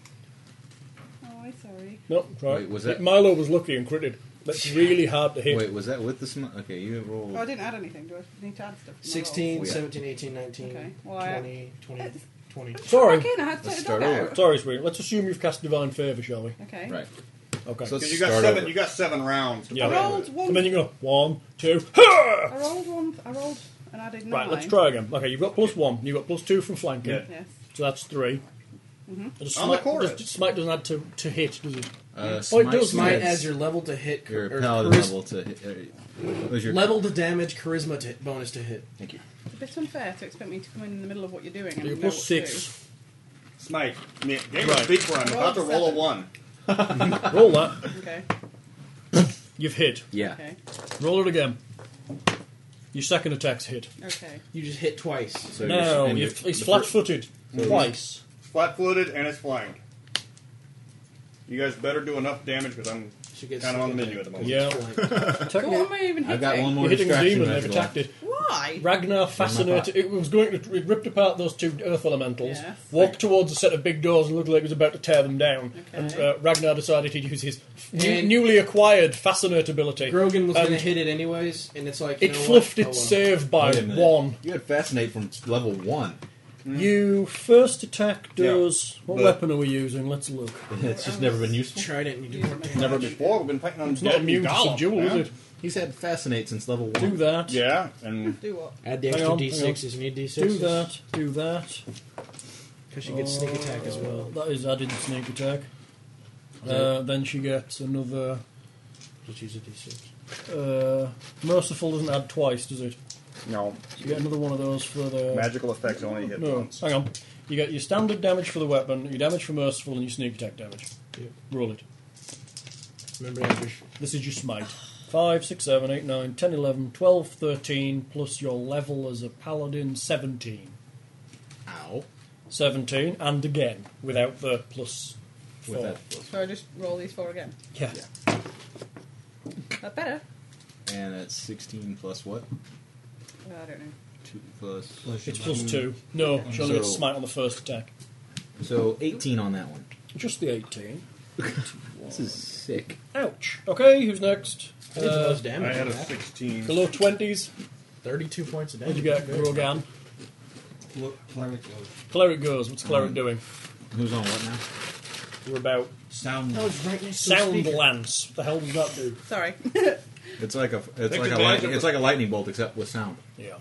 Oh, I'm sorry.
No, right.
Wait, was that-
Milo was lucky and critted. That's really hard to hit.
Wait, was that with the smite? Okay, you rolled.
Oh, I didn't add anything. Do I need to add stuff? to my
16,
rolls?
17, 18, 19,
Okay. Well, I-
20, 20, *laughs* 20.
Sorry.
Fucking, I had to Let's start knock over. out.
Sorry, sweetie. Let's assume you've cast Divine Favour, shall we?
Okay. Right.
Okay.
So let's you got start seven- over. you got seven rounds to
Yeah.
play Rolled
with. one.
And then you go one, two.
I rolled one. I rolled and I did nine.
Right, let's try again. Okay, you've got plus one. You've got plus two from flanking.
Yeah. Yes.
So that's three.
Mhm.
And
On the chorus.
does- smite doesn't add to, to hit, does it?
Uh,
oh, it
smite-
does.
Smite
Yes.
as your level to hit.
Your
or
paladin
charis-
level to hit. uh, what was your
Level to damage, charisma to hit, bonus to hit.
Thank you.
It's a bit unfair to expect me to come in in the middle of what you're doing. And
You're
know
plus
what
six.
To
Smite. Game
Right.
of speak where I'm
Roll
about to roll a
seven.
one.
*laughs* Roll that.
do. Okay.
You've hit.
Yeah.
Okay.
Roll it again. Your second attack's hit.
Okay.
You just hit twice.
So No, you're- you've- it's flat-footed. So Twice.
Flat footed and it's flanked. You guys better do enough damage because I'm kind of on the menu at the moment.
Yeah.
What am I even hitting?
I've got one more
You're hitting a
distraction
demon.
as
They've
well.
attacked it.
Why?
Ragnar fascinated. It was going to. It ripped apart those two earth elementals. Walked towards a set of big doors and looked like it was about to tear them down. And uh, Ragnar decided he'd use his new,
And-
newly acquired fascinate ability.
*laughs* Grogan
*laughs*
was going to
And
hit it anyways, and it's like. you
It
know
fluffed
what? Oh,
its save by
Wait a minute.
one.
You had fascinate from level one.
Hmm.
You first attack does. what
but-
weapon are we using? Let's look.
It's just never been useful.
Trident, you do
Never
before. We've been fighting on
It's not
dead
immune to
golem,
subdual,
man.
is it?
He's had fascinate since level one.
Do that.
Yeah, and
do what?
Add the
Hang
extra
on, hang on.
d6s. You need d6s.
Do Oh. that. Do that.
Because you get sneak attack as well.
That is added sneak attack.
Is
Uh, then she gets another.
Just use a d6.
Uh, Merciful doesn't add twice, does it?
No.
You get another one of those for the
Magical effects only hit
No,
once.
hang on. You get your standard damage for the weapon, your damage for merciful, and your sneak attack damage.
Yep.
Roll it.
Remember, you have your sh-
This is your smite. 5, 6, 7, 8, 9, 10, 11, 12, 13, plus your level as a paladin, 17.
Ow.
17, and again, without the plus 4.
Without
So I just roll these four again.
Yeah.
That better?
And that's 16 plus what?
Uh, I don't know.
2 plus.
It's plus 2. No, she only gets
Mm. So-
smite on the first attack.
So 18 on that one.
Just the 18.
This is sick.
Ouch. Okay, who's next?
I did the most
Uh,
damage I had on a that.
16.
Below 20s.
32 points of
What'd
damage.
you get, Grogan?
Cleric goes.
Cleric goes. What's Cleric doing?
Who's on what now?
We're about
sound.
Oh,
That was Oh, right next to the
sound
speaker.
lance. What the hell does that do?
Sorry. *laughs*
It's like a it's
Take
like a
advantage
light,
of
it's
the-
like a lightning bolt except with sound.
Yeah.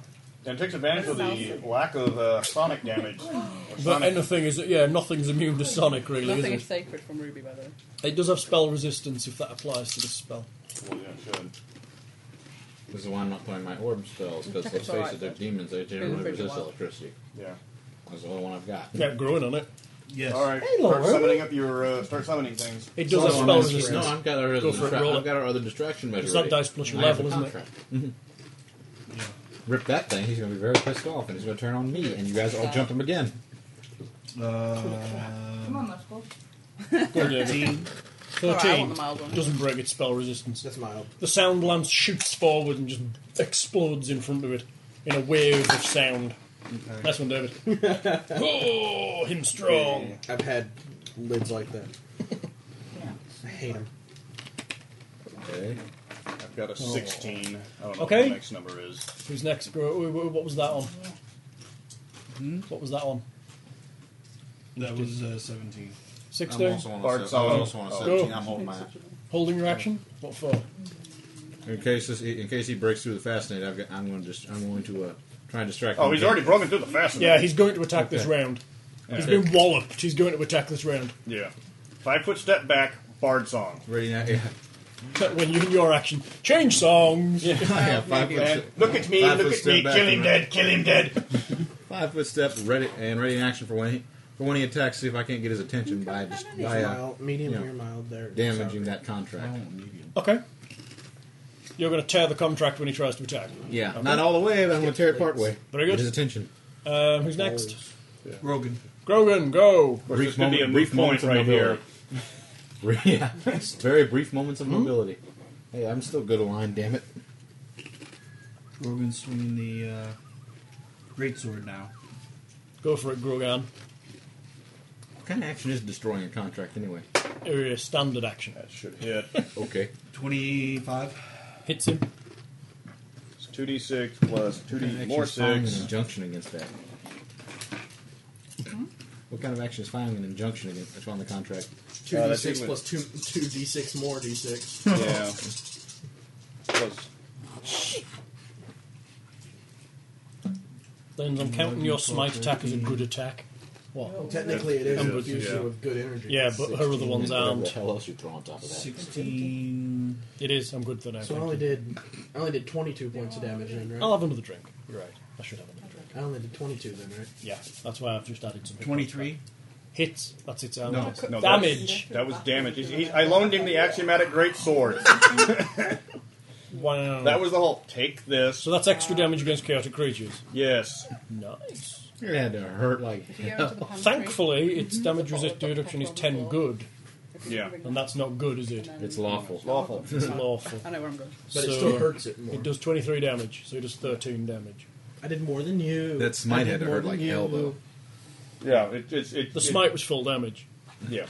And takes advantage of the lack of uh, sonic damage. Or
But
sonic-
anything is yeah, nothing's immune to sonic really,
Nothing
is
is
it?
sacred from Ruby, by the way.
It does have spell resistance if that applies to this spell.
Well, yeah, it should.
This is why I'm not playing my orb spells, because
It's
let's
alright,
face it, they're
though.
demons. They
It's been
generally
pretty
resist
wild.
electricity.
Yeah.
That's the only one I've got.
Yeah, growing on it.
Yes. All right.
Hey,
start
Laura.
summoning up your. Uh, start summoning things.
It does
Oh,
have spell
I'm-
resistance.
No, I've got our other,
Go for it,
distra-
roll
I've
it.
got our other distraction measure.
It's not
ready.
dice plus your
I have a
level, isn't it? Mm-hmm.
contract. Mhm. Rip that thing. He's going to be very pissed off, and he's going to turn on me, and you guys all jump him again.
Come on, Muscle.
Thirteen.
Alright, I want
Thirteen
the mild one.
doesn't break its spell resistance. That's mild. The sound lance shoots forward and just explodes in front of it in a wave of sound.
Okay.
Nice one, David. *laughs* oh, him strong.
I've had lids like
*laughs*
that. I hate them.
Oh, Okay.
I've got a
Oh.
16. I don't know
Okay.
what the next number is.
Who's next? Gro- wh- wh- What was that on? What was that on?
That was uh, 17.
16? Oh. Holding your action? What for?
In case this, in case he breaks through the fascinate, I've got, I'm going to just, I'm going to uh, try and distract.
Oh,
him
he's
again.
already broken through the fascinate.
Yeah, he's going to attack this
Okay.
round. He's
Okay.
been walloped. He's going to attack this round.
Yeah. Five foot step back, bard song.
Ready now? Yeah.
When you your action, change songs. Yeah,
*laughs* And
look at me,
five
look
foot
at
step
me,
back
kill him
and
dead, kill him dead.
Five foot step, ready and ready in action for when he for when he attacks. See if I can't get his attention by just
He's
by uh,
mild, medium
you know,
or mild. There.
damaging that contract.
*laughs* Okay. You're going to tear the contract when he tries to attack.
Yeah,
Okay.
not all the way, but I'm going to tear it part way.
Very good.
Get his attention.
Um, who's next?
Grogan.
Grogan, go.
Brief moment, brief moments of mobility. *laughs* yeah, very brief moments of mobility. Hey, I'm still good aligned. Damn it.
Grogan's swinging the uh, greatsword now.
Go for it, Grogan.
What kind of action is destroying a contract anyway?
Uh, standard action. That
should hit.
Okay.
25.
Hits him.
It's 2d6 plus 2d more 6.
injunction against that. What kind of action is filing an injunction against that's on the contract?
Two d six plus two two d six more d
*laughs*
six.
Yeah.
Plus
Depends
Mm,
on counting your smite attack as a good attack. What?
Well, technically it is
And
a
with-
fusion with good energy.
Yeah, but her other ones aren't.
else you throw on top of that?
16.
It is. I'm good for now.
So I
thank
only
you.
did I only did twenty two points of damage then, right?
I'll have another drink. You're right. I should have another drink.
I only did twenty two then, right?
Yeah, that's why I've just added some.
23?
Hits. That's its
No,
own.
no, that was-
damage.
That was damage. He- he- I loaned him the axiomatic great sword.
Wow.
That was the whole. Take this. So
that's extra damage against chaotic creatures.
Yes.
Nice.
It had to hurt like.
*laughs*
Thankfully, its damage resist reduction is ten good.
Yeah.
And that's not good, is it?
It's lawful.
*laughs* Lawful.
It's lawful.
I know where I'm going.
But it still hurts it more.
It does 23 damage, so it does 13 damage.
I did more than you.
That smite
I did
had to
more
hurt
than
like
you.
hell, though.
Yeah, it, it's it,
The
it-
smite was full damage.
Yeah.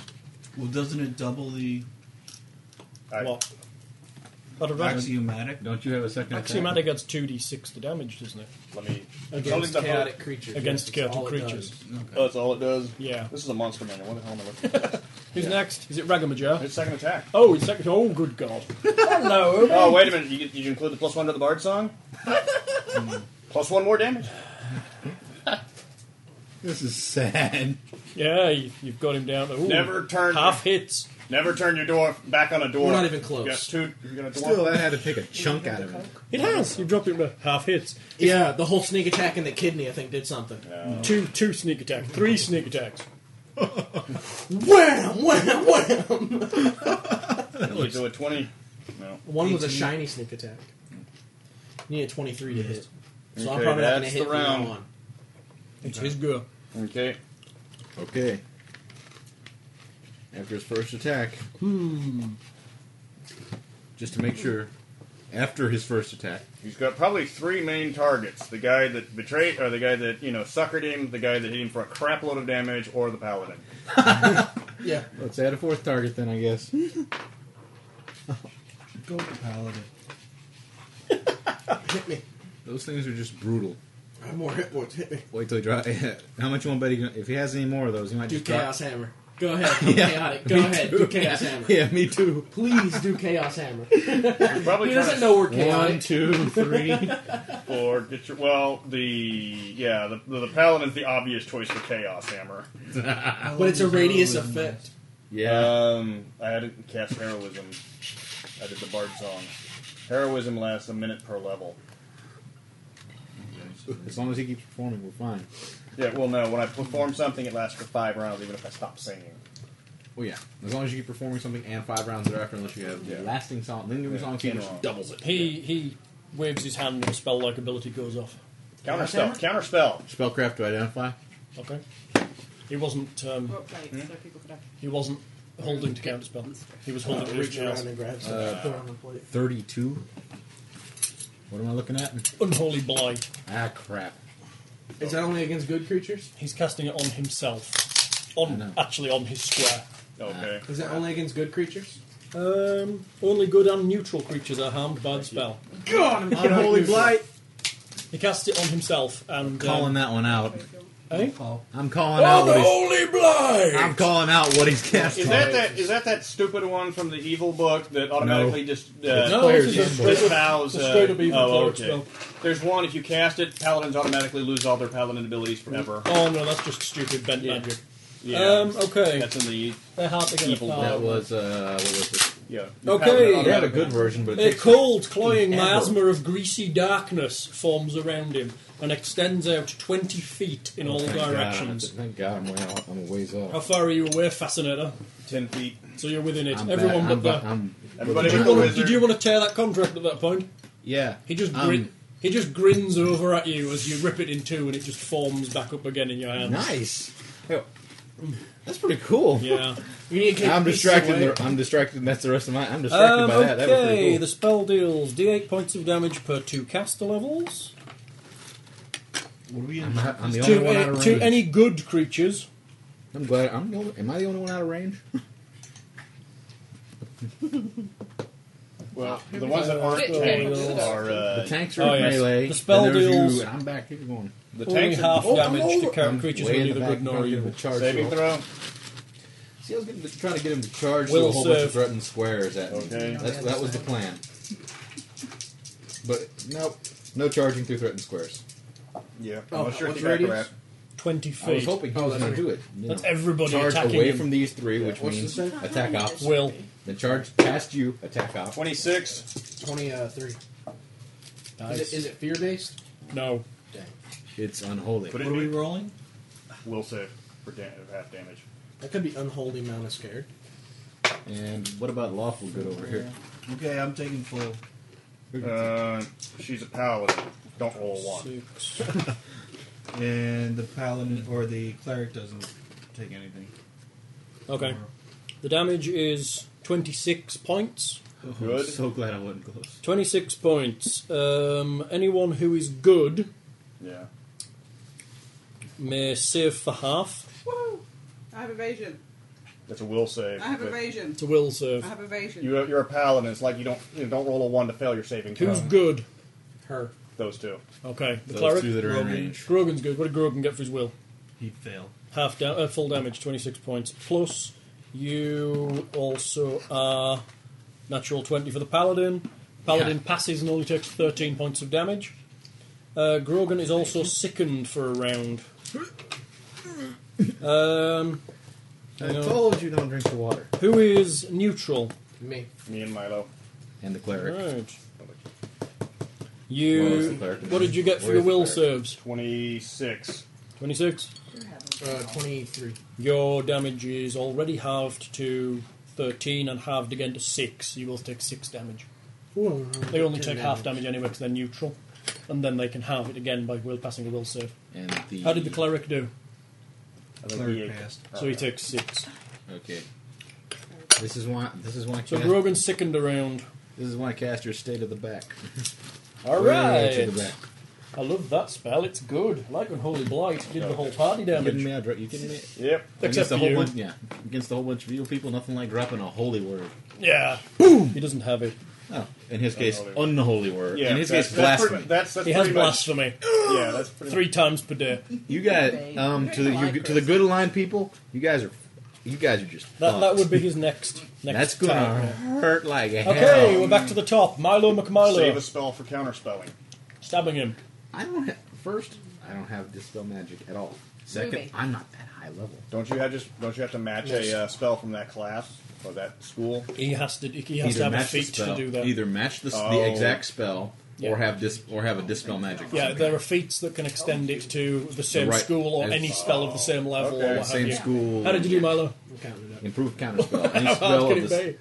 Well, doesn't it double the
I-
What? Out of that-
axiomatic?
Don't you have a second?
Axiomatic adds 2d6 to damage, doesn't it?
Let me.
Against chaotic creatures, yes,
Against
that's
chaotic
all it
creatures.
Oh, that's all it does?
Yeah.
This is a monster manual. What the hell am I looking at?
Who's next? Is it Ragamajer?
It's second attack.
*laughs* Oh, it's second. Oh, good god. Hello.
Oh, wait a minute. You, did you include the plus one to the
*laughs*
bard song? plus one more damage?
This is sad.
Yeah, you, you've got him down to. Ooh,
Never turn.
Half hits.
Never turn your door back on a door.
We're not even close.
Yes, two. You're gonna dwarf.
Still, that had to take a chunk out of it.
It has. You dropped him to half hits.
Yeah, the whole sneak attack in the kidney I think did something.
Two two sneak attack, three sneak attacks.
Wham! Wham! Wham!
You do a twenty. No.
One was a shiny sneak attack. You need a 23 to hit. So I'm
Okay,
probably not going to
that's
hit
the
from now
round.
on.
It's his go.
Okay.
Okay. After his first attack,
Hmm.
just to make sure, after his first attack,
He's got probably three main targets: the guy that betrayed, or the guy that you know suckered him, the guy that hit him for a crap load of damage, or the paladin.
Yeah.
Let's add a fourth target then, I guess.
Go for paladin.
*laughs*
Hit me.
Those things are just brutal.
I have more hit points. Hit me.
*laughs* Wait till he draws. How much you want to bet he, if he has any more of those? He might
Do
just drop-
Chaos Hammer.
Go ahead.
Yeah,
Chaotic.
me
Go ahead. Do
too.
chaos hammer.
*laughs* Yeah, me too.
Please do chaos hammer.
probably
he
trying
doesn't
to-
know we're chaotic.
One, two, three,
*laughs*
four. Get your well. The yeah, the, the, the paladin's the obvious choice for chaos hammer,
But it's a radius effect.
Yeah. Um, I hadn't cast heroism. I did the bard song. Heroism lasts a minute per level.
As long as he keeps performing, we're fine.
Yeah. Well, no. When I perform something, it lasts for five rounds, even if I stop singing.
Well, yeah. As long as you keep performing something and five rounds thereafter, unless you have lasting song, lingering
Yeah,
song
ten
which
rounds.
doubles it.
He he waves his hand and spell like ability goes off.
Counter spell. Counter spell.
Spellcraft to identify.
Okay. He wasn't. Um,
Hmm?
He wasn't holding to counter spell. He was holding
Uh,
to
reach
everything else.
around and grab something.
Uh,
Put it on the plate.
Thirty-two. What am I looking at?
Unholy blight.
Ah, crap.
Is that only against good creatures? He's casting it on himself. On actually on his square.
Okay.
Is that only against good creatures?
Um, only good and neutral creatures are harmed by the spell.
God, I'm kidding. Unholy blight.
He casts it on himself and
Calling
um,
that one out.
Eh?
I'm calling out. what he's- I'm calling out what he's
Oh,
casting.
Is that that? Is that that stupid one from the evil book that automatically just uh,
It's No, player's this is a handbook. straight up-
disavows?
it's a
uh,
straight up evil
oh,
cleric
okay.
spell.
There's one. If you cast it, paladins automatically lose all their paladin abilities forever.
Um,
Oh no, that's just stupid bent magic.
Yeah.
Um, okay.
That's in the.
They're hard to get
evil
apart.
book.
That was uh, what was it?
Yeah.
Okay.
They had a good version, but it
a
takes-
cold, cloying
Ever.
miasma of greasy darkness forms around him and extends out twenty feet in all
Oh, thank God.
directions.
Thank God, I'm way off. I'm a ways off.
How far are you away, Fascinator?
Ten feet.
So you're within it.
I'm
Everyone
back- I'm
but
back-
the.
I'm-
Everybody
did,
but
you
the
want,
wizard.
did you want to tear that contract at that point?
Yeah.
He just
Um,
grin, he just grins over at you as you rip it in two, and it just forms back up again in your hand.
Nice. That's pretty cool.
Yeah.
I'm distracted. the- I'm distracted. and That's the rest of my. I'm distracted
Um,
by that. That was
okay,
pretty
the
cool.
spell deals d8 points of damage per two caster levels.
What are we I'm, not, I'm the
to,
only one
a-
out of range.
to any good creatures.
I'm glad. I'm the only, am I the only one out of range?
Well, the ones that aren't
Get
tanks
tanks.
are uh,
the tanks are in melee.
oh, The spell
and there's
deals
You, and I'm back. Keep going.
The
only
tanks are-
half
Oh, I'm
damage to
over.
current
I'm
creatures
way
with
in
neither
the
good
back,
nor
trying to get
evil.
him to charge Saving throw. throw. See, I was gonna try to get him to charge
Will
through a whole bunch
serve.
of threatened squares at me.
Okay.
That's, that was the plan. But nope, no charging through threatened squares.
Yeah.
Oh,
What's your
what's
attack
radius?
rep?
20 feet.
I was hoping he
Oh,
was
that's
going
right.
to do it. you
That's
know.
everybly
charge
attacking
away
him.
from these three,
Yeah,
which
what's
means
the save?
attack off.
Will.
Then charge past you, attack off.
Twenty-six.
Twenty-three.
Nice.
uh, Is, it, is it fear-based?
No.
It's unholy.
Could it
What are
be?
we rolling?
Will save for da- half damage.
That could be unholy amount of scared.
And what about lawful good over here?
Okay, I'm taking flu.
Uh, she's a paladin. Don't roll a one.
*laughs*
and the paladin or the cleric doesn't take anything.
Okay. The damage is 26 points.
Oh, I'm so glad I wasn't close.
26 points. Um, anyone who is good
Yeah.
may save for half.
I have evasion.
That's a will save.
I have
but-
evasion.
It's a will save.
I have evasion.
You, you're a paladin. It's like you don't you don't roll a one to fail your saving throw.
Who's good?
Her.
Those two.
Okay. The
Those
cleric.
two that are in range.
Grogan's good. What did Grogan get for his will?
He failed.
Half da- uh, full damage, 26 points. Plus, you also are natural 20 for the paladin. Paladin passes and only takes 13 points of damage. Uh, Grogan is also sickened for a
*laughs*
round. Um,
I
hang on.
told you don't drink the water.
Who is neutral?
Me.
Me and Milo.
And the cleric.
Right.
Where is the
You.
cleric?
What did you get for
Where
your
is the
will
cleric?
serves?
Twenty-six.
26.
Uh, Twenty-three.
Your damage is already halved to 13 and halved again to 6. You both take 6 damage. They only take half damage anyway because they're neutral, and then they can halve it again by will passing a will save.
And the-
How did the cleric do?
I think Cleric he ate- passed.
So he takes six.
Okay. This is why. This is why. I
So
cast-
Grogan sickened around.
This is why cast your state of the back.
All
Way
right.
to the back.
I love that spell. It's good. Like unholy blight, did the whole party
You
damage.
kidding me? I dro- you kidding me?
Yep.
Against
Except
the
for
whole
you.
bunch, yeah. Against the whole bunch of evil people, nothing like dropping a holy word.
Yeah. Boom. He doesn't have it.
Oh, in his case, unholy word.
Yeah,
in his
that's-
case,
that's
blasphemy.
pretty- that's- that's He has pretty much- blasphemy. Yeah, that's pretty
three
times per day.
You got um to the you, to the good aligned people. You guys are You guys are just.
That, that
fucked.
would be his next. next
That's gonna
attack.
hurt like hell.
Okay, we're back to the top. Milo McMilo.
Save a
spell for counterspelling.
Stabbing him.
I don't have. First, I don't have dispel magic at all. Second,
Ruby.
I'm not that high level.
Don't you have just don't you have to match
Yes.
a uh, spell from that class or that school?
He has to. He
Either match the spell- Either match the, s the
Oh.
exact spell, or have dis, or have a dispel magic.
Yeah, there are feats that can extend it to the same
right-
school or any spell of the same level or
Okay.
what
Same
have you.
school.
How did you do, Milo?
Improved counterspell. Any
How hard
spell
can
of
it
the, s-
be?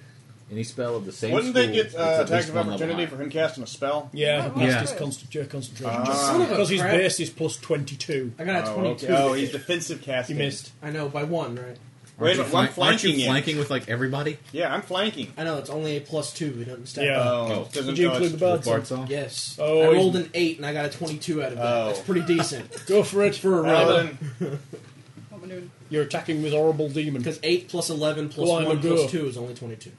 any spell of the same.
Wouldn't they get
it's
uh,
at
attack
least
of
one level
opportunity
higher.
for him casting a spell?
Yeah, he passed his
Oh.
const- uh, concentration
Ah.
check.
Son of a
Because his
crap.
base is plus 22.
I got a Oh, 22. okay. Oh, he's defensive casting.
He missed.
I know by one, right?
Wait, but I'm
Aren't
flanking
you
it.
flanking with like everybody?
Yeah, I'm flanking.
I know it's only a plus two. We don't stack.
Yeah.
up.
Oh. Doesn't- Did you include the bards? Bards all?
Yes.
Oh,
I
he's-
rolled an eight and I got a twenty-two out of that.
Oh.
That's pretty decent.
Go for it.
Oh,
for a
Paladin.
rival.
You're attacking with horrible demon.
Because eight plus eleven plus
Go on,
one
go.
plus two is only twenty-two.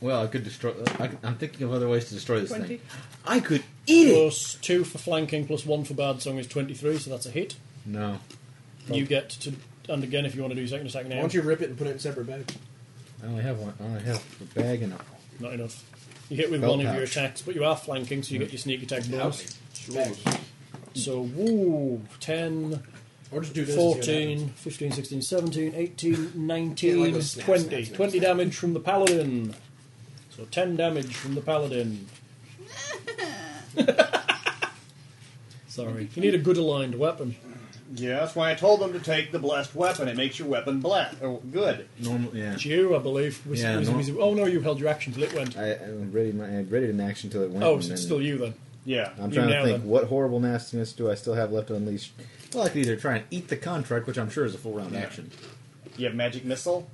Well, I could destroy. I, could- I'm thinking of other ways to destroy this thing.
I could eat plus it. Plus two for flanking, plus one for bad song is 23, so that's a hit.
No.
You get to. And again, if you want to do second attack now.
Why don't you rip it and put it in separate bags?
I only have one. I only have a bag and a.
Not enough. You hit with
Belt
one of your
pouch.
attacks, but you are flanking, so you get your sneak attack bonus.
Bag.
So, woo, 10,
Or just do this and see what
14, 15, 16, 17, 18,
*laughs*
19,
Yeah, like those snaps,
20.
snaps, snaps,
20 damage from the paladin. So 10 damage from
*laughs*
the paladin. Sorry. You need a good aligned weapon.
Yeah, that's why I told them to take the blessed weapon. It makes your weapon black. Oh, good.
Normal, yeah.
It's you, I believe. Wiz-
Yeah,
wiz-
no- Uh,
wiz- oh no, you held your action till it went.
I, I ready my. I had ready an action till it went.
oh,
and
so it's
then-
still you then.
I'm
You
trying
now
to think
then.
what horrible nastiness do I still have left to unleash. Well, I could either try and eat the contract, which I'm sure is a full round action.
You have magic missile.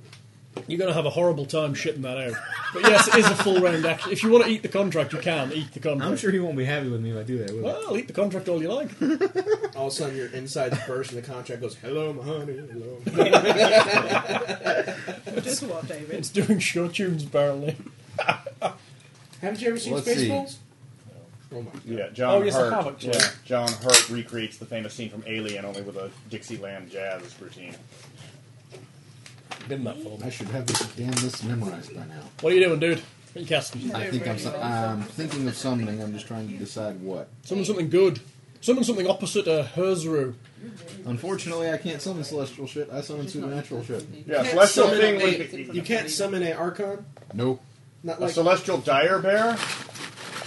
You're going to have a horrible time shitting that out. But yes, it is a full round action. If you want to eat the contract, you can eat the contract.
I'm sure he won't be happy with me if I do that. Will
Well, eat the contract all you like.
All of a sudden, your insides burst and the contract goes, "Hello, my honey. Hello."
It's- It's doing short tunes, apparently.
Haven't you ever seen
Let's see.
Spaceballs? Oh my.
Yeah, John
Oh, yes, I
Hurt.
have, actually.
yeah, John Hurt recreates the famous scene from Alien only with a Dixieland jazz routine.
Been that full.
I should have this damn list memorized by now.
What are you doing, dude? What are you casting?
I think I'm. So- I'm thinking of something. I'm just trying to decide what.
Summon something good. Summon something opposite uh, a Herzru.
Unfortunately, I can't summon celestial shit. I summon supernatural shit.
You can't summon a- You can't summon a Archon?
Nope.
Not like.
celestial dire bear.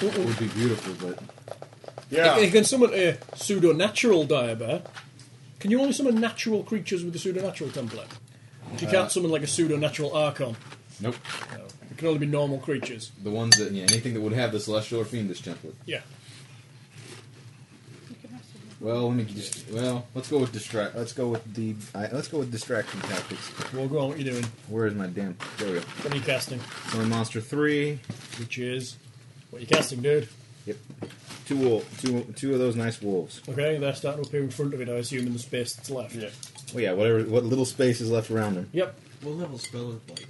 It would be beautiful, but
Yeah.
If you can summon a pseudo natural diabear, can you only summon natural creatures with the pseudo natural template? You
Uh,
can't summon like a pseudo natural archon.
nope.
It can only be normal creatures.
The ones that yeah, anything that would have the celestial or fiendish template.
Yeah.
Well, let me just. Well, let's go with distract. Let's go with the. I, let's go with distraction tactics.
Well, go on. What you doing?
Where is my damn? There we go.
What are you casting?
Summon monster three,
which is what you casting, dude.
Yep. Two wolf, two two of those nice wolves.
Okay, they're starting to appear in front of it, I assume, in the space that's left. Yeah.
Well, yeah. Whatever. What little space is left around them.
Yep.
What level spell is Blight?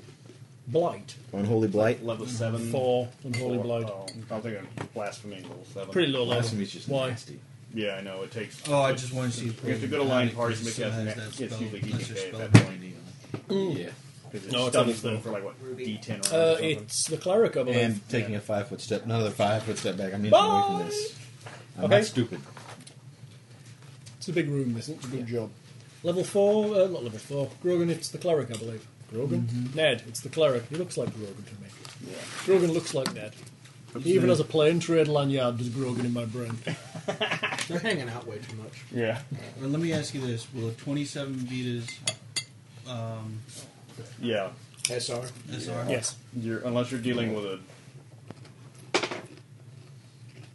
Blight.
Unholy blight.
Level seven.
Four. Unholy
Four.
Blight.
Oh, I'm thinking blasphemy level seven.
Pretty low level. Blasphemy's
just
Why?
nasty.
Yeah, I know. It takes.
Oh, I just wanted to see
You
the
have to go to line parties to make that. It's usually EDK at that point.
Yeah.
No, it's
on
stuns them for like what D10 rounds. or
Uh,
something.
it's the cleric, I believe.
And taking a five foot step, another five foot step back. I'm inching away
Bye.
from this. I'm
Okay.
not stupid.
It's a big room, this. It's a good job. Level four, uh, not level four. Grogan, it's the cleric, I believe. Grogan? Ned, it's the cleric. He looks like Grogan to me. Grogan looks like Ned. He even
Ned.
has a plain trade lanyard, does Grogan in my brain.
They're hanging out way too much.
Yeah.
Well, let me ask you this: Will a 27 beat his um,
Yeah.
SR?
SR?
Yes. You're, unless you're dealing with a.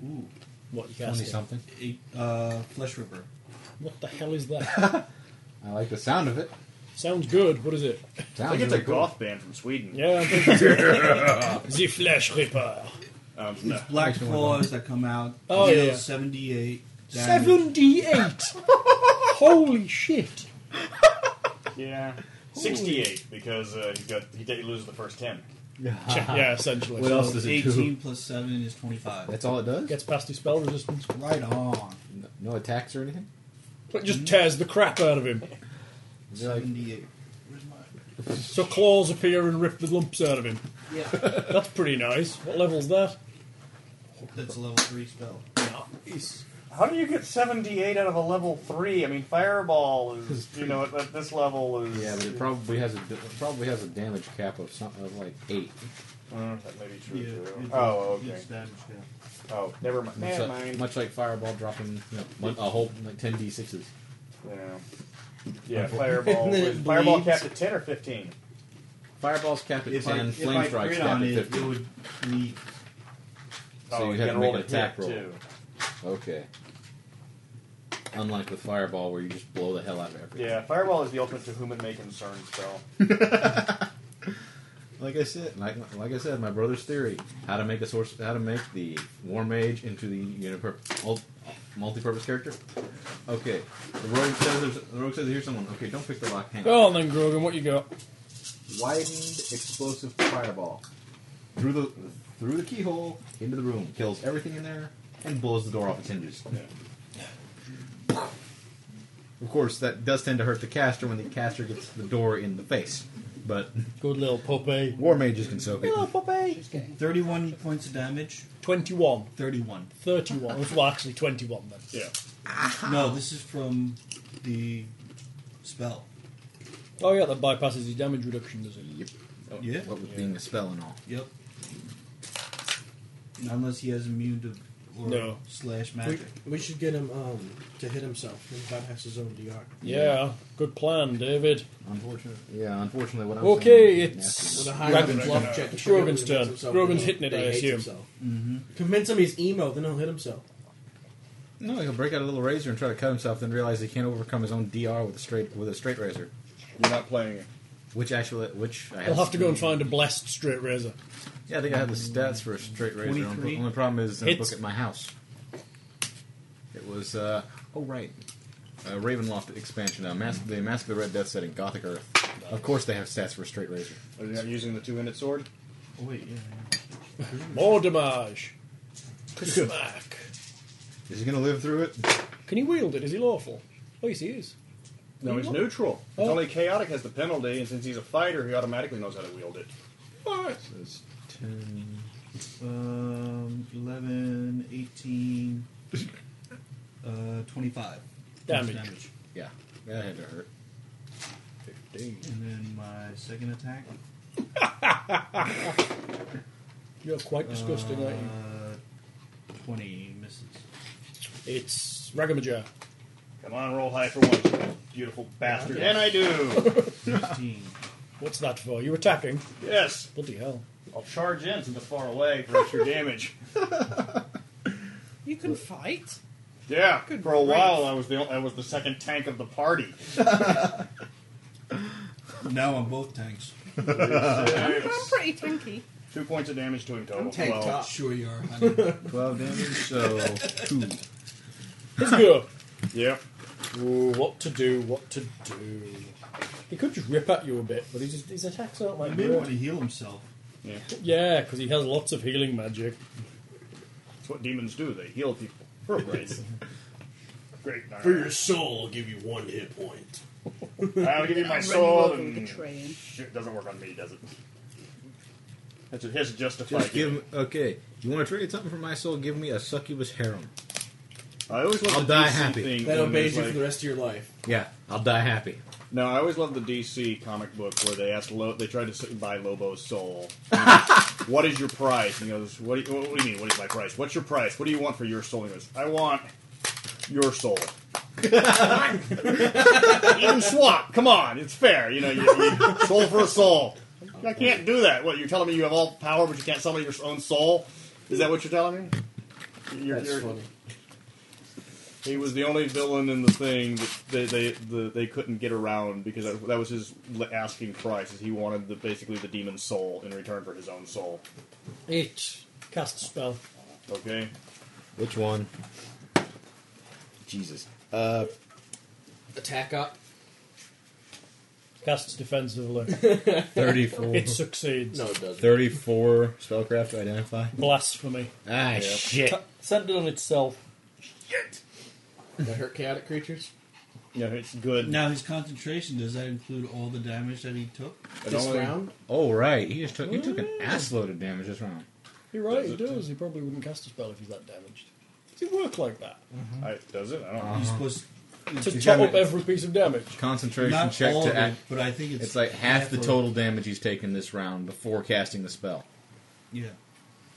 Ooh.
What you casting?
Eight, uh, Flesh Ripper.
What the hell is that? *laughs*
I like the sound of it.
Sounds good. What is it?
I think it's a goth band from Sweden.
Yeah, I'm thinking so. *laughs* The Flesh Ripper.
Um,
These black claws that come out.
Oh,
deal
yeah.
78. damage.
*laughs* 78! Holy shit!
Yeah. 68 because uh, he's got he, he loses the first 10.
So 18 plus 7 is 25.
That's all it does.
Gets past his spell resistance.
Right on.
No, no attacks or anything.
It just tears the crap out of him.
Is it like-
So claws appear and rip the lumps out of him.
*laughs*
Yeah.
That's pretty nice. What level's that?
That's a level three spell.
How do you get 78 out of a level 3? I mean, Fireball is, you know, at, at this level is.
Yeah, but it probably has a it probably has a damage cap of something of like eight.
that may be true, Yeah, too. it- Oh, it's okay. damage Oh, never mind.
Much,
Never
like,
mind.
much like fireball dropping you know, one- a whole like ten d sixes.
Yeah, yeah Fireball. was- fireball capped at 10 or 15?
Fireball's capped at
If I-
ten.
if
flame
I
strikes
crit
capped
on
at
it,
fifteen.
it would
bleed.
So
Oh,
you
you
have to
can
make
roll
an
to
attack
hit,
roll.
too.
Okay. Unlike with fireball, where you just blow the hell out of everything.
Yeah, Fireball is the ultimate to whom it may concern spell.
Like I said, like, like I said, my brother's theory: how to make a source, how to make the war mage into the unipur- mul- multi-purpose character. Okay, the rogue says there's, the rogue says here's someone. Okay, don't pick the lock. Hang on.
Go on then, Grogan. What you got?
Widened explosive fireball through the through the keyhole into the room, kills everything in there, and blows the door off its hinges. Of course, that does tend to hurt the caster when the caster gets the door in the face. But
good little puppy.
War mages can soak it.
Thirty-one points of damage.
Twenty-one.
Thirty-one.
Thirty-one. well, actually, twenty-one then.
Yeah. No, this is from the spell.
Oh yeah, that bypasses his damage reduction, does it?
Yep.
Yeah.
What with being a spell and all.
Yep. Unless he has immune to or
No.
slash
We,
magic.
we should get him um, to hit himself and bypass his own DR.
Yeah. Good plan, David.
Unfortunately. Yeah, unfortunately, what I'm
Okay,
saying
it's
With a high enough
Dragon's
bluff check, he should
Grogan's
be able to
turn.
convince himself
Grogan's
that
hitting it, I
he hates
assume.
himself. Convince him he's emo, then he'll hit himself.
No, he'll break out a little razor and try to cut himself, then realize he can't overcome his own DR with a straight with a straight razor.
You're not playing it.
Which actually, which I
I'll have to go and find a blessed straight razor.
Yeah, I think I have the stats for a straight razor. The
23.
only problem is in a
Hits.
book at my house. It was uh, oh right, uh, Ravenloft expansion. Uh, Mas- the Mask of the Red Death set in Gothic Earth. Of course, they have stats for a straight razor.
Are you not using the two-handed sword?
Oh, wait, yeah.
More damage. Smack.
Is he going to live through it?
Can he wield it? Is he lawful? Oh, yes, he is.
No, he's neutral. It's only chaotic has the penalty, and since he's a fighter, he automatically knows how to wield it.
Ten,
um, 11, 18, uh, 25.
Damage.
damage.
Yeah, that had to hurt.
And then my second attack.
You're quite disgusting, aren't you?
Uh, 20 misses.
It's Ragamajar.
Come on, roll high for once, beautiful bastard.
Yes.
And I do.
What's that for? You're attacking?
*laughs* Yes.
Bloody hell.
I'll charge in since I'm far away for extra *laughs* damage.
You can fight.
Yeah,
Good
for a
grief.
while I was the I was the second tank of the party.
now I'm both tanks.
I'm,
Six.
I'm pretty tanky.
Two points of damage to him total.
I'm tank
Twelve.
top.
Sure you are.
*laughs*
Twelve damage, so two.
Let's go.
yep.
Ooh, what to do? What to do? He could just rip at you a bit, but his, his attacks aren't
He
like
may want to
that.
heal himself.
Yeah.
Yeah, because he has lots of healing magic.
That's what demons do. They heal people.
*laughs*
Right. Great.
For your soul, I'll give you one hit point.
*laughs* I'll give you my
I'm
soul.
ready to
and-
betray him.
Shit doesn't work on me, does it? That's what his justified.
Just give him. Okay, you want to trade something for my soul? Give me a succubus harem.
I always love
I'll
the
die
DC
happy.
thing
That
when there's
obeys you
like-
for the
rest of your life.
Yeah, I'll die happy.
No, I always loved the DC comic book where they asked Lo- they tried to s- buy Lobo's soul. what is your price? And he goes, what do, you, what do you mean? What is my price? What's your price? What do you want for your soul?" And he goes, "I want your soul." Even swap. Come on, it's fair. You know, you, you soul for a soul. I can't do that. What you're telling me? You have all power, but you can't summon your own soul? Is that what you're telling me? You're,
That's
you're-
funny.
he was the only villain in the thing that they they, the, they couldn't get around because that, that was his l- asking price. Is he wanted the, basically the demon's soul in return for his own soul.
It cast a spell.
Okay,
Which one?
*laughs*
Jesus. Uh,
Attack up.
Casts *laughs* defensively.
34.
It succeeds.
No, it doesn't.
Thirty-four spellcraft to identify.
Blasphemy.
Ah, shit.
Ca- Send it on itself.
That hurt chaotic creatures?
Yeah, it's good.
Now his concentration does that include all the damage that he took?
Oh right, he just took he took an ass load of damage this round.
You're right, he does. He probably wouldn't cast a spell if he's that damaged. Does it work like that?
I, does it? I don't
Uh-huh.
You're supposed Mm,
To
He's
top
got
up
it.
every piece of damage.
Concentration
Not
check
all
to
of
add,
it, but I think it's
like half the
half or-
total damage he's taken this round before casting the spell.
Yeah.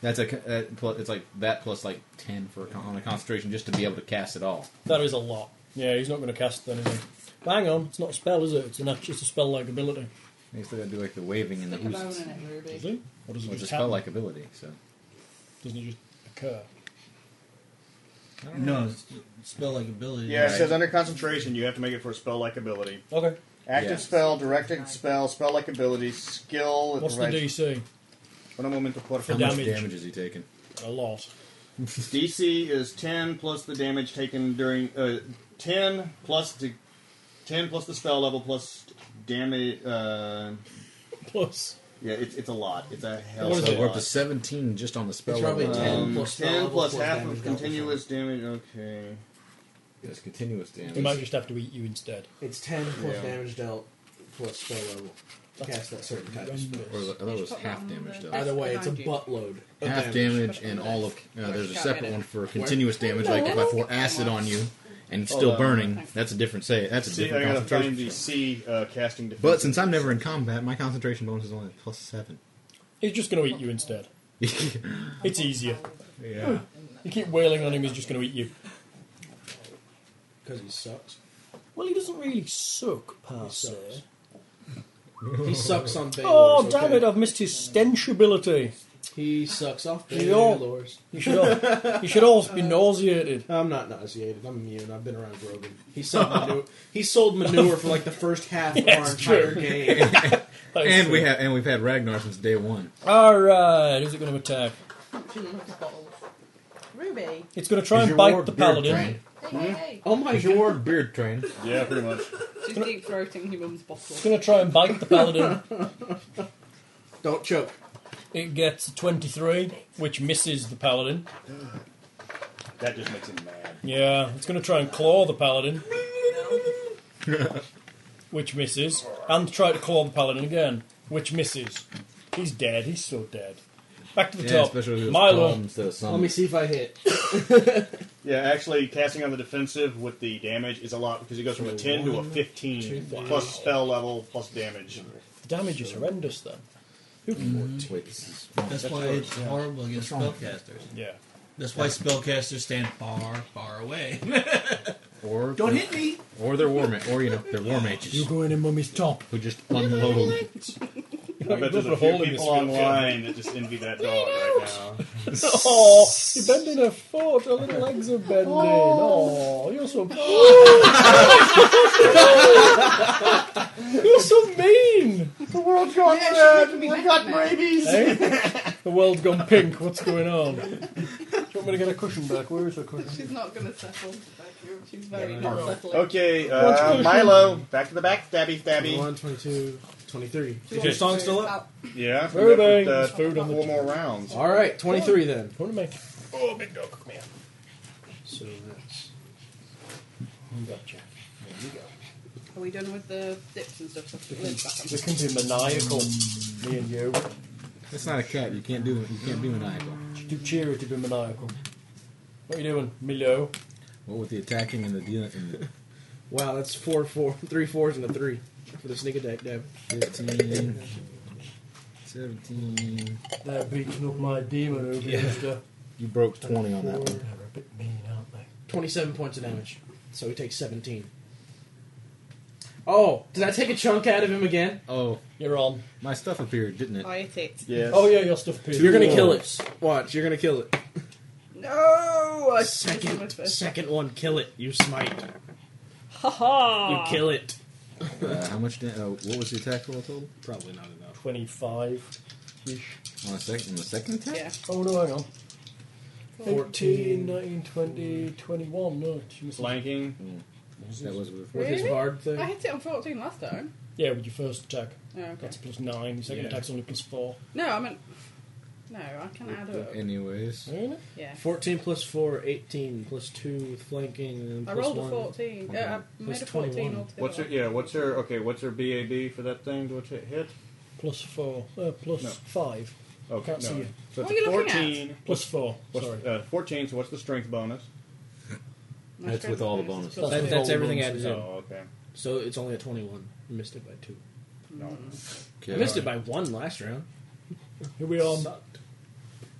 That's a co- that plus, it's like that plus like ten for a con- on a concentration just to be able to cast it all.
That is a lot. Yeah, he's not going to cast then, is he? But hang on, it's not a spell, is it? It's an act- it's a spell like ability.
He's still got to do like the waving and the
Stick a bone
hooses.
in it, Ruby.
Does he? Or does it
Well, it's
just
a spell
happen?
like ability. So
Doesn't it just occur?
No, it's spell like ability.
Yeah, it says under concentration, you have to make it for a spell like ability.
Okay.
Active
Yeah.
spell, directed spell, spell like ability, skill.
What's the
right-
DC?
One moment before
For How much damage.
damage has he taken?
A lot. *laughs*
DC is 10 plus the damage taken during uh, 10 plus the 10 plus the spell level plus damage uh,
plus
yeah it's, it's a lot it's a hell
so
of a
we're
lot
up to seventeen just on the spell.
It's
level.
probably 10 Um, plus 10 spell plus level plus half
damage
of continuous damage okay
It's continuous damage.
He might just have to eat you instead.
It's 10 plus
Yeah.
damage dealt plus spell level. Cast that certain type of spell.
Or the other was half damage. Though.
Either way, it's a
Behind you.
buttload. of
half damage and all of. Uh, there's a separate one for continuous damage. Like if I pour acid on you and it's
Hold
still
on.
burning, that's a different say. That's a
see
different
I gotta
concentration.
find the C uh, casting defense
But since I'm never in combat, my concentration bonus is only plus seven.
He's just going to eat you instead. it's easier.
Yeah.
You keep wailing on him, he's just going to eat you.
Because he sucks.
Well, he doesn't really suck,
Oh,
per se.
He sucks on Baylor's,
Oh, damn
okay?
it, I've missed his stench ability.
He sucks off
You should all,
Baylor's.
you should all, you should all be nauseated.
I'm not nauseated. I'm immune. I've been around Grogan. He sold manure, he sold manure for like the first half of
*laughs* Yeah,
our
it's true.
entire
*laughs*
game.
and we have and we've had Ragnar since day one.
Alright, who's it going to attack?
She loves bottles. Ruby.
It's going to try and bite the paladin.
Hey, hey, hey.
Oh my
Is your word beard train?
*laughs* yeah pretty much
She's deep throating your mum's bottle.
It's going to try and bite the paladin.
Don't choke.
It gets 23, which misses the paladin.
that just makes him mad
Yeah, it's going to try and claw the paladin, which misses, and try to claw the paladin again, which misses. He's dead. He's so dead. Back to the
Yeah,
top.
especially with
Milo.
Let me see if I hit.
yeah actually casting on the defensive with the damage is a lot because it goes from a 10 to a 15 plus spell level plus damage
The damage is horrendous, then. Who can-
Wait, this is
That's why it's horrible against spellcasters.
Yeah.
That's why spellcasters stand far, far away.
Or
Don't hit me!
Or they're war ma- or you know they're war mages. Ah, You
go in in mummy's top.
Who just unload.
I bet there's a few people online that just envy that dog right now.
Oh, you're bending her foot. Her little legs are bending. Oh, you're so. *laughs* you're so mean.
The world's gone red. We got rabies.
*laughs* Eh? the world's gone pink. What's going on? Do you want me to get a cushion back? Where is her cushion?
She's not going to settle. She's very
Yeah.
not settling.
Okay, uh, Milo, back to the back, stabby, stabby.
21, 22, 23.
Is your song still
up?
Yeah,
Very
we got,
bang.
uh,
There's food on the
four more rounds.
All right, 23 then.
What am I? Oh, big dog, come here.
So that's.
Gotcha.
Are we done with the dips and stuff? Put the lid back on.
We can be maniacal, me and you.
It's not a cat. You can't do you can't be maniacal.
Too cheery to be maniacal. What are you doing, Milo?
What with the attacking and the dealing? and the-
Wow, that's four, four, three fours and a three for the sneak attack dab.
15, 17.
They're beating up my demon over yeah. Easter.
You broke 20 on that one.
They're a bit mean, aren't they?
27 points of damage. So he takes 17. Oh, did I take a chunk out of him again?
Oh,
you're on.
My stuff appeared, didn't it?
I ate it.
Oh, yeah, your stuff appeared.
You're gonna
Two
kill
rolls.
it. Watch, you're gonna kill it.
No!
*laughs*
I
Second, second one, kill it. You smite.
Ha ha!
You kill it.
Uh, how much? Da- uh, what was the attack roll total?
Probably not enough.
25 ish.
On the second, on the second attack.
Yeah.
Oh, no, hang on.
14.
18, 19, 20, 21. No, she missed
Flanking.
That was with,
With his
Really?
bard thing.
I hit it on 14 last time.
Yeah, with your first attack.
Oh, okay.
That's plus 9. Your second
Yeah.
attack's only plus 4.
No, I meant. No, I can add up.
Anyways.
Yeah.
14 plus 4, 18, plus 2 with flanking, and
I
plus
rolled a
1.
14. Yeah, I made
plus
a 14 altogether.
What's her? Yeah. What's her? Okay. What's her BAB for that thing? What's it hit?
Plus four. Uh, plus
No.
five.
Okay.
Can't
no.
see you.
So it's
What are you looking at?
14
Plus four,
what's-
sorry.
uh, 14. So what's the strength bonus?
My That's with all the bonus.
That- that's everything added
Hmm.
in.
Oh, okay.
So it's only a 21. Missed it by 2.
No.
I missed it by 1 last round.
Here we are.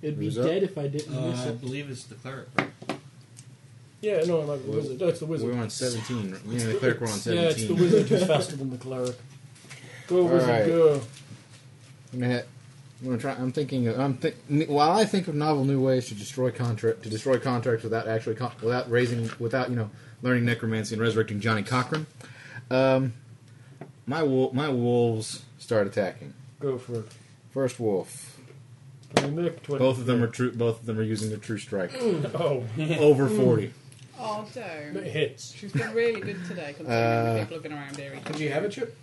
It'd be dead if I didn't
Uh,
miss
I
it.
believe it's the cleric.
Yeah, no, I like the wizard. That's the wizard.
We're on 17. We
It's
and the cleric were on
it's-
17.
Yeah, it's the wizard who's faster than the cleric. Go,
All
wizard,
right.
go.
I'm gonna, ha- I'm gonna try. I'm thinking. Of, I'm think, while I think of novel new ways to destroy contract to destroy contracts without actually con- without raising without you know learning necromancy and resurrecting Johnny Cochran. Um, my wol- my wolves start attacking.
Go for it.
First wolf.
Can we make 20?
Both of them are true. Both of them are using their
*laughs*
true strike.
Oh. *laughs*
over forty.
Oh, don't.
It hits.
She's been really good today, considering
Uh,
how many people have been around here.
Did you have a chip?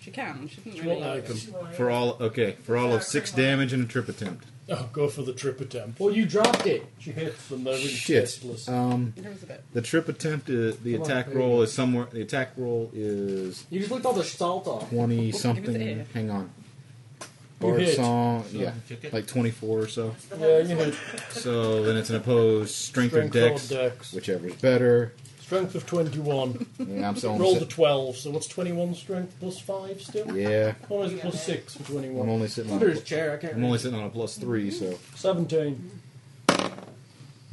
She can. She didn't
She won't
really like
like 'em.
it.
For all okay, for all of six damage and a trip attempt.
Oh, go for the trip attempt. Well, you dropped it. She hits them. They're really
Shit.
tasteless.
Um,
There was a bit.
the trip attempt. Is, the
Come on,
attack
there you
roll
go.
is somewhere. The attack roll is
You just licked all the salt off.
twenty
Give us the
something.
air.
Hang on.
You
Bard
hit.
song, yeah,
Kick it.
like twenty four or so.
Yeah, you hit.
So then it's an opposed strength,
Strength
or dex,
or dex.
whichever is better.
Strength of 21.
Yeah, I'm still on
Rolled
si-
a 12, so what's 21 strength plus 5 still?
Yeah.
Or is it plus 6 for 21?
I'm only sitting on.
Under
A,
his chair, I can't
I'm only
read.
sitting on a plus three, so
17.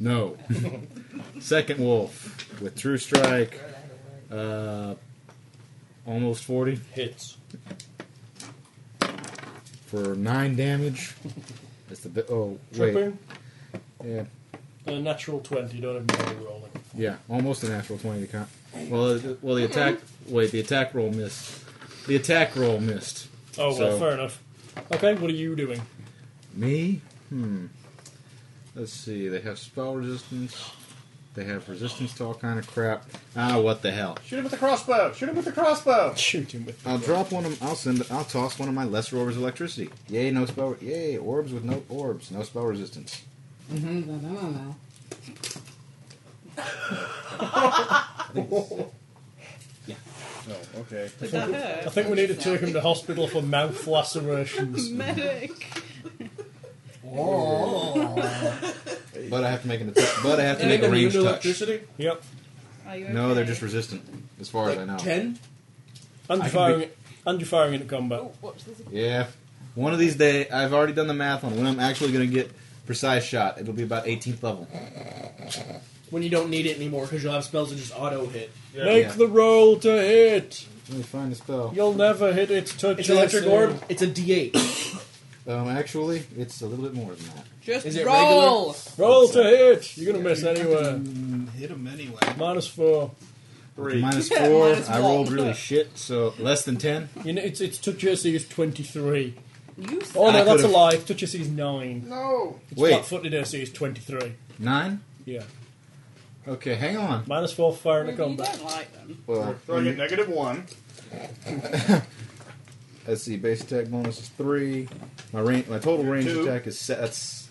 no. Second wolf with true strike, uh, almost forty
hits
for nine damage. That's the bi- oh wait,
Tripping.
yeah.
And a natural 20, don't even bother rolling.
Yeah, almost a natural twenty to count. Well, the- well, the attack. Wait, the attack roll missed. The attack roll missed.
Oh, well,
So,
fair enough. Okay, what are you doing?
Me? Hmm. Let's see. They have spell resistance. They have resistance to all kind of crap. Ah, what the hell?
Shoot him with the crossbow. Shoot him with the crossbow.
Shoot him with.
I'll drop one of. I'll send. I'll toss one of my lesser orbs of electricity. Yay! No spell. Yay! Orbs with no orbs. No spell resistance.
Mm-hmm. No, no, no, no.
No. Okay.
I think,
that hurt?
I think we need to take him to hospital for mouth
*laughs*
lacerations.
Medic.
But I have to make an attack. But I have to make a range touch.
Yep.
Are you okay?
No, they're just resistant, as far as I know.
And
I
you're
can
firing
be-
it. And you're firing into combat.
Oh, Watch this.
Yeah. One of these days, I've already done the math on when I'm actually going to get precise shot. It'll be about 18th level.
When you don't need it anymore because you'll have spells that just auto hit.
Make the roll to hit.
Let me find the spell.
You'll never hit its touch.
It's electric
AC.
orb. It's a D8.
Um, actually, it's a little bit more than that.
Just
Is it
roll.
Roll to hit. You're gonna miss anyway.
Hit him anyway.
Minus four.
With the minus *laughs* four. I rolled really shit, so less than 10.
You know, it's it's touch AC is twenty three.
You s-
Oh no,
I
that's a
could've-
lie. Touch AC is nine.
No.
It's
Wait.
flat footed AC is twenty three.
Nine?
Yeah.
Okay, hang on.
Minus four fire into
Ruby, You
combat.
don't like them.
Well,
So I get negative one.
let's see. Base attack bonus is three. My range, my total range
Two.
attack is set. That's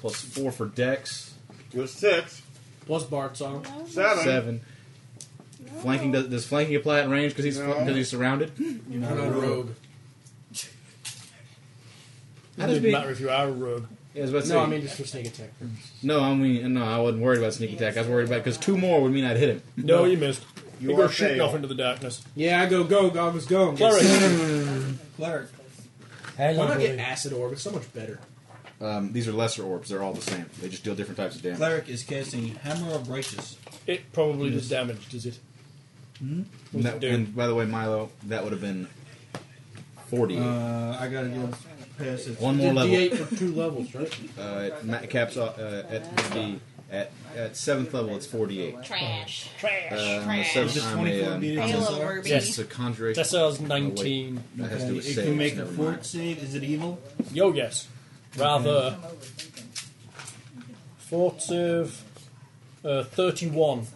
plus four for dex.
Do a six.
Plus Bard song.
Oh,
Seven.
Seven. Flanking does, does flanking apply at range because he's
No.
because he's surrounded?
You're not a rogue.
How
It
does
doesn't
being-
matter if you are a rogue.
Yeah, I was about to
No,
say-
I mean just for sneak attack.
Hmm.
No, I mean, no, I wasn't worried about sneak attack. I was worried about because two more would mean I'd hit him.
No, you missed. You,
You
go
are
shooting
failed.
off into the darkness.
Yeah, I go go goggles go.
Cleric.
Cleric.
Why not get acid orb? It's so much better.
Um, these are lesser orbs. They're all the same. They just deal different types of damage.
Cleric is casting Hammer of Righteous.
it probably does damage, does it?
And, that- and by the way, Milo, that would have been forty.
Uh, I gotta go past it.
One more
Did
level.
D8 for two levels, right?
Uh, it ma- caps off uh, at the at at seventh level. It's forty-eight.
Trash.
Uh, I'm a
Trash.
seven,
Is it
I'm
24
a, um,
meters?
I'm a-
Hello,
Ruby.
Yes, a conjuration.
That's ours
Oh, wait.
nineteen.
That has to
Okay,
do
it
with
can
saves.
make a
Never mind.
fort save. Is it evil?
Yo, yes. Rather. Fort save. Uh, 31.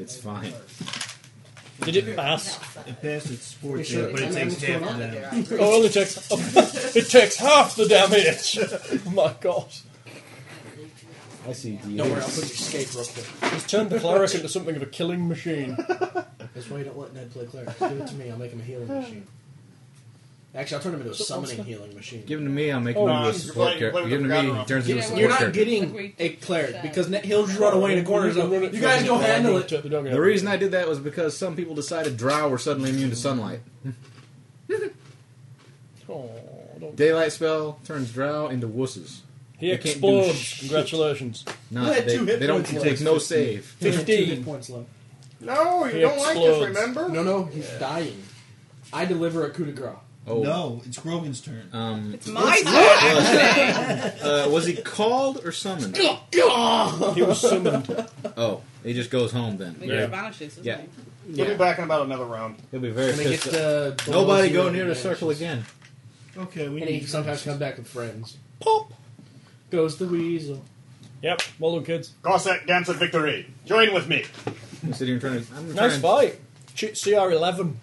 It's fine.
Did it pass?
It passed its sport check, but it takes half the damage.
Oh, it only takes oh, it takes half the damage. Oh *laughs* my god!
I see. D-
Don't worry, I'll put your escape real quick. He's turned the cleric into something of a killing
*laughs*
machine.
That's why you don't let Ned play cleric. Give it to me. I'll make him a healing machine. Actually, I'll turn him into a summoning healing machine.
Give him to me. I'll make
Oh,
him into a
Jesus.
support
You're playing-
character.
you're
Give him to
playing
me.
with
He
the
turns into a
You're
support
not
character.
getting a cleric because Ned, he'll just run away in a corner. So you guys don't handle it.
The reason I did that was because some people decided drow were suddenly immune to sunlight.
Oh, don't
Daylight spell turns drow into wusses.
He
They can't do
explodes.
shit.
Congratulations.
No, they, they don't take no save.
Fifteen.
points left.
No, you He don't like this, explodes. remember?
No, no, he's dying. I deliver a coup de grace.
Oh.
No, it's Grogan's turn.
Um,
It's
my
what's-
turn,
Uh, was he called or summoned?
He was
summoned. Oh, he just goes home then.
He just vanishes, doesn't
yeah.
he?
He'll be back in about another round.
He'll be very
Can I
pissed.
get the
up. uh, Nobody
Doyle's
go
hero
near the
advantages?
circle again.
Okay, we
and
need
he sometimes comes back with friends. Pop goes the weasel.
Yep, well done, kids.
Cossack dance of victory. Join with me.
I'm sitting here trying to. I'm
Nice
trying-
fight. Ch- CR eleven.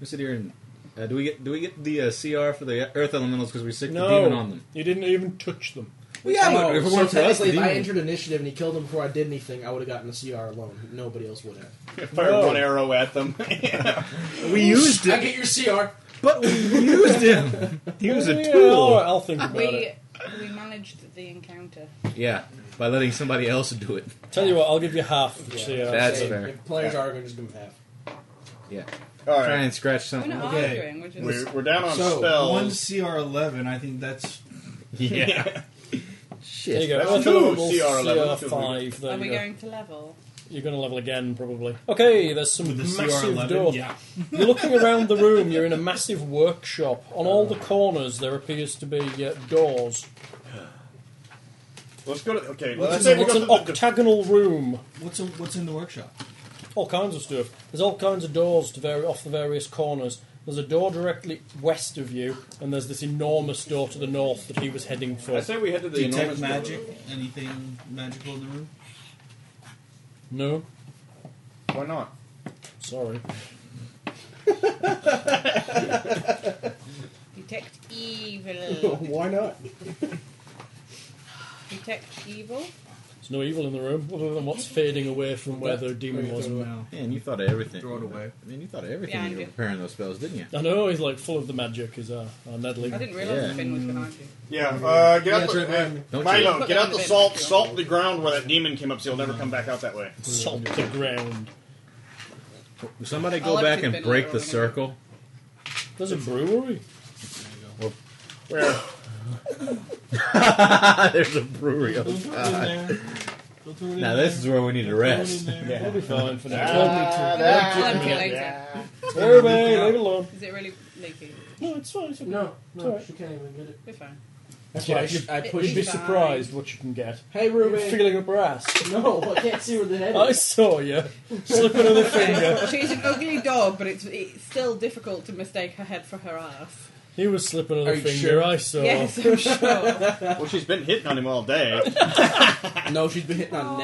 I'm sitting here and. Uh, do we get do we get the uh, CR for the earth elementals because we sick the
No,
demon on them?
you didn't even touch them.
Well, yeah, but
Oh,
if it
so
weren't for us, the
technically, if I
demon-
entered initiative and he killed him before I did anything, I would have gotten a CR alone. Nobody else would have.
Fire one arrow at them. *laughs*
We
used
I get your CR.
But we used him. He was a
Yeah,
tool.
all right, I'll think
we, we managed the encounter.
Yeah, by letting somebody else do it.
Tell you what, I'll give you half.
Yeah.
CR.
That's
If-
fair.
If players are going to just give him half.
Yeah.
All right.
Try and scratch something.
We're not arguing, we're just-
We're- we're down on
so,
spells.
One CR eleven. I think that's
*laughs* yeah.
There you go.
That's
Earth
two
Elementals,
CR11.
CR five. There
Are
you
we
go.
going to level?
You're going to level again, probably. Okay, there's some
With the
massive
CR11?
door.
Yeah.
you're looking around the room. You're in a massive workshop. On all the corners, there appears to be uh, doors.
Let's go to. Okay,
Well, it's
let's say
an,
we
it's
go
an
to the.
octagonal room.
What's what's in the workshop?
All kinds of stuff. There's all kinds of doors to vary off the various corners. There's a door directly west of you, and there's this enormous door to the north that he was heading for.
I say we head to the
detect
enormous
magic. Anything magical in the room?
No.
Why not?
Sorry.
Detect
*laughs*
evil.
*laughs* Why not?
Detect evil.
There's no evil in the room, other than what's fading away from where the demon was.
Man, you thought of everything.
Throw it away.
Man, you thought of everything when
Behind
you were
you.
preparing those spells, didn't you?
I know he's like full of the magic. Is uh, uh Ned Lee.
I didn't realise
Yeah.
the bin was behind you.
Yeah, uh, get
Yeah,
out
it's
the.
right behind me.
uh,
Don't
Milo,
you-
get out the salt. Salt the ground where that demon came up so he'll never come back out that way.
Salt the ground.
Somebody
I'll
go
let
back
you
and
spin
break
it
the
around.
circle. *laughs*
There's a brewery.
Or-
Where?
There's a brewery. Oh,
Don't throw it in
God.
there. Don't throw it in
Now
there.
this is where we need to
Don't throw it in
rest.
there.
Yeah.
We'll be fine for now.
Ah,
I'll
Don't
empty
do it.
it later.
Everybody, leave it alone.
Is it really leaky?
No, it's fine. It's okay.
No,
It's
no,
all right.
she can't even get it.
We're fine.
That's why I, should, I push. You'd be
Fine.
surprised what you can get.
Hey, Ruby.
You're Fiddling up her ass.
No, I can't see where the head
I
is.
saw you. Slip
*laughs*
another finger.
*laughs* She's an ugly dog, but it's, it's still difficult to mistake her head for her ass.
He was slipping another
Are you
finger.
sure?
I saw.
Yes, I'm sure.
well, she's been hitting on him all day.
no, she's been hitting on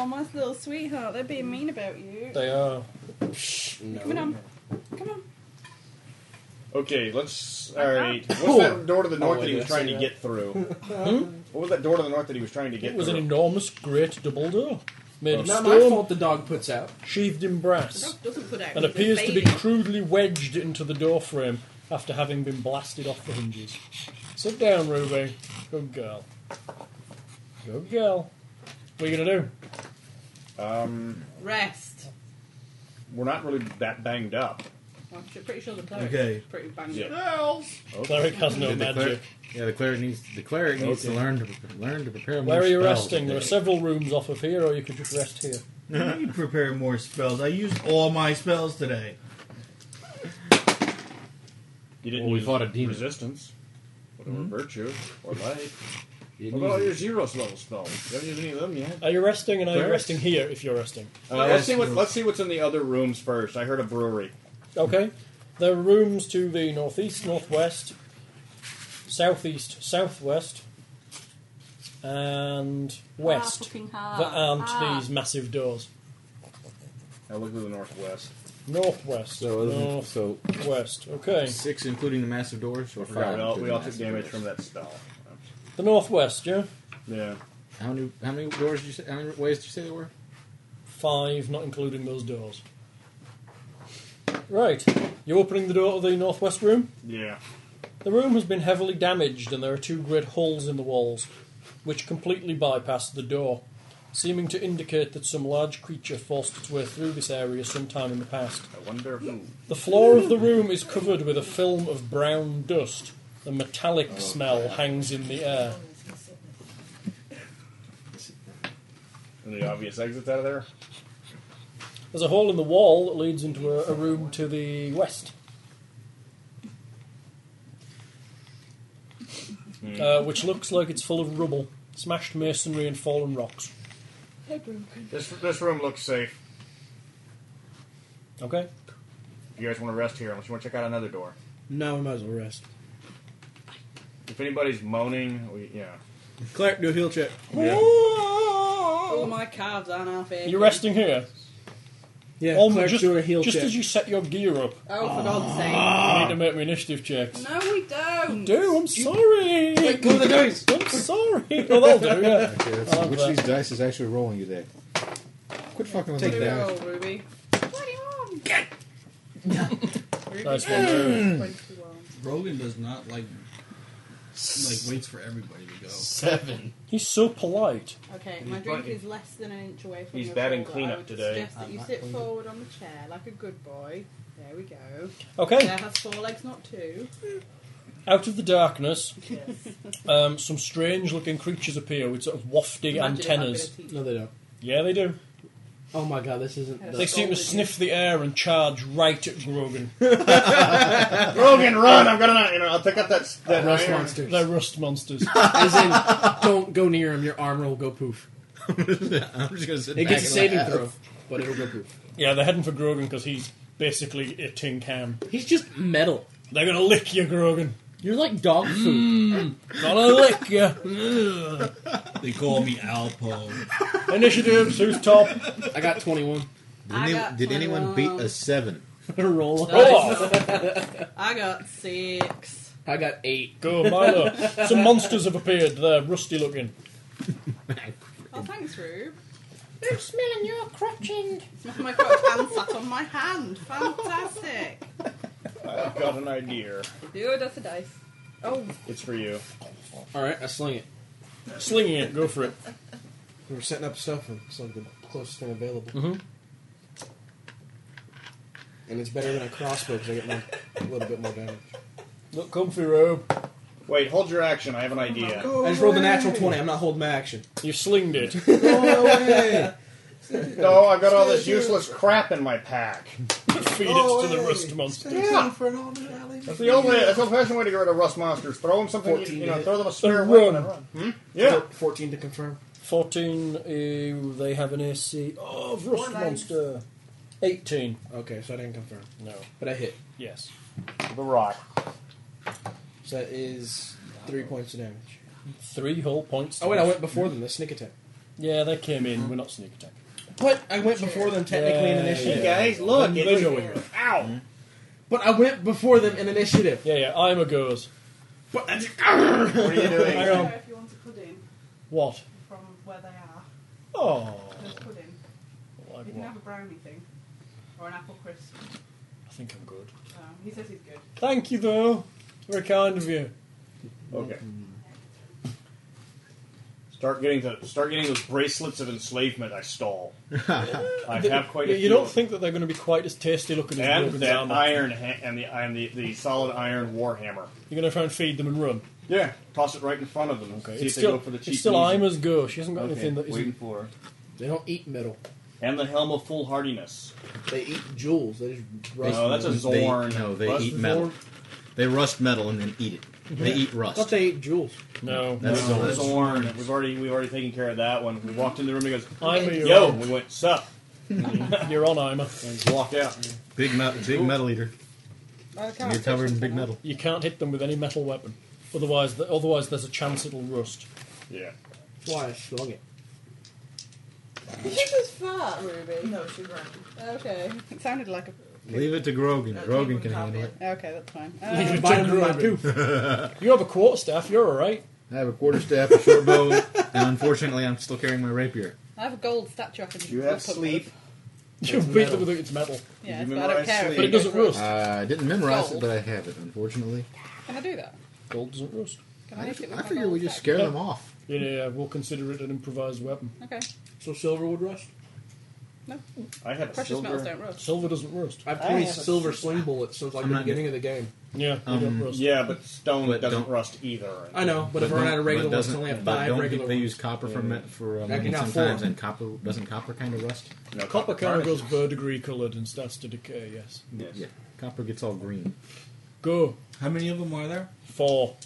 Oh, my little sweetheart, they're being mean about you.
They are.
Come on, come on.
Okay, let's. All right. What's
Cool.
that door to the
Oh,
north
I
that he was
didn't
trying
see
to
that.
get through?
Hmm?
What was that door to the north that he was trying to get
It was an
through?
enormous, great double door made of
Not
stone.
my fault the dog puts out.
sheathed in brass,
dog doesn't put out,
and
he's a
appears to be
baby.
crudely wedged into the doorframe after having been blasted off the hinges. Sit down, Ruby. Good girl. Good girl. What are you going to do?
Um,
Rest.
we're not really that banged up.
Well, I'm pretty sure the cleric's
Okay.
pretty banged
Yeah.
up.
Okay.
Cleric has no
The
magic.
cleric- yeah, the cleric needs the cleric needs to
Okay.
learn to pre- learn to prepare. more
Where are you
spells
resting? There are
today.
several rooms off of here, or you could just rest here.
I need to prepare more spells. I used all my spells today.
You didn't
Well, we
use
fought a demon.
resistance, whatever
Mhm.
virtue or light.
You
What
didn't
about all your
use
zero level spells? You haven't used any of them yet.
Are you resting, and are you
Clerics?
resting here if you're resting?
Uh, let's see what let's see what's in the other rooms first. I heard a brewery.
Okay. There are rooms to the northeast, northwest, southeast, southwest, and west
Ah, fucking hard.
that aren't
Ah.
these massive doors.
Now look to the northwest.
Northwest.
So, other than-
North-
so
west. Okay.
Six, including the massive doors, or
Yeah,
five.
we all-
including
we all
the
took
massive
damage
doors?
from that
spell.
The northwest, yeah.
Yeah.
How many how many doors did you say, how many ways did you say there were?
Five, not including those doors. Right. You opening the door to the northwest room?
Yeah.
The room has been heavily damaged, and there are two great holes in the walls, which completely bypass the door, seeming to indicate that some large creature forced its way through this area sometime in the past.
I wonder who.
The floor of the room is covered with a film of brown dust. A metallic smell hangs in the air.
And the obvious exits out of there?
There's a hole in the wall that leads into a, a room to the west, uh, which looks like it's full of rubble, smashed masonry, and fallen rocks.
This, this room looks safe.
Okay.
If you guys want to rest here, unless you want to check out another door.
No, we might as well rest.
If anybody's moaning, we, yeah.
Claire, do a heal check.
Oh, my calves aren't half aching.
You're resting here.
Yeah,
Claire's
just,
doing a heel
just
check.
as you set your gear up.
Oh, for God's
You need
sake.
to make me initiative checks.
No, we don't.
Ah. Do I'm sorry.
Wait, go to the dice.
I'm sorry. Oh, that'll do. Yeah.
Okay, let's
I
see.
love
Which
that.
of these dice is actually rolling you there? Quit fucking with
Take
my
the
dice.
roll, Ruby. 21. *laughs*
Nice one, Ruby.
Rogan does not like like waits for everybody to go.
Seven.
He's so polite.
Okay,
He's
my drink
batting-
is less than an inch away from
he's
your
batting
shoulder.
cleanup
I would
today.
Suggest that
I'm
you
not
sit
going to-
forward on the chair like a good boy. There we go.
Okay.
Chair has four legs, not two.
Out of the darkness,
Yes. *laughs*
um, some strange-looking creatures appear with sort of wafty
Imagine if I'd
antennas.
been a teacher.
No, they don't.
Yeah, they do.
Oh my god, this isn't.
They seem to sniff the air and charge right at Grogan.
Grogan, run! I'm gonna, you know, I'll pick up that that
Rust
iron.
monsters.
They're rust monsters.
As in, don't go near him. Your armor will go poof. I'm
just gonna
It gets
sit back
a
and
saving
laugh.
throw, but it'll go poof.
Yeah, they're heading for Grogan because he's basically a tin can.
He's just metal.
They're gonna lick you, Grogan.
You're like dog food.
Gonna lick you.
*laughs* They call me Alpo.
Initiatives, who's top?
I got *laughs* 21.
Did, any- did anyone beat a seven?
Roll
I got six.
I got eight.
Go, Milo. Some monsters have appeared. They're rusty looking.
Oh, thanks, Rube.
They're smelling your crotch end.
Smell my crotch and sat on my hand. Fantastic.
I've got an idea.
Do a dust of dice. Oh,
It's for you.
All right, I sling it.
Slinging it. Go for it.
We were setting up stuff, and it's like the closest thing available.
Mhm.
And it's better than a crossbow because I get my, a little bit more damage.
Look comfy, Robe.
Wait, hold your action. I have an idea.
I just rolled a natural 20. I'm not holding my action.
You slinged it. *laughs*
Go away!
No, I've got all this useless crap in my pack.
Feed
Go
it to the
away.
rust monsters.
Yeah.
For an old alley.
That's the old way. That's the old-fashioned way to get rid of rust monsters. Throw them something. You,
14
you know,
to
throw
hit.
them a spare
And
weapon
run.
and run. Hmm? Yeah.
14 to confirm.
14, uh, they have an AC of Rust Monster. 18.
Okay, so I didn't confirm.
No.
But I hit.
Yes.
The rock.
So that is three points of damage.
Three whole points.
Oh, wait, I went before them. The sneak attack.
Yeah, they came
Mm-hmm.
in. We're not sneak attack.
But I went before them technically in
Yeah,
initiative.
yeah.
Hey guys, look,
They
it's-
know where you're
Ow!
But I went before them in initiative.
Yeah, yeah, I'm a goes.
But I just,
What are you
Hang
doing?
on.
if you want a pudding
What?
from where they are,
Oh.
there's pudding.
Like
You can
what?
have a brownie thing or an apple crisp.
I think I'm good.
Um, he says he's good.
Thank you, though. Very kind of you.
*laughs* Okay. Hmm. Start getting the start getting those bracelets of enslavement. I
*laughs*
stole. I
They-
have quite a
you,
few.
you don't
of them.
think that they're going to be quite as tasty looking as
and
Brogan's
that
armor.
iron ha- and the and the, the solid iron warhammer.
You're going to try and feed them and run.
Yeah, toss it right in front of them. and
Okay.
See
It's
if they
still,
go for the cheap.
it's still
and easy.
I'm as go. She hasn't got anything that
waiting
isn't.
for. her.
they don't eat metal.
And the helm of foolhardiness.
They eat jewels. They just rust.
No, Oh, that's a Zorn.
They, no, they
Rust
eat metal.
Zorn?
They rust metal and then eat it. They eat
I
rust.
thought Mhm. they ate jewels.
No.
That's
No, Zorn.
Zorn.
We've already we've already taken care of that one. We walked in the room. He goes,
I'm a
"Yo," we went, "Sup,"
You're on armor.
and walked out.
Big metal, big metal eater.
I
You're covered in big metal.
You can't hit them with any metal weapon. Otherwise, th- otherwise there's a chance it'll rust.
Yeah.
That's why I slung it.
She was fat, Ruby. No, she was round. Okay. It sounded like a
Leave it to Grogan.
Uh,
Grogan can handle it.
Okay,
*laughs*
that's fine.
You
Uh,
took Grogan. *laughs* you have a quarterstaff, you're alright.
I have a quarterstaff, a short bow, *laughs* and unfortunately, I'm still carrying my rapier.
I have a gold statue I can
You have
put
sleep.
with.
You beat them with it, it's metal.
Yeah, it's- but I don't care.
But
if
it uh,
you
doesn't
go for
rust.
I didn't memorize
Gold.
it, but I have it, unfortunately.
Can I do that?
Gold doesn't rust.
Can I, hit it with
I
my
figure
gold
we just
staff?
scare them off.
Yeah, yeah, yeah, we'll consider it an improvised weapon.
Okay.
So silver would rust?
No.
I have
Precious silver- metals don't rust.
Silver doesn't rust.
I've I 20 have a- silver sling bullets since, like, I'm the not- beginning of the game.
Yeah, they don't rust.
Um, Yeah, but stone
But
doesn't
don't-
rust either.
I know, but if I run
don't-
out of regular
but
ones, I
doesn't-
only have
but
five
don't
regular
They
ones.
use copper
Yeah.
for me- for um,
Actually, not four.
sometimes, and copper doesn't copper kind of rust.
Copper kind of goes verdigris coloured and starts to decay, yes.
Yeah, copper gets all green.
Go.
How many of them are there?
Four.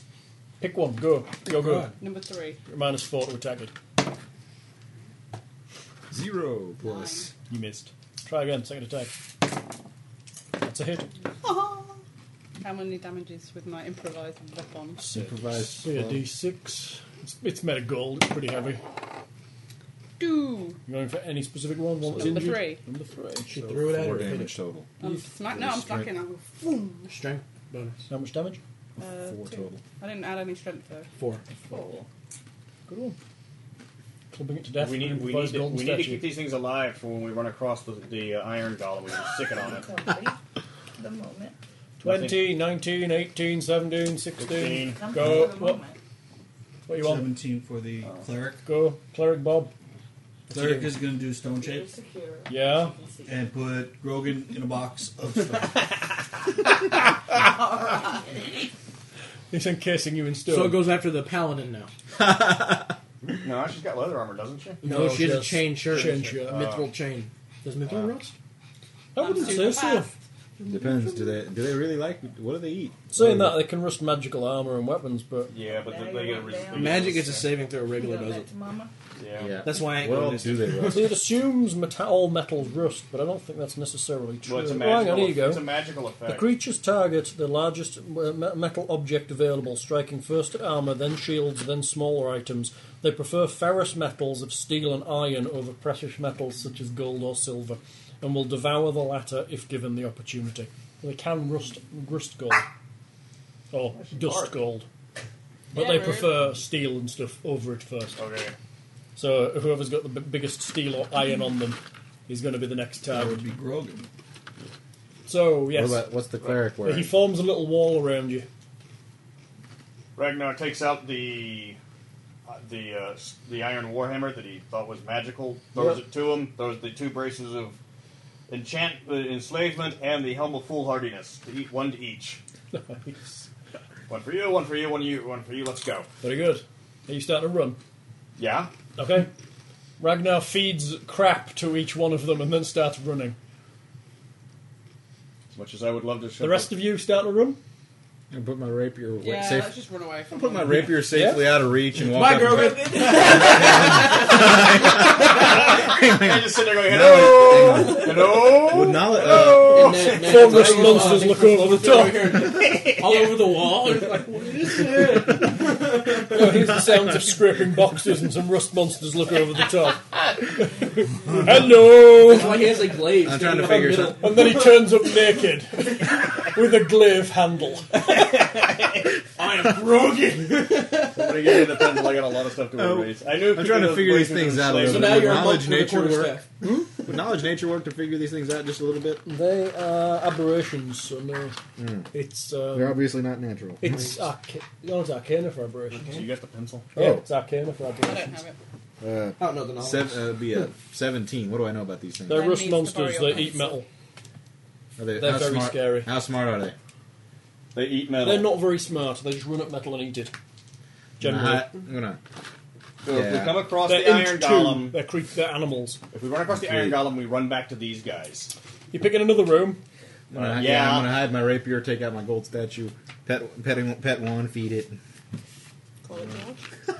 Pick one, go. You're good.
God.
Number three.
Minus four to attack it.
Zero plus.
You missed. Try again, second attack. That's a hit.
How many damages with my improvised weapon?
Improvised.
Yeah,
Well-
D6. It's, it's made of gold, it's pretty heavy.
Do.
You going for any specific one? one that's
Number
injured?
three.
Number three.
She threw it at
four
her
damage
finish.
total.
I'm
Yes.
smack. No, I'm
Strength.
smacking. I'm boom.
Strength bonus.
How much damage?
Uh,
Four
two.
total.
I didn't add any strength though.
Four.
Four.
Good one. Clubbing it to death.
we
with
need,
an
we, need
improvised
to,
golden
we need to
statue.
keep these things alive for when we run across the, the uh, iron golem. We just sick it on it.
The moment.
20, 19, 18, 17, 16.
Something
Go.
for the
What,
moment.
what you want?
17 for the cleric.
Go. Cleric Bob.
Cleric is going to do stone shapes
Yeah. *laughs*
and put Grogan in a box of stone.
He's encasing you in stone.
So it goes after the paladin now.
No, she's got leather armor, doesn't she?
No, she has a
yes.
chain shirt. Uh,
Chain shirt.
A mithril chain. Does mithril rust?
I wouldn't say so.
Depends. Do they do they really like? What do they eat?
Saying that, they can rust magical armor and weapons, but.
Yeah, but they, they get a resistance.
Magic is a saving throw. Regular
Don't
doesn't.
let Mama.
Yeah.
That's why I ain't *laughs*
Well,
gonna do
do they rust?
See, it assumes meta- all metals rust, but I don't think that's necessarily true.
Well, it's a
Oh,
magical,
hang on, here you go.
It's a magical effect.
The creatures target the largest uh, me- metal object available, striking first at armour, then shields, then smaller items. They prefer ferrous metals of steel and iron over precious metals such as gold or silver, and will devour the latter if given the opportunity. They can rust, rust gold. Or dust gold. But
Yeah,
they
rude.
prefer steel and stuff over it first.
Okay.
So whoever's got the b- biggest steel or iron on them is going to be the next
that
target.
would be Grogan.
So, yes.
What about, what's the cleric wearing?
He forms a little wall around you.
Ragnar takes out the uh, the uh, s- the iron warhammer that he thought was magical, throws
Yep.
it to him, throws the two braces of enchant uh, enslavement and the helm of foolhardiness. To eat one to each.
Nice.
One for you, one for you, one for you, one for you. Let's go.
Very good. Are you starting to run?
Yeah.
Okay. Ragnar feeds crap to each one of them and then starts running.
As much as I would love to.
The rest of you start to run?
I put my rapier away-
Yeah,
safe.
let's just run away from
put my
them.
rapier safely out of reach and walk
Bye,
up
*laughs*
and
Grogan.
back.
I just sit there going, hello, hello.
Would not let-
*laughs*
hello.
Formless monsters look over the top.
All over the wall. It's like, what is it?
No, here's *laughs* the sounds of scraping boxes and some rust monsters look over the top. Hello!
That's why he has *laughs* a glaive.
I'm trying
sticking
to
up
figure
the
something.
middle.
And then he turns up naked with a glaive handle.
I am Grogan.
Somebody give me the pencil. I got a lot of stuff to erase. I knew
I'm trying to
those
figure these
braces of
things out a
enslavement-
So
little
now
bit. Would
you're a monk
knowledge
with a
nature work?
quarterstaff.
Would knowledge nature work to figure these things out just a little bit?
They are aberrations, so no. It's.
They're
Um,
obviously not natural.
it's arca- no, it's arcana for aberrations.
So you got the pencil.
Yeah,
Oh.
it's arcana for
I don't
aberrations.
have it.
Uh,
I don't know the knowledge.
seven, uh, it'd be a 17. What do I know about these things?
They're
That
rust
needs to
monsters.
borrow
They
your
eat metal.
Are they,
They're
how
very
smart-
scary.
How smart are they?
They eat metal.
They're not very smart. They just run up metal and eat it. Generally,
I, am gonna.
So if we
Yeah.
come across
they're
the iron
into two.
golem,
They're, creep- they're animals.
if we run across the iron golem, we run back to these guys.
You pick in another room.
I'm gonna
Uh,
hide-
yeah.
I'm gonna hide my rapier, take out my gold statue, pet, pet, pet one, feed it.
Call it George.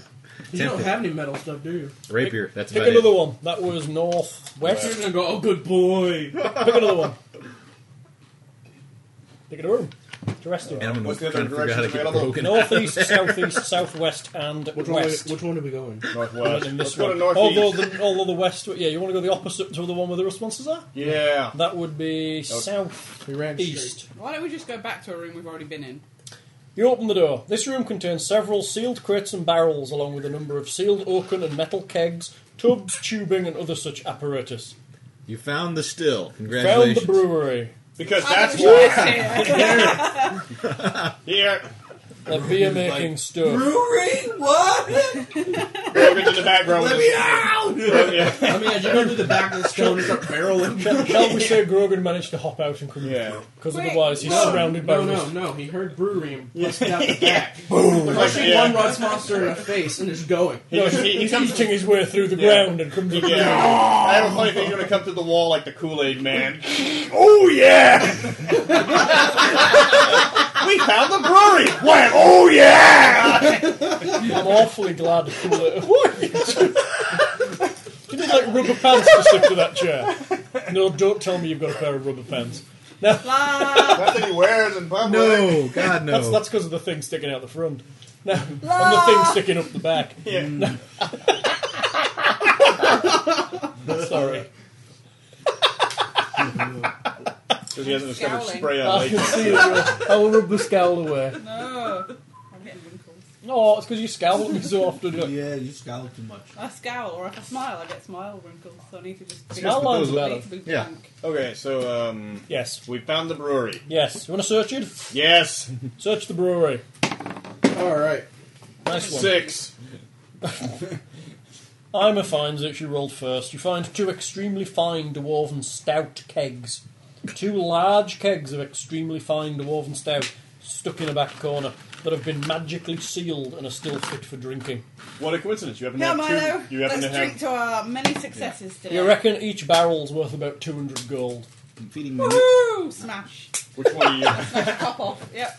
You don't have any metal stuff, do you?
Rapier. That's
Pick
about
another
it.
one. That was north
You're
west.
gonna
*laughs*
go, oh, good boy.
pick another one. Pick another room. The rest of
And I'm
it.
What's the other trying to figure out how to directions keep available? broken.
Northeast, southeast, southwest, and
Which one are we-
west.
which one are we going?
Northwest.
Let's go to northeast.
Although the, although the west, yeah, you want to go the opposite to the one where the responses are.
Yeah.
that would be
That would-
south,
*laughs*
east.
Why don't we just go back to a room we've already been in?
You open the door. This room contains several sealed crates and barrels, along with a number of sealed oaken and metal kegs, tubs, tubing, and other such apparatus.
You found the still.
Found
Congratulations.
the brewery.
Because I
Oh,
that's
*laughs*
why- Here.
The beer making stuff.
Brewery? What? Morgan's in the background. Oh, Let me *laughs* out!
I mean, as you go to the back of the stone and start barreling.
*laughs*
Shall, shall we say Grogan managed to hop out and come Yeah. Because
Wait,
otherwise he's
no,
surrounded by
no, no,
rust.
no. He heard brewery and busted
Yeah.
out the *laughs* back,
Boom.
punching
Yeah.
one rust monster in the face and is going.
No, *laughs* he's, he's eating his way through the ground and comes up.
Yeah. I have a funny thing. You're gonna come through the wall like the Kool Aid Man.
Oh yeah!
*laughs* we found the brewery.
Wham! Oh yeah!
I'm awfully glad to pull it. *laughs* What? you did like rubber pants to stick to that chair. No, don't tell me you've got a pair of rubber pants. No.
That's what he wears in public.
No, God, no.
That's that's because of the thing sticking out the front. *laughs* No, and the thing sticking up the back.
Yeah.
No. *laughs* Sorry.
Because he hasn't discovered
Scowling.
spray on
I *laughs* can
latex.
see it. I will rub the scowl away.
No. I'm getting wrinkles.
No, it's because you scowl at me so often.
yeah, you scowl too much.
I scowl, or if I smile, I get smile wrinkles, so I need to just...
Smile lines are better.
Yeah.
Okay, so um,
yes,
we found the brewery.
Yes. You want to search it?
Yes.
Search the brewery.
All right.
Nice one.
Six.
Ima finds it. She rolled first. You find two extremely fine dwarven stout kegs. Two large kegs of extremely fine dwarven stout stuck in a back corner that have been magically sealed and are still fit for drinking.
What a coincidence! You happen
Now, Milo,
you happen to
let's
have-
drink to our many successes today.
You reckon each barrel's worth about 200 gold.
I'm feeding
Woo! Smash.
Which one are you?
Smash top off. Yep.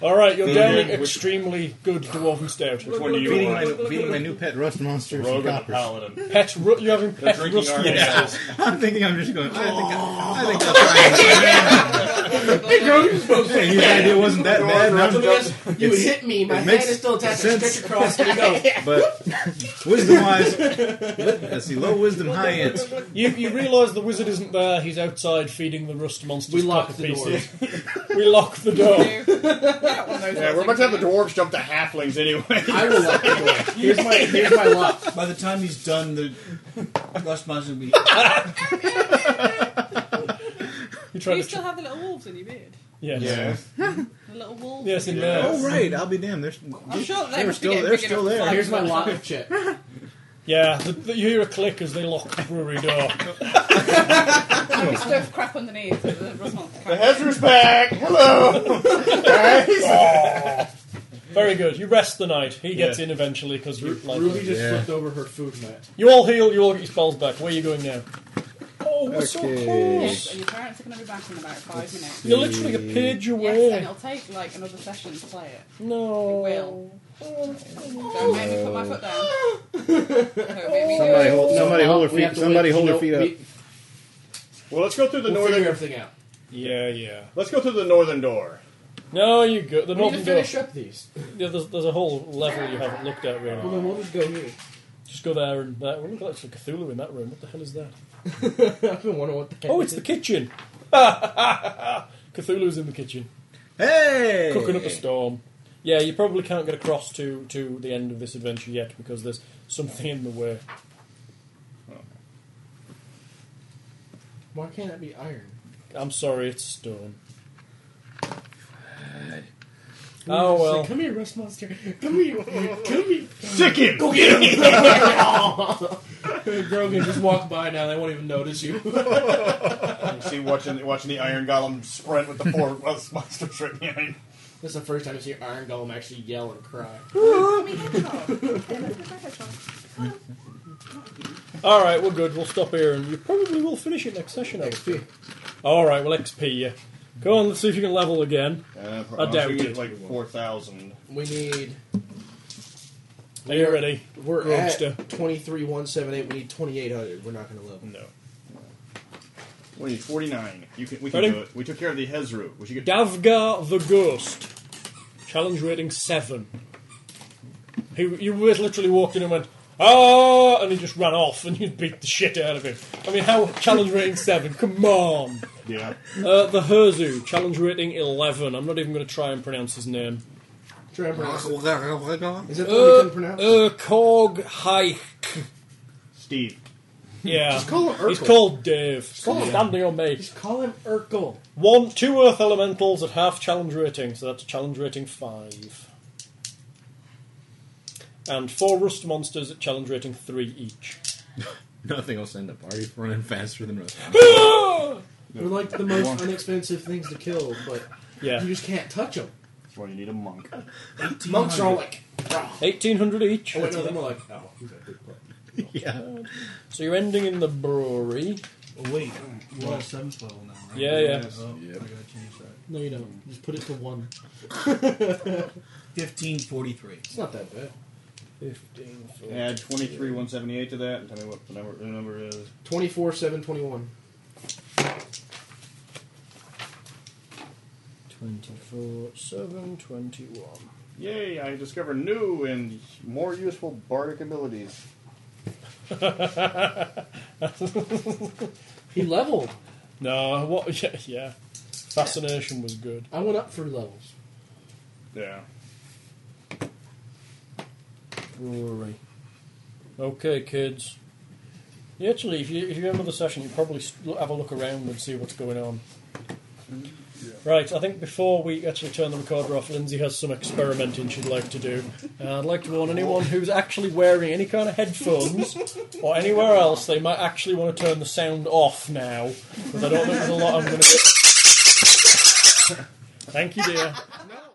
Alright, you're
Feeding
downing
my- which-
extremely good dwarven stout.
Mm-hmm. Which one do you Feeding want? my- feeding my new pet rust monster some Rogue and coppers. Paladin.
Pet ru- you're having
They're
pet
drinking
rust
our
monsters.
asses. *laughs* I'm thinking I'm just going. I think I, I think
Hey,
that's fine. hey, his idea wasn't that bad.
Let me
Nothing.
ask- You
It's-
hit me. My
it
hand
makes
is still attached. I
sense.
stretch across. Here *laughs* you go.
But wisdom wise, let's see, low wisdom, high ends.
You, you realise the wizard isn't there, he's outside feeding the rust monsters. We lock
the door.
pieces. *laughs* we lock the door.
*laughs*
yeah, we're about to have the dwarves jump to halflings *laughs* anyway.
I will lock the door.
Here's my here's my lock.
By the time he's done, the rust monster will be.
you *laughs*
Do you still have the little wolves in your beard?
Yes.
The little wolves. in your
Oh
beard.
right, I'll be damned. They're,
I'm sure they
they were
must be
still.
getting
They're
big
still
enough to
there.
fight. Here's my lock.
Check.
Yeah, the, the, you hear a click as they lock the brewery door.
I'll be stuffed crap underneath. so The rust monster
The Hezra's back. Hello.
Very good. You rest the night. He gets
Yeah.
in eventually because you like
Ruby just
Yeah.
flipped over her food mat.
You all heal. You all get your spells back. Where are you going now? Oh,
we're so Okay.
Yes, and your parents are going to be back in about five minutes.
You're literally a page away.
Yes, and it'll take like another session to play it.
No.
It will. Don't make me put my
*laughs*
foot down. Don't make me do
Somebody
it.
hold. Somebody
No,
hold her
we have
feet.
to
Somebody
wait.
hold her
No,
feet up.
we-
Well, let's go through the
We'll
northern.
figure everything out.
Yeah, yeah.
Let's go through the northern door.
No, you go.
We
The
need
northern
to finish
door.
up these.
Yeah, there's, there's a whole level you haven't looked at really.
Well, then we'll just go *laughs* here.
Just go there and there. Well, look, that's like Cthulhu in that room. What the hell is that?
I've been wondering what the heck
Oh,
it
it's
is.
the kitchen. *laughs* Cthulhu's in the kitchen.
Hey!
Cooking up a storm. Yeah, you probably can't get across to, to the end of this adventure yet because there's something in the way.
Why can't that be iron?
I'm sorry, it's stone.
Ooh,
Oh
it's
well.
like, Come here, rust monster. Come here. Come here.
Sick him.
Go get
*laughs*
him. Grogan just walk by now. They won't even notice you.
You see, watching watching the Iron Golem sprint with the four *laughs* rust monsters right behind.
That's the first time I see Iron Golem actually yell and cry.
*laughs*
All right, we're good. We'll stop here, and you probably will finish it next session. XP. All right, we'll XP you. Go on, let's see if you can level again.
Uh,
I doubt
it's
it.
like four thousand.
We need.
Are you ready?
We're
Grogster?
at twenty three one seven eight. We need twenty eight hundred. We're not going to level.
No.
What are you? Forty nine. You can. We
Ready?
can do it. We took care of the Hezru. We should get
Davgar the Ghost. Challenge rating 7. He, you was literally walked in and went, ah, and he just ran off and you beat the shit out of him. I mean, how? Challenge rating 7, come on.
*laughs* Yeah.
Uh, the Herzu, challenge rating 11. I'm not even going to try and pronounce his name.
Try and pronounce it. Is that the one you
Uh,
couldn't pronounce?
uh, Korg Haik.
Steve.
Yeah.
Just call him Urkel.
He's called Dave.
call him-
Standing on me.
Just call him Urkel.
One, two Earth Elementals at half challenge rating, so that's a challenge rating five. And four Rust Monsters at challenge rating three *laughs* each.
Nothing will send up. Are you running faster than us?
They're like the most inexpensive things to kill, but
Yeah.
you just can't touch them.
That's why you need a monk.
Monks Oh, are all like, "Rah."
eighteen hundred each.
Oh wait, no, them are like, oh, you got big butt.
Yeah. So you're ending in the brewery.
Oh, wait, you're all seventh level now, right?
Yeah, yeah.
Oh, I
Yep.
gotta change that.
No, you don't. Just put it to one.
Fifteen forty-three.
It's not that bad.
Fifteen.
Add twenty three one seventy eight to that, and tell me what the number the number is.
Twenty-four, seven, twenty-one.
Twenty-four, seven, twenty-one.
Yay! I discover new and more useful bardic abilities.
He leveled.
No, what? *laughs* Yeah, yeah. Fascination was good.
I went up three levels.
Yeah.
Brewery. Okay, kids. Yeah, actually, if you, if you have another session, you probably s- lo- have a look around and see what's going on. Right, I think before we actually turn the recorder off, Lindsay has some experimenting she'd like to do. And I'd like to warn anyone who's actually wearing any kind of headphones or anywhere else, they might actually want to turn the sound off now. Because I don't think there's a lot I'm going to. Thank you, dear.
No.